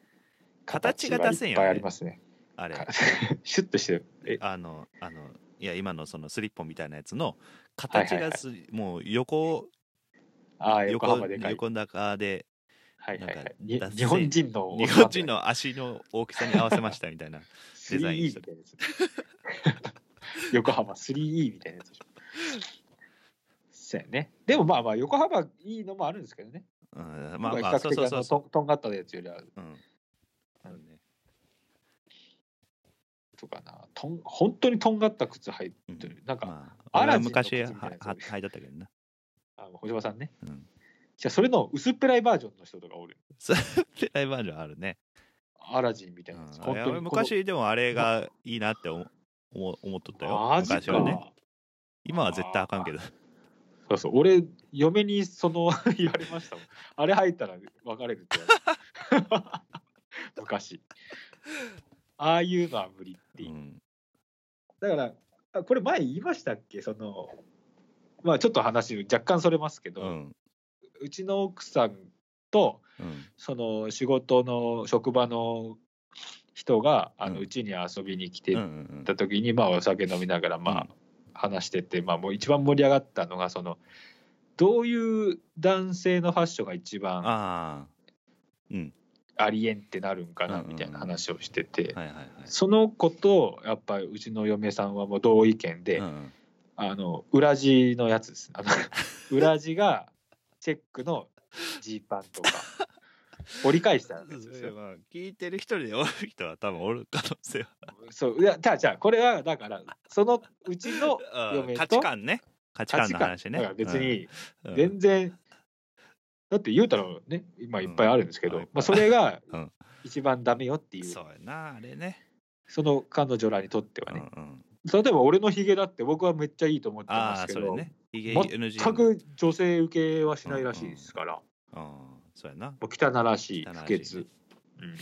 [SPEAKER 2] 形が出せんよね
[SPEAKER 1] いっぱいありますね
[SPEAKER 2] あれ
[SPEAKER 1] か [LAUGHS] シュッとしてるえ
[SPEAKER 2] あの、あの、いや、今のそのスリッポンみたいなやつの形がす、もう横、
[SPEAKER 1] ああ
[SPEAKER 2] 横
[SPEAKER 1] 横浜でかい
[SPEAKER 2] 横中で、
[SPEAKER 1] はいはいは
[SPEAKER 2] なんか
[SPEAKER 1] いに
[SPEAKER 2] 脱線
[SPEAKER 1] 日本人
[SPEAKER 2] [LAUGHS]
[SPEAKER 1] の
[SPEAKER 2] 日本人の足の大きさに合わせましたみたいな。デザイン
[SPEAKER 1] 3E みたいなやつ [LAUGHS] 横浜 3E みたいなやつでしょそうやねでもまあまあ横幅いいのもあるんですけどね
[SPEAKER 2] うん、ま
[SPEAKER 1] ま
[SPEAKER 2] あ
[SPEAKER 1] あ
[SPEAKER 2] まあ、
[SPEAKER 1] 比
[SPEAKER 2] そ
[SPEAKER 1] 較
[SPEAKER 2] う
[SPEAKER 1] 的
[SPEAKER 2] そう
[SPEAKER 1] あ
[SPEAKER 2] そう
[SPEAKER 1] の
[SPEAKER 2] そ
[SPEAKER 1] とんとんがったやつよりは
[SPEAKER 2] う。うん。そうね
[SPEAKER 1] とかなとん本当にとんがった靴履いてる、なんか、
[SPEAKER 2] まあ、俺
[SPEAKER 1] ア
[SPEAKER 2] は
[SPEAKER 1] ラジンの靴
[SPEAKER 2] 昔
[SPEAKER 1] み
[SPEAKER 2] は
[SPEAKER 1] たいな
[SPEAKER 2] はは履いとったけどな。
[SPEAKER 1] あの小島さんね
[SPEAKER 2] うん。
[SPEAKER 1] じゃあそれの薄っぺらいバージョンの人とかおる
[SPEAKER 2] スープライバージョンあるね。
[SPEAKER 1] アラジンみたいなやつ、
[SPEAKER 2] うん、
[SPEAKER 1] 本
[SPEAKER 2] い
[SPEAKER 1] 当
[SPEAKER 2] や
[SPEAKER 1] にこの
[SPEAKER 2] 俺昔でもあれがいいなって思思思っとったよ。
[SPEAKER 1] マジ
[SPEAKER 2] 昔は
[SPEAKER 1] か、
[SPEAKER 2] ね。今は絶対あかんけど。
[SPEAKER 1] そうそう俺嫁にその [LAUGHS] 言われましたもんあれ入ったら別れるって言われた [LAUGHS] 昔ああいうのは無理って
[SPEAKER 2] う
[SPEAKER 1] いう、
[SPEAKER 2] ん。
[SPEAKER 1] だからあこれ前言いましたっけそのまあちょっと話若干それますけど、
[SPEAKER 2] う。
[SPEAKER 1] うんちの奥さんと
[SPEAKER 2] うん。
[SPEAKER 1] その仕事の職場の人があの
[SPEAKER 2] うん
[SPEAKER 1] うち、に遊びに来
[SPEAKER 2] う
[SPEAKER 1] て
[SPEAKER 2] んうん
[SPEAKER 1] た時に、まあお酒飲みながらまあ、
[SPEAKER 2] うん
[SPEAKER 1] 話してて、まあ、もう一番盛り上がったのがそのどういう男性のファッションが一番
[SPEAKER 2] あ
[SPEAKER 1] ありえんってなるんか
[SPEAKER 2] うん
[SPEAKER 1] な
[SPEAKER 2] うんうん
[SPEAKER 1] みたいな話をしてて、
[SPEAKER 2] あ。はいはいはい。
[SPEAKER 1] そのことをやっぱりうちの嫁さんはもう同意見で、
[SPEAKER 2] うんうん
[SPEAKER 1] あの裏地のやつです
[SPEAKER 2] [LAUGHS]
[SPEAKER 1] あの裏地がチェックのジーパンとか折り返したやつですよ。
[SPEAKER 2] まあ聞いてる一人でおる人は多分おる可能性
[SPEAKER 1] [LAUGHS]
[SPEAKER 2] は
[SPEAKER 1] そういやじゃあじゃあこれはだからそのうちの
[SPEAKER 2] あー
[SPEAKER 1] 嫁と
[SPEAKER 2] 価値観ね価値観の話ね
[SPEAKER 1] だから別に、
[SPEAKER 2] うんうん
[SPEAKER 1] 全然、だって言うたらね今いっぱいあるんですけど、
[SPEAKER 2] うん
[SPEAKER 1] まあ、それが
[SPEAKER 2] [LAUGHS] うん
[SPEAKER 1] 一番ダメよっていう、
[SPEAKER 2] そうやなあれね
[SPEAKER 1] その彼女らにとっては
[SPEAKER 2] うんう
[SPEAKER 1] ね、
[SPEAKER 2] ん
[SPEAKER 1] 例えば俺のヒゲだって僕はめっちゃいいと思ってま
[SPEAKER 2] あ
[SPEAKER 1] す
[SPEAKER 2] あ
[SPEAKER 1] け
[SPEAKER 2] それ
[SPEAKER 1] ど、
[SPEAKER 2] ねヒゲ NG
[SPEAKER 1] 全く女性受けはしないらしいですから、
[SPEAKER 2] うんそうやな
[SPEAKER 1] もう汚らしい
[SPEAKER 2] 汚らしい
[SPEAKER 1] 不潔、うん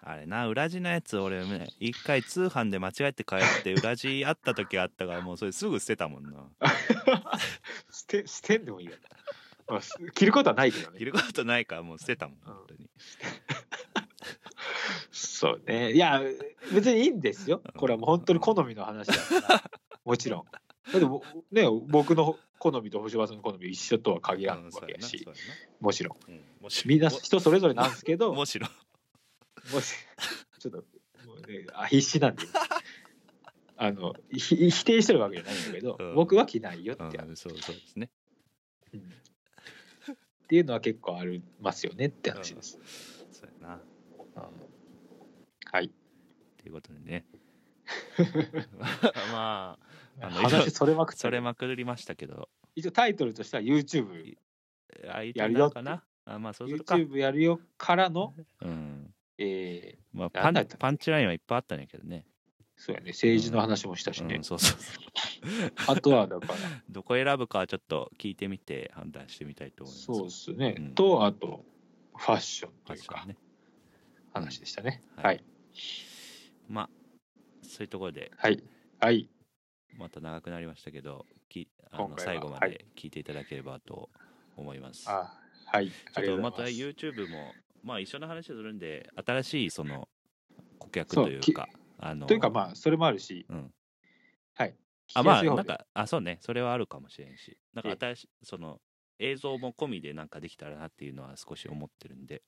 [SPEAKER 2] あれな裏地のやつ俺ね一回通販で間違えて帰って裏地あった時あったからもうそれすぐ捨てたもんな
[SPEAKER 1] 捨て捨てんでもいいやまあ、す着ることはないけど
[SPEAKER 2] 着
[SPEAKER 1] ね
[SPEAKER 2] ることないからもう捨てたもん本当に
[SPEAKER 1] そうねいや別にいいんですよこれはもう本当に好みの話だ
[SPEAKER 2] [LAUGHS]
[SPEAKER 1] からもちろんだってもうね僕の好みと星葉さんの好み一緒とは限らん
[SPEAKER 2] うん
[SPEAKER 1] わ
[SPEAKER 2] そう
[SPEAKER 1] け
[SPEAKER 2] や
[SPEAKER 1] や
[SPEAKER 2] なそう
[SPEAKER 1] し、
[SPEAKER 2] や
[SPEAKER 1] もちろん
[SPEAKER 2] なうんもし
[SPEAKER 1] みんな人それぞれなんですけど
[SPEAKER 2] も
[SPEAKER 1] も
[SPEAKER 2] しろ
[SPEAKER 1] しちょっともう、ね、あ必死なんであのひ否定してるわけじゃないんだけど、
[SPEAKER 2] うん
[SPEAKER 1] 僕は着ないよって
[SPEAKER 2] うん
[SPEAKER 1] やつ、
[SPEAKER 2] そうそうですね
[SPEAKER 1] うんっていうのは結構ありますよねって話です、
[SPEAKER 2] そうやな
[SPEAKER 1] はい
[SPEAKER 2] ということで
[SPEAKER 1] [LAUGHS]
[SPEAKER 2] ねまああの
[SPEAKER 1] 話それまくっ
[SPEAKER 2] そ
[SPEAKER 1] たけ
[SPEAKER 2] れ
[SPEAKER 1] ど
[SPEAKER 2] まくりましたけど
[SPEAKER 1] 一応タイトルとしては YouTube
[SPEAKER 2] あい
[SPEAKER 1] や
[SPEAKER 2] な
[SPEAKER 1] るよ
[SPEAKER 2] の
[SPEAKER 1] って
[SPEAKER 2] かなあまあそうするか、
[SPEAKER 1] YouTube やるよからの、
[SPEAKER 2] うん
[SPEAKER 1] えー、
[SPEAKER 2] まあ、
[SPEAKER 1] な
[SPEAKER 2] パ
[SPEAKER 1] ん
[SPEAKER 2] ン
[SPEAKER 1] だったっけ
[SPEAKER 2] パンチラインはいっぱいあったんやけどね
[SPEAKER 1] そうやね、政治の話もしたしね、
[SPEAKER 2] うん、そうそう
[SPEAKER 1] あとはだ
[SPEAKER 2] [LAUGHS]
[SPEAKER 1] から、
[SPEAKER 2] どこ選ぶかはちょっと聞いてみて判断してみたいと思います
[SPEAKER 1] そうですね、
[SPEAKER 2] うん
[SPEAKER 1] と、あと、ファッション
[SPEAKER 2] フ
[SPEAKER 1] と
[SPEAKER 2] ァ
[SPEAKER 1] い
[SPEAKER 2] ッ
[SPEAKER 1] う
[SPEAKER 2] ショ
[SPEAKER 1] か
[SPEAKER 2] ン、ね
[SPEAKER 1] 話でしたね。
[SPEAKER 2] うん
[SPEAKER 1] はい、
[SPEAKER 2] まあそういうところで
[SPEAKER 1] はい、はい、
[SPEAKER 2] また長くなりましたけどきあ
[SPEAKER 1] 今
[SPEAKER 2] の
[SPEAKER 1] 回
[SPEAKER 2] 最
[SPEAKER 1] は
[SPEAKER 2] 後ま
[SPEAKER 1] はい
[SPEAKER 2] で聞いていただければと思います、
[SPEAKER 1] あはい、
[SPEAKER 2] ちょ
[SPEAKER 1] あ
[SPEAKER 2] っと
[SPEAKER 1] りがとう
[SPEAKER 2] ま
[SPEAKER 1] ご
[SPEAKER 2] た
[SPEAKER 1] ざいます。
[SPEAKER 2] YouTube もまあ一緒の話をするんで新しいその顧客
[SPEAKER 1] そう
[SPEAKER 2] というかあの
[SPEAKER 1] というか、まあ、それもあるし、
[SPEAKER 2] うん
[SPEAKER 1] はい、
[SPEAKER 2] あまあ
[SPEAKER 1] 聞きやすい
[SPEAKER 2] な
[SPEAKER 1] 方
[SPEAKER 2] ん
[SPEAKER 1] で
[SPEAKER 2] かあそうねそれはあるかもしれんしなんか
[SPEAKER 1] ええ
[SPEAKER 2] 新しいその映像も込みでなんかできたらなっていうのは少し思ってるんで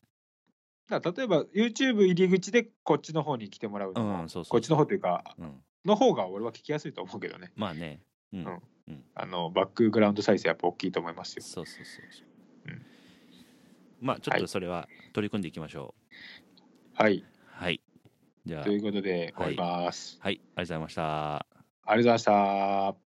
[SPEAKER 1] だから例えば YouTube 入り口でこっちの方に来てもらうのも、
[SPEAKER 2] うんそうそうそう
[SPEAKER 1] こっちの方というか、
[SPEAKER 2] うん
[SPEAKER 1] の方が俺は聞きやすいと思うけどね、
[SPEAKER 2] まあねうん、
[SPEAKER 1] うんあのバックグラウンド再生やっぱ大きいと思いますよ。
[SPEAKER 2] そうそうそうそう、
[SPEAKER 1] うん
[SPEAKER 2] まあちょっ
[SPEAKER 1] は
[SPEAKER 2] と
[SPEAKER 1] い
[SPEAKER 2] それは取り組んでいきましょ
[SPEAKER 1] はい、
[SPEAKER 2] うはい、じゃあ
[SPEAKER 1] ということで、終わります。
[SPEAKER 2] はいありがとうございました
[SPEAKER 1] ありがとうございました。